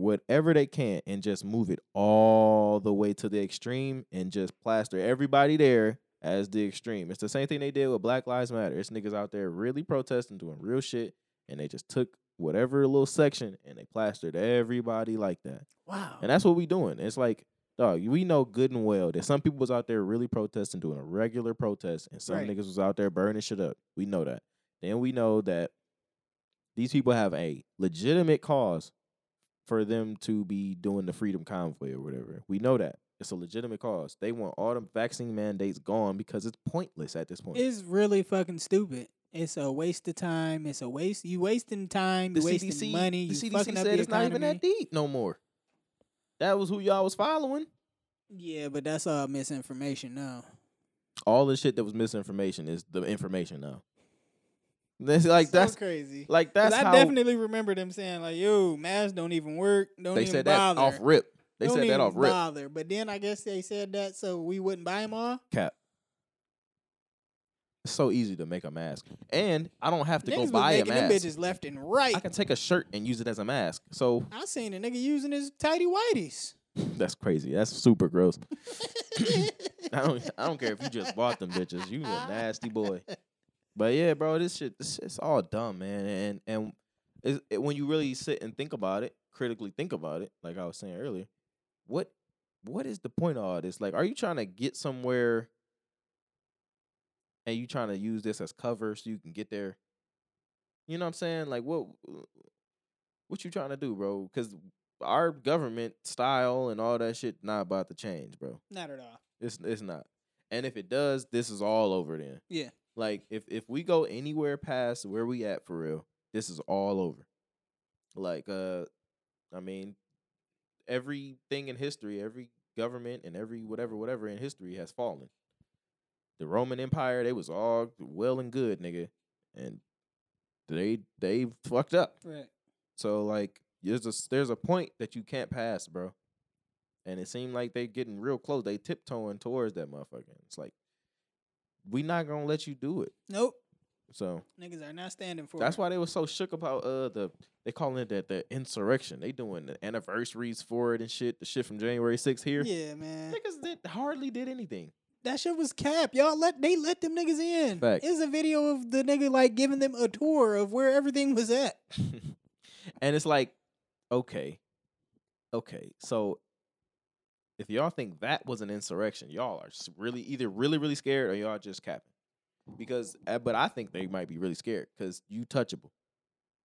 whatever they can and just move it all the way to the extreme and just plaster everybody there as the extreme. It's the same thing they did with Black Lives Matter. It's niggas out there really protesting, doing real shit, and they just took whatever little section and they plastered everybody like that.
Wow.
And that's what we doing. It's like, dog, we know good and well that some people was out there really protesting, doing a regular protest, and some
Right.
niggas was out there burning shit up. We know that. Then we know that these people have a legitimate cause for them to be doing the freedom convoy or whatever. We know that. It's a legitimate cause. They want all the vaccine mandates gone because it's pointless at this point.
It's really fucking stupid. It's a waste of time. It's a waste. You wasting time.
the
You wasting
CDC,
money.
the
You
CDC
fucking
said
up the
it's not even that
economy.
deep no more. That was who y'all was following.
Yeah, but that's all misinformation now.
all the shit that was misinformation is the information now. That's like
So
that's
crazy.
like
'Cause
that's
I
how
definitely remember them saying like, "Yo, masks don't even work. Don't
they
even
said that
bother."
off rip. They
don't
said that
even
off rip.
bother. But then I guess they said that so we wouldn't buy them all.
Cap. It's so easy to make a mask, and I don't have to
Niggas
go
was
buy a
making them
mask.
bitches left and right.
I can take a shirt and use it as a mask. So
I seen a nigga using his tidy whities.
that's crazy. That's super gross. I don't I don't care if you just bought them bitches. You a nasty boy. But yeah, bro, this shit this shit's all dumb, man. And and it's, it, when you really sit and think about it, critically think about it, like I was saying earlier, what what is the point of all this? Like, are you trying to get somewhere and you trying to use this as cover so you can get there? You know what I'm saying? Like what what you trying to do, bro? Cuz our government style and all that shit not about to change, bro.
Not at all.
It's it's not. And if it does, this is all over then.
Yeah.
Like if if we go anywhere past where we at for real, this is all over. Like uh I mean everything in history, every government and every whatever whatever in history has fallen. The Roman Empire, they was all well and good, nigga. And they they fucked up.
Right.
So like there's a s- there's a point that you can't pass, bro. And it seemed like they getting real close. They tiptoeing towards that motherfucker. It's like we not gonna let you do it.
Nope.
So
Niggas are not standing for
that's
it.
why they were so shook about uh the they calling it that the insurrection. They doing the anniversaries for it and shit. The shit from January 6th here.
Yeah, man.
Niggas did hardly did anything.
That shit was cap. Y'all let they let them niggas in.
Fact.
It's a video of the nigga like giving them a tour of where everything was at.
and it's like, okay, okay. So if y'all think that was an insurrection, y'all are s- really either really really scared or y'all just capping. Because, uh, but I think they might be really scared because you touchable.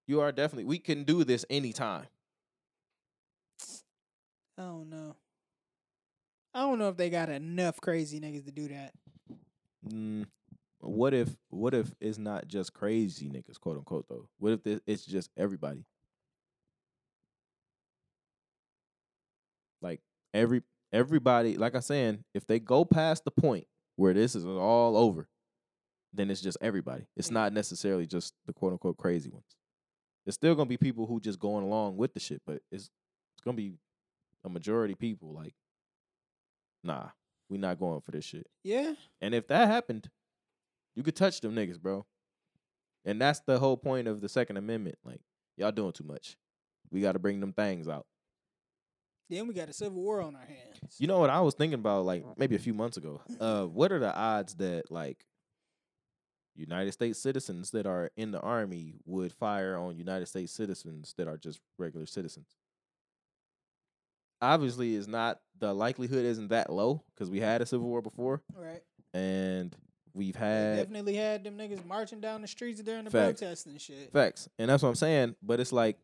You are definitely. We can do this anytime.
I don't know. I don't know if they got enough crazy niggas to do that.
Mm, what if? What if it's not just crazy niggas, quote unquote? Though, what if this, it's just everybody? Like every everybody, like I saying, if they go past the point where this is all over, then it's just everybody. It's
Yeah.
not necessarily just the quote unquote crazy ones. It's still gonna be people who just going along with the shit, but it's it's gonna be a majority people like, nah, we not going for this shit.
Yeah.
And if that happened, you could touch them niggas, bro. And that's the whole point of the Second Amendment. Like, y'all doing too much. We got to bring them things out.
Then we got a civil war on our hands.
You know what I was thinking about, like maybe a few months ago. Uh, what are the odds that like United States citizens that are in the army would fire on United States citizens that are just regular citizens? Obviously, is not the likelihood isn't that low because we had a civil war before,
right.
and we've
They
had
definitely had them niggas marching down the streets during the
Facts.
protests and shit.
Facts. And that's what I'm saying. But it's like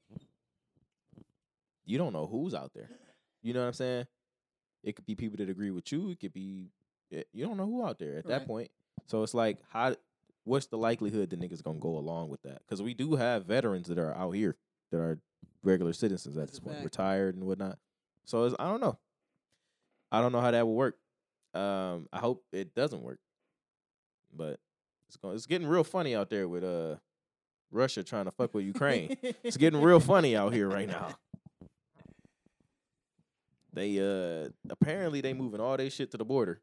you don't know who's out there. You know what I'm saying? It could be people that agree with you. It could be eh, you don't know who out there at that
Right.
point. So it's like how what's the likelihood the niggas gonna go along with that? Because we do have veterans that are out here that are regular citizens at
That's
this
a
point,
fact.
retired and whatnot. So it's, I don't know. I don't know how that will work. Um, I hope it doesn't work. But it's going it's getting real funny out there with uh Russia trying to fuck with Ukraine. it's getting real funny out here right now. They uh apparently they moving all their shit to the border.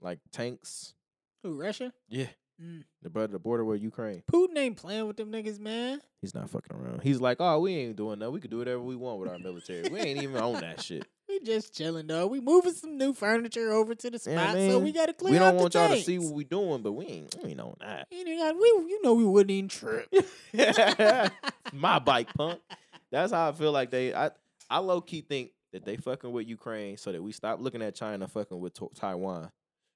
Like tanks.
Who, Russia?
Yeah.
Mm.
The brother the border with Ukraine.
Putin ain't playing with them niggas, man.
He's not fucking around. He's like, oh, we ain't doing that. We could do whatever we want with our military. we ain't even on that shit.
We we just chilling though. We moving some new furniture over to the spot,
You know what I
so
mean?
we gotta clear
we
out
don't
the
want y'all to
things.
see what we doing, but we ain't, we ain't on that.
You know, like, we, you know, we wouldn't even trip.
It's my bike, punk. That's how I feel like they. I I low key think that they fucking with Ukraine so that we stop looking at China fucking with to- Taiwan,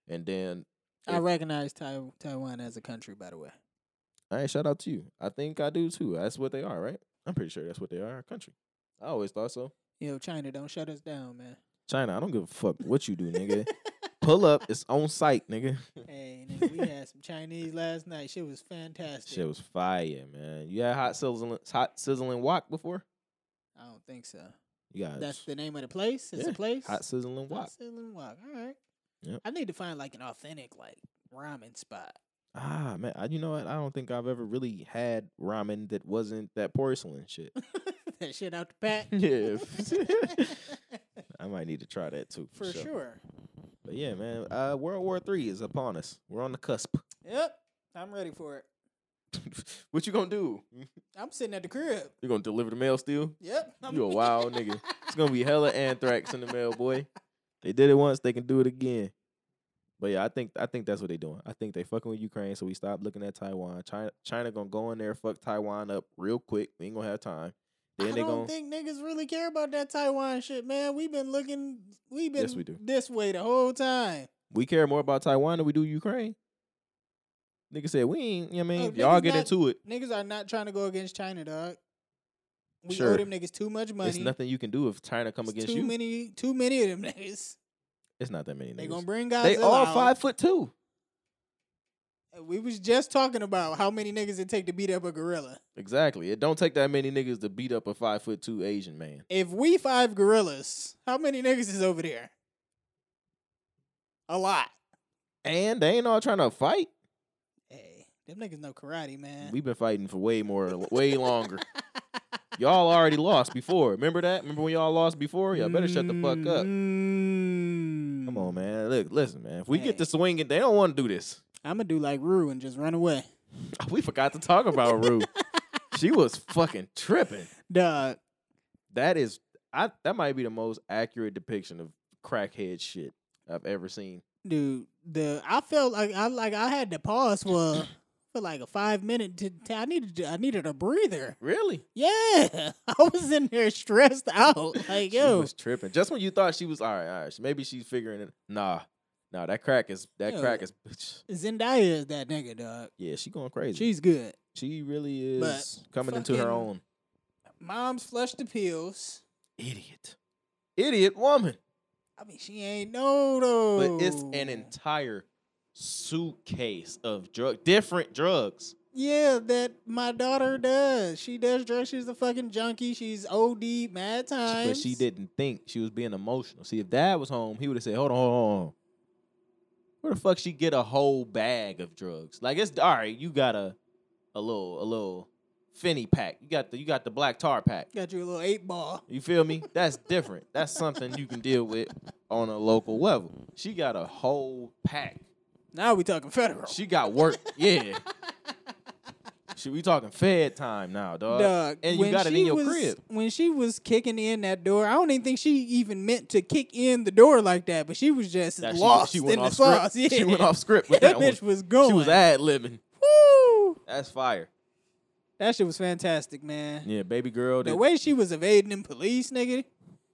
and then
I recognize tai- Taiwan as a country, by the way.
I ain't shout out to you. I think I do too. That's what they are, right? I'm pretty sure that's what they are. A country. I always thought so.
Yo, China, don't shut us down, man.
China, I don't give a fuck what you do, nigga. Pull up, it's on site, nigga.
Hey, nigga, we had some Chinese last night. Shit was fantastic.
Shit was fire, man. You had hot sizzling, hot sizzling wok before.
I don't think so.
You guys,
That's the name of the place. It's
Yeah,
a place.
hot sizzling wok.
Sizzling Walk. All right.
Yep.
I need to find like an authentic like ramen spot.
Ah, man, I, you know what? I don't think I've ever really had ramen that wasn't that porcelain shit.
that shit out the pack.
Yeah. I might need to try that too.
For sure.
But yeah, man, uh, World War Three is upon us. We're on the cusp.
Yep. I'm ready for it.
what you gonna do?
I'm sitting at the crib.
Mm-hmm. You gonna deliver the mail still?
Yep. I'm-
You a wild nigga. It's gonna be hella anthrax in the mail, boy. They did it once, they can do it again. But yeah, I think I think that's what they doing. I think they fucking with Ukraine, so we stop looking at Taiwan. China China gonna go in there, fuck Taiwan up real quick. We ain't gonna have time. Then
I
they
don't
gonna
think niggas really care about that Taiwan shit, man. We've been looking, we've been
Yes, we do.
this way the whole time.
we care more about Taiwan than we do Ukraine. Nigga said we ain't. You know what I mean,
Oh, niggas
y'all get
not-
into it.
Niggas are not trying to go against China, dog. We
Sure.
owe them niggas too much money.
It's nothing you can do if China come
It's
against
too
you.
many, too many of them niggas.
It's not that many.
They
niggas.
gonna bring Godzilla.
they all
out.
five foot two.
We was just talking about how many niggas it take to beat up a gorilla.
Exactly. It don't take that many niggas to beat up a five foot two Asian man.
If we five gorillas, how many niggas is over there? A lot.
And they ain't all trying to fight.
Hey, them niggas know karate, man.
We've been fighting for way more, way longer. y'all already lost before. Remember that? Remember when y'all lost before? Y'all better shut the fuck up. Come
Come
on, man. Look, listen, man. If we get
Mm. Hey.
to swinging, they don't want to do this.
I'm gonna do like Rue and just run away.
We forgot to talk about Rue. she was fucking tripping.
Dog.
That is, I that might be the most accurate depiction of crackhead shit I've ever seen.
dude. The I felt like I like I had to pause for for like a five minute. To, to- I needed to- I needed a breather.
Really?
Yeah, I was in there stressed out. Like
She
yo,
was tripping. Just when you thought she was all right, all right. Maybe she's figuring it. Nah, nah. That crack is that
Yo.
crack is.
Zendaya is that nigga, dog.
Yeah, she going crazy.
She's good.
she really
But
is coming into her
fucking-
own.
Mom's flushed the pills.
Idiot, idiot woman.
I mean, she ain't no though.
But it's an entire suitcase of drug, different drugs.
yeah that my daughter does. She does drugs. She's a fucking junkie. She's OD mad times.
But she didn't think she was being emotional. See, if Dad was home, he would have said, "Hold on, hold on." hold on. Where the fuck she get a whole bag of drugs? Like it's all right. You got a, a little, a little finny pack. You got the, you got the black tar pack.
got you a little eight ball.
You feel me? That's different. That's something you can deal with on a local level. She got a whole pack.
Now we talking federal.
She got work. Yeah. She, we talking fed time now, dog.
Dog,
uh, and you
when
got it in
she
your
was-
crib.
When she was kicking in that door, I don't even think she even meant to kick in the door like that, but she was just
That she-
lost
she, went
in the
off
sauce. Yeah.
script. She went off script with
that
that,
bitch
one.
was going.
She was ad libbing.
Woo!
That's fire.
That shit was fantastic, man.
Yeah, baby girl.
The
that-
way she was evading them police, nigga,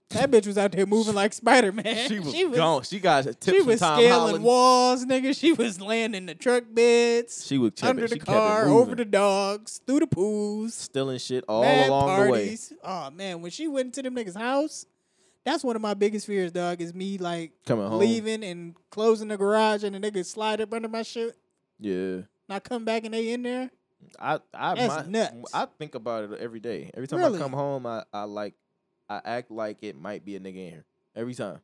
that bitch was out there moving like Spider Man.
she was gone. She got tips
She
from
was
Tom
scaling
Holland.
walls, nigga. She was laying in the truck beds,
She was kept
under
it,
the
she kept it
car, over
moving.
the dogs, through the pools,
stealing shit all
mad
along
parties. Oh man, when she went to them niggas' house, that's one of my biggest fears, dog. Is me like
the way. Coming home.
leaving and closing the garage and the niggas slide up under my shit.
Yeah.
And I come back and they in there.
I I
That's
my-
nuts.
I think about it every day. Every time
Really?
I come home, I, I like I act like it might be a nigga in here. Every time.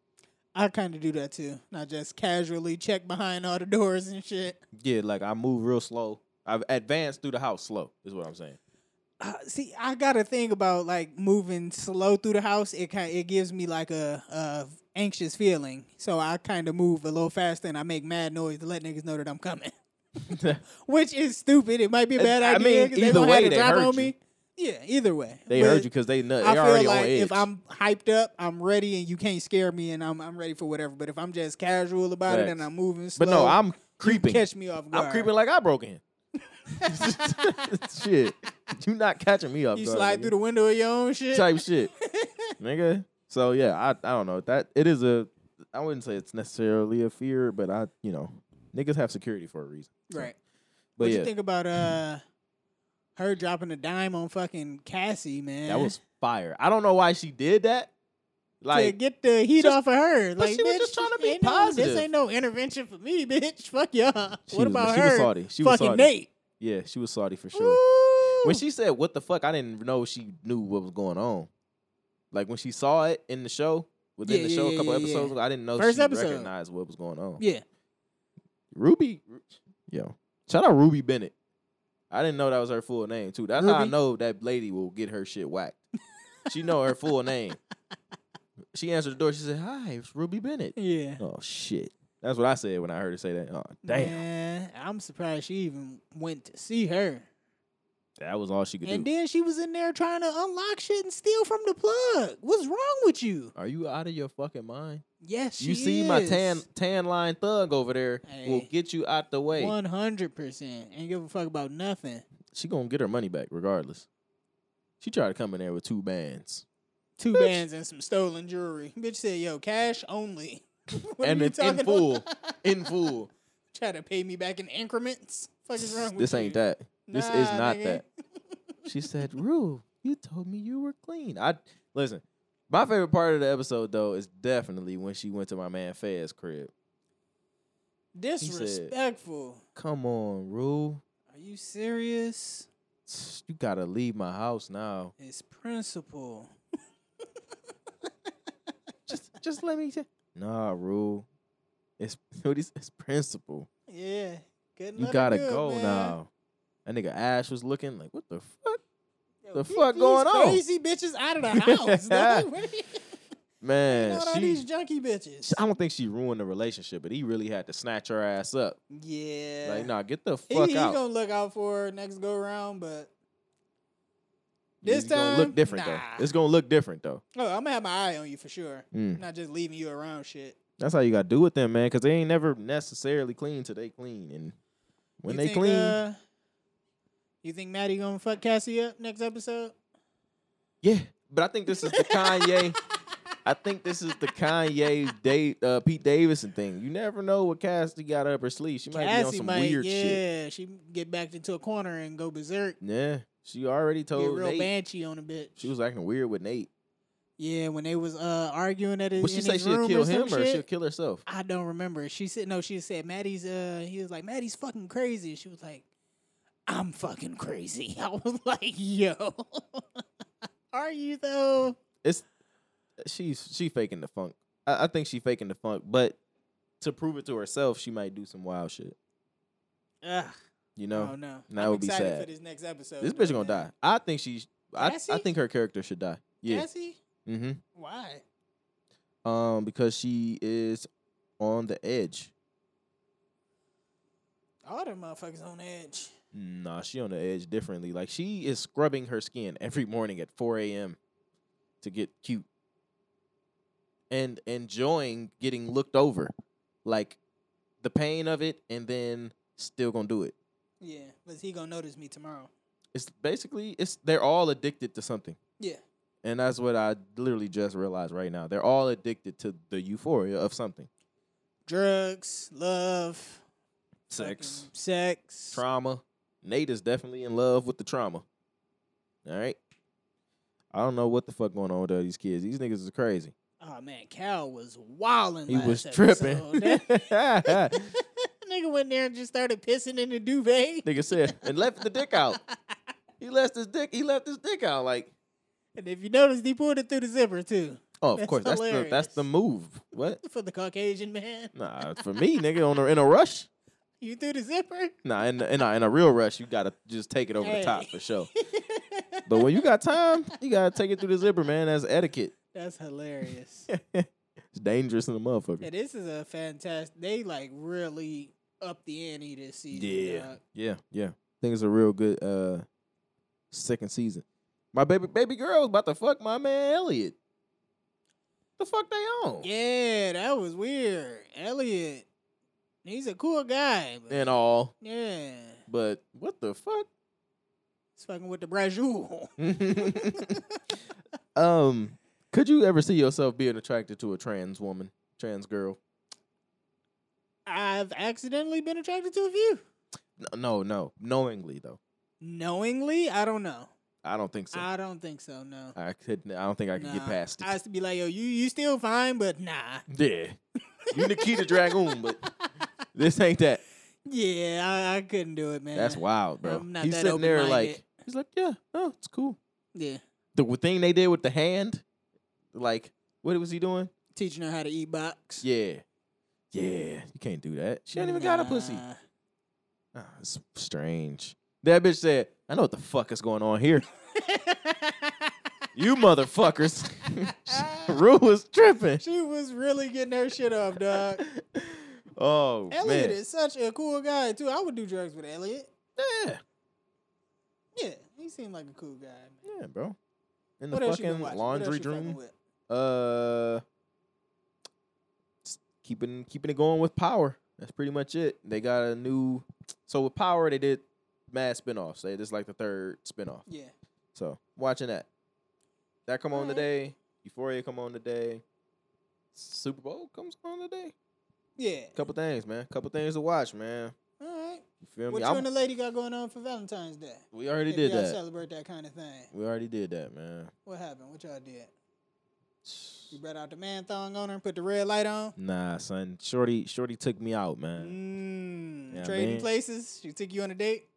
I kind of do that too. And I just casually check behind all the doors and shit.
Yeah, like I move real slow. I've advanced through the house slow. Is what I'm saying.
uh, see, I got a thing about like moving slow through the house. It kind it gives me like a, a anxious feeling. So I kind of move a little faster and I make mad noise to let niggas know that I'm coming. Which is stupid. It might be a
It-
bad
I
idea.
mean,
'cause they
either
gonna have
way,
to
they
drop
heard
on
you.
me. Yeah, either way.
They
But
heard you because they nut. They
I
already
feel like
on edge.
if I'm hyped up, I'm ready, and you can't scare me, and I'm I'm ready for whatever. But if I'm just casual about it and
Facts.
I'm moving slow,
but no, I'm creeping.
catch me off guard.
I'm creeping like I broke in. shit, you not catching me up.
You slide through the window of your own shit.
type shit, nigga. So yeah, I I don't know that it is a. I wouldn't say it's necessarily a fear, but I you know niggas have security for a reason.
Right.
But
what
yeah,
you think about uh her dropping a dime on fucking Cassie, man?
that was fire. I don't know why she did that.
to
Like
get the heat
just-
off of her.
but
like,
she was
bitch,
just trying to be
ain't no-
positive.
this ain't no intervention for me, bitch. Fuck y'all.
she
what
was,
about
she
her?
was salty. She was
fucking
salty.
Nate.
Yeah, she was salty for sure.
Ooh.
When she said "What the fuck," I didn't know she knew what was going on. Like when she saw it in the show, within
Yeah,
the
yeah,
show, a
yeah,
couple
yeah,
episodes
yeah.
ago, I didn't know
First
she
episode.
recognized what was going on.
yeah,
Ruby, yo, shout out Ruby Bennett. I didn't know that was her full name too. That's how I
Ruby?
know that lady will get her shit whacked. she know her full name. She answered the door. She said, "Hi, it's Ruby Bennett."
yeah.
Oh shit, that's what I said when I heard her say that. Oh damn,
Man, I'm surprised she even went to see her.
that was all she could
And
do.
then she was in there trying to unlock shit and steal from the plug. What's wrong with you?
Are you out of your fucking mind?
Yes,
you
she
see my tan
is.
tan line thug over there will
Hey.
get you out the way.
One hundred percent. Ain't give a fuck about nothing.
She gonna get her money back regardless. She tried to come in there with two bands.
Two bands and some stolen jewelry. Bitch said, "Yo, cash only." What are
and
you
it's in
talking
full.
about?
in full.
Try to pay me back in increments. Fuck is wrong with
This ain't
you?
that. This
Nah,
is not
nigga.
that. She said, Rue, you told me you were clean. I listen, my favorite part of the episode though is definitely when she went to my man Faz's crib.
Disrespectful.
Come on, Rue.
Are you serious?
You gotta leave my house now.
It's principle.
Just just let me t- Nah, Rue. It's what is it's principle.
Yeah. Good
You
luck,
gotta
good,
go
man.
now. That nigga Ash was looking like, what the fuck?
Yo,
The
get
fuck
these
going on?
Crazy bitches out of the house. dog. What are you-
Man,
Not all
she,
these junkie bitches.
she- I don't think she ruined the relationship, but he really had to snatch her ass up.
Yeah.
Like, nah, get the
he,
fuck
he
out.
gonna look out for her next go round, but this
it's gonna look
time,
different
nah.
though. It's gonna look different though.
oh, I'm gonna have my eye on you for sure.
Mm.
Not just leaving you around shit.
That's how you gotta do with them, man, because they ain't never necessarily clean till they clean, and when
You
they
think,
clean,
uh, you think Maddie gonna fuck Cassie up next episode?
yeah. But I think this is the Kanye. I think this is the Kanye Dave, uh, Pete Davidson thing. You never know what Cassidy got up her sleeve. She might
Cassie
be on some weird
yeah,
shit.
she get backed into a corner and go berserk.
Yeah, she already
Get
told
real
Nate
banshee on a bitch.
she was acting weird with Nate.
yeah, when they was uh arguing at his,
Would she
in
say
his
she'll
room
kill
or some
him or
shit.
she'll kill herself?
I don't remember. She said no. She said Maddie's. Uh, he was like Maddie's fucking crazy. She was like, I'm fucking crazy. I was like, yo, are you though?
She's she faking the funk. I, I think she faking the funk, but to prove it to herself, she might do some wild shit.
Ugh,
You
no,
know,
oh no.
that
I'm
would be
excited
sad.
for this next episode.
this bitch gonna die. I think she. I, I
Cassie?
think her character should die. Yeah.
Cassie,
Mm-hmm.
why?
Um, because she is on the edge.
All them motherfuckers on edge.
Nah, she on the edge differently. Like she is scrubbing her skin every morning at 4 a.m. to get cute. And enjoying getting looked over. Like the pain of it and then still gonna do it.
Yeah, but he gonna notice me tomorrow.
It's basically it's they're all addicted to something.
Yeah.
And that's what I literally just realized right now. They're all addicted to the euphoria of something.
Drugs, love,
Sex.
fucking sex.
trauma. Nate is definitely in love with the trauma. All right. I don't know what the fuck going on with all these kids. These niggas is crazy.
Oh man, Cal was wilding.
He was tripping.
episode.
Nigga
Nigga went there and just started pissing in the duvet.
said and left the dick out. He left his dick. He left his dick out. Like,
And if you notice, he pulled it through the zipper too
oh, of
That's
course. That's the that's the move. What?
for the Caucasian man.
Nah, for me, nigga, on a, in a rush.
You threw the zipper.
Nah, in in a, in a real rush, you gotta just take it over the top
Hey.
for sure. But when you got time, you gotta take it through the zipper, man. That's etiquette.
That's hilarious.
It's dangerous in the motherfucker.
yeah, this is a fantastic. They like really up the ante this season.
Yeah.
dog.
Yeah, yeah. I think it's a real good uh second season. My baby baby girl was about to fuck my man Elliot. The fuck they on?
Yeah, that was weird. Elliot, he's a cool guy. But
And uh, all.
yeah,
But what the fuck?
he's fucking with the Brazil.
um, could you ever see yourself being attracted to a trans woman, trans girl?
I've accidentally been attracted to a few.
No, no, no. Knowingly though,
Knowingly, I don't know.
I don't think so. I,
I don't think so. No.
couldn't. I don't think I could get
Nah.
past it.
I used to be like, yo, you you still fine, but nah.
yeah, you Nikita Dragoon, but this ain't that.
Yeah, I, I couldn't do it, man.
That's wild, bro.
I'm not
he's
that
sitting there like
open-minded.
he's like, yeah, no, it's cool.
Yeah,
The w- thing they did with the hand, like, what was he doing?
teaching her how to eat box.
Yeah, yeah, you can't do that. She ain't even got a pussy.
Nah.
Ah, it's strange. That bitch said, I know what the fuck is going on here. you motherfuckers. Rue was tripping.
She was really getting her shit off, dog.
Oh,
Elliot
man.
is such a cool guy too. I would do drugs with Elliot.
Yeah.
Yeah, he seemed like a cool guy. Man.
Yeah, bro. In the
What else you been
fucking
watching? What else
laundry
you
room.
fucking with?
Uh, s- keeping keeping it going with power. That's pretty much it. They got a new. So with power, they did mad spinoffs. They this is like the third spinoff.
Yeah,
So watching that. That come on
Alright.
today. Euphoria come on today. Super Bowl comes on today.
yeah.
Couple things, man. Couple things to watch, man.
All right.
You feel
What
me?
you
I'm-
and the lady got going on for Valentine's Day?
we already
If
did
y'all
that.
Celebrate that kind of thing.
We already did that, man.
What happened? What y'all did? You brought out the man thong on her and put the red light on.
Nah, son. Shorty, Shorty took me out, man.
Mm,
Yeah,
trading
man.
places. She took you on a date.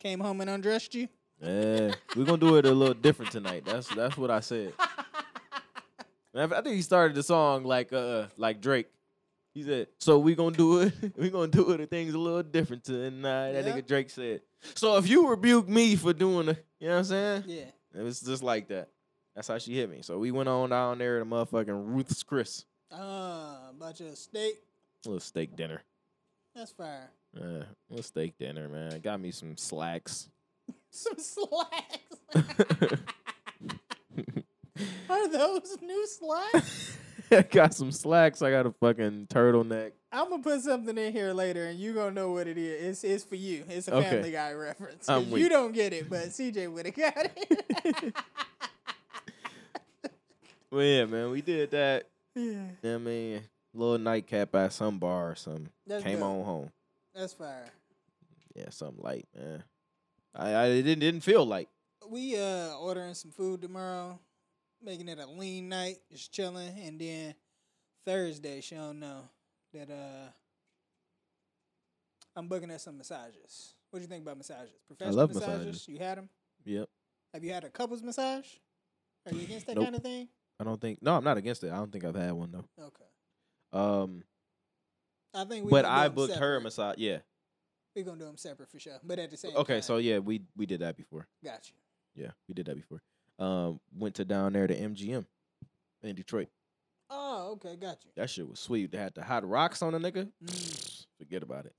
Came home and undressed you.
Yeah, we're gonna do it a little different tonight. That's that's what I said. And I I think he started the song like uh like Drake. He said, "So we gonna do it. We gonna do it. Things a little different tonight." That
Yeah.
nigga Drake said. So if you rebuke me for doing it, you know what I'm saying?
Yeah.
It was just like that. That's how she hit me. So we went on down there to motherfucking Ruth's Chris,
Uh, about your steak.
little steak dinner.
That's fire.
Uh, little steak dinner, man. Got me some slacks.
Some slacks. Are those new slacks?
got some slacks. I got a fucking turtleneck.
I'm gonna put something in here later, and you gonna know what it is. It's it's for you. It's a
Okay.
Family Guy reference.
I'm
you
weak.
don't get it, but CJ would have got it.
Well, yeah, man, we did that.
yeah,
You know what I mean, little nightcap at some bar or something.
That's
Came
dope.
on home.
that's fire.
Yeah, something light, man. I, I it didn't didn't feel light.
We uh ordering some food tomorrow, making it a lean night, just chilling, and then Thursday, she don't know that uh I'm booking us some massages. What do you think about massages? Professional
love
massages?
massages.
You had them?
Yep.
Have you had a couples massage? Are you against that
Nope.
kind of thing?
I don't think. No, I'm not against it. I don't think I've had one though.
Okay.
Um,
I think we.
but
gonna do
I
'em
booked her a
separate.
massage. Yeah.
We're gonna do them separate for sure, but at the same.
Okay.
time.
So yeah, we we did that before.
got you.
Yeah, we did that before. Um, went to down there to MGM in Detroit.
Oh, okay, got you. Mm.
That shit was sweet. They had the hot rocks on the nigga. Forget about it.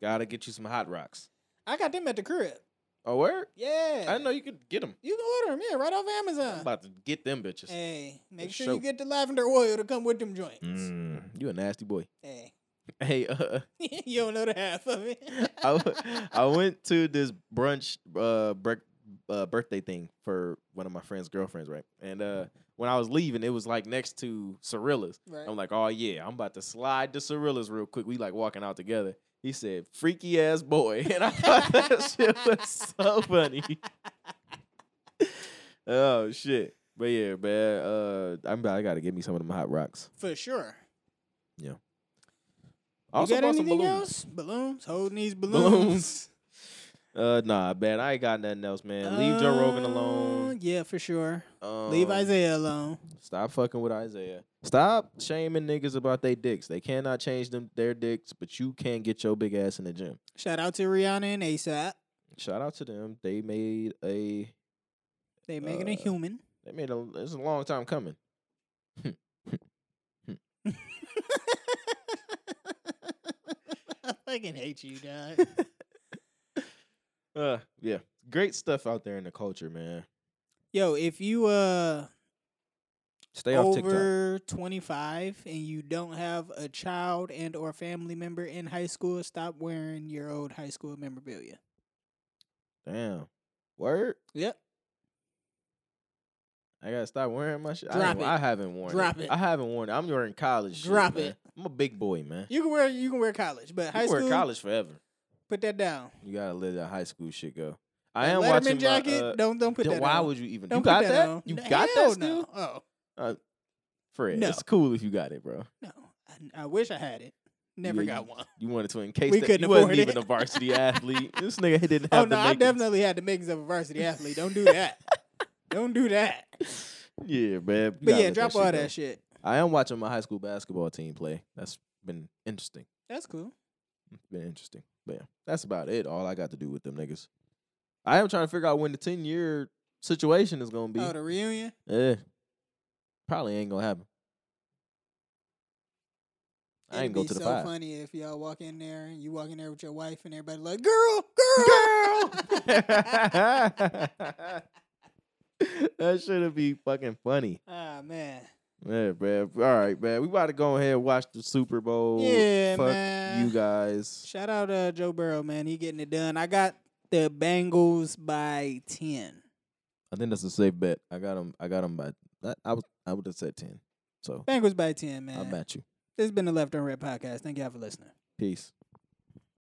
Gotta get you some hot rocks.
I got them at the crib.
Oh, where?
Yeah,
I didn't know you could get them.
You can order them, yeah, right off
I'm
Amazon.
about to get them bitches.
Hey, make
For
sure
sure.
you get the lavender oil to come with them joints.
Mm, you a nasty boy.
Hey,
Hey, uh,
you don't know the half of it.
I, w- I went to this brunch uh, bre- uh birthday thing for one of my friend's girlfriends, right? And uh when I was leaving, it was like next to Cirilla's.
right.
I'm like, oh yeah, I'm about to slide to Cirilla's real quick. We like walking out together. He said, "Freaky ass boy," and I thought that shit was so funny. oh shit! But yeah, man, uh, I'm about, I gotta get me some of them hot rocks.
for sure.
I
You
also
got
bought some
anything
balloons.
else? Balloons, holding these balloons.
Balloons. Uh, nah, man, I ain't got nothing else, man. Leave Joe Rogan
Uh,
alone.
Yeah, for sure.
Um,
Uh, Leave Isaiah alone.
Stop fucking with Isaiah. Stop shaming niggas about their dicks. They cannot change them their dicks, but you can get your big ass in the gym.
Shout out to Rihanna and ASAP.
Shout out to them. They made a
They making
Uh,
it human.
they made a it's a long time coming.
I fucking hate you, dog.
Uh yeah. Great stuff out there in the culture, man.
Yo, if you uh
Stay off TikTok.
over 25 and you don't have a child and or family member in high school, stop wearing your old high school memorabilia.
Damn. Word.
Yep.
I gotta stop wearing my shit. I,
Drop
ain't-
it.
I haven't worn
Drop
it.
it.
I haven't worn it. I'm wearing college.
Drop
shit, man.
it.
I'm a big boy, man.
You can wear you can wear college, but
You
high
can wear
school
college forever.
put that down.
You gotta let that high school shit go. I
That
am
Letterman
watching
jacket.
My, uh,
don't don't put
then
that.
why
on.
would you even?
Don't
you
put
got
that
that?
on.
You
No,
got
hell
that still?
No. Oh
Fred,
No.
it's cool if you got it, bro.
no, I, I wish I had it. Never
Yeah,
got one.
You wanted to encase
We
that.
couldn't
you wasn't
afford
even
it.
a varsity athlete. This nigga didn't
Oh
have
no,
the
I
makings.
definitely had the makings of a varsity athlete. Don't do that. don't do that.
Yeah, man. you
But
gotta
yeah,
let
drop
shit
all
go.
that shit.
I am watching my high school basketball team play. That's been interesting.
That's cool.
It's been interesting. But yeah, that's about it. All I got to do with them niggas. I am trying to figure out when the ten year situation is gonna be.
Oh, the reunion.
Eh, probably ain't gonna happen. I ain't
It'd
go
be
to the
so
five.
funny if y'all walk in there and you walk in there with your wife and everybody like, girl,
girl.
girl,
that should be fucking funny.
Ah man.
Yeah, bruh. All right, man. We about to go ahead and watch the Super Bowl.
Yeah,
Oh, Fuck
man.
you guys.
Shout out uh, Joe Burrow, man. He getting it done. I got the Bengals by ten.
I think that's a safe bet. I got him. I got him by. I, I was. I would have said ten. So
Bengals by ten,
I'll
man.
match you.
This has been the Left on Red podcast. Thank y'all for listening.
Peace.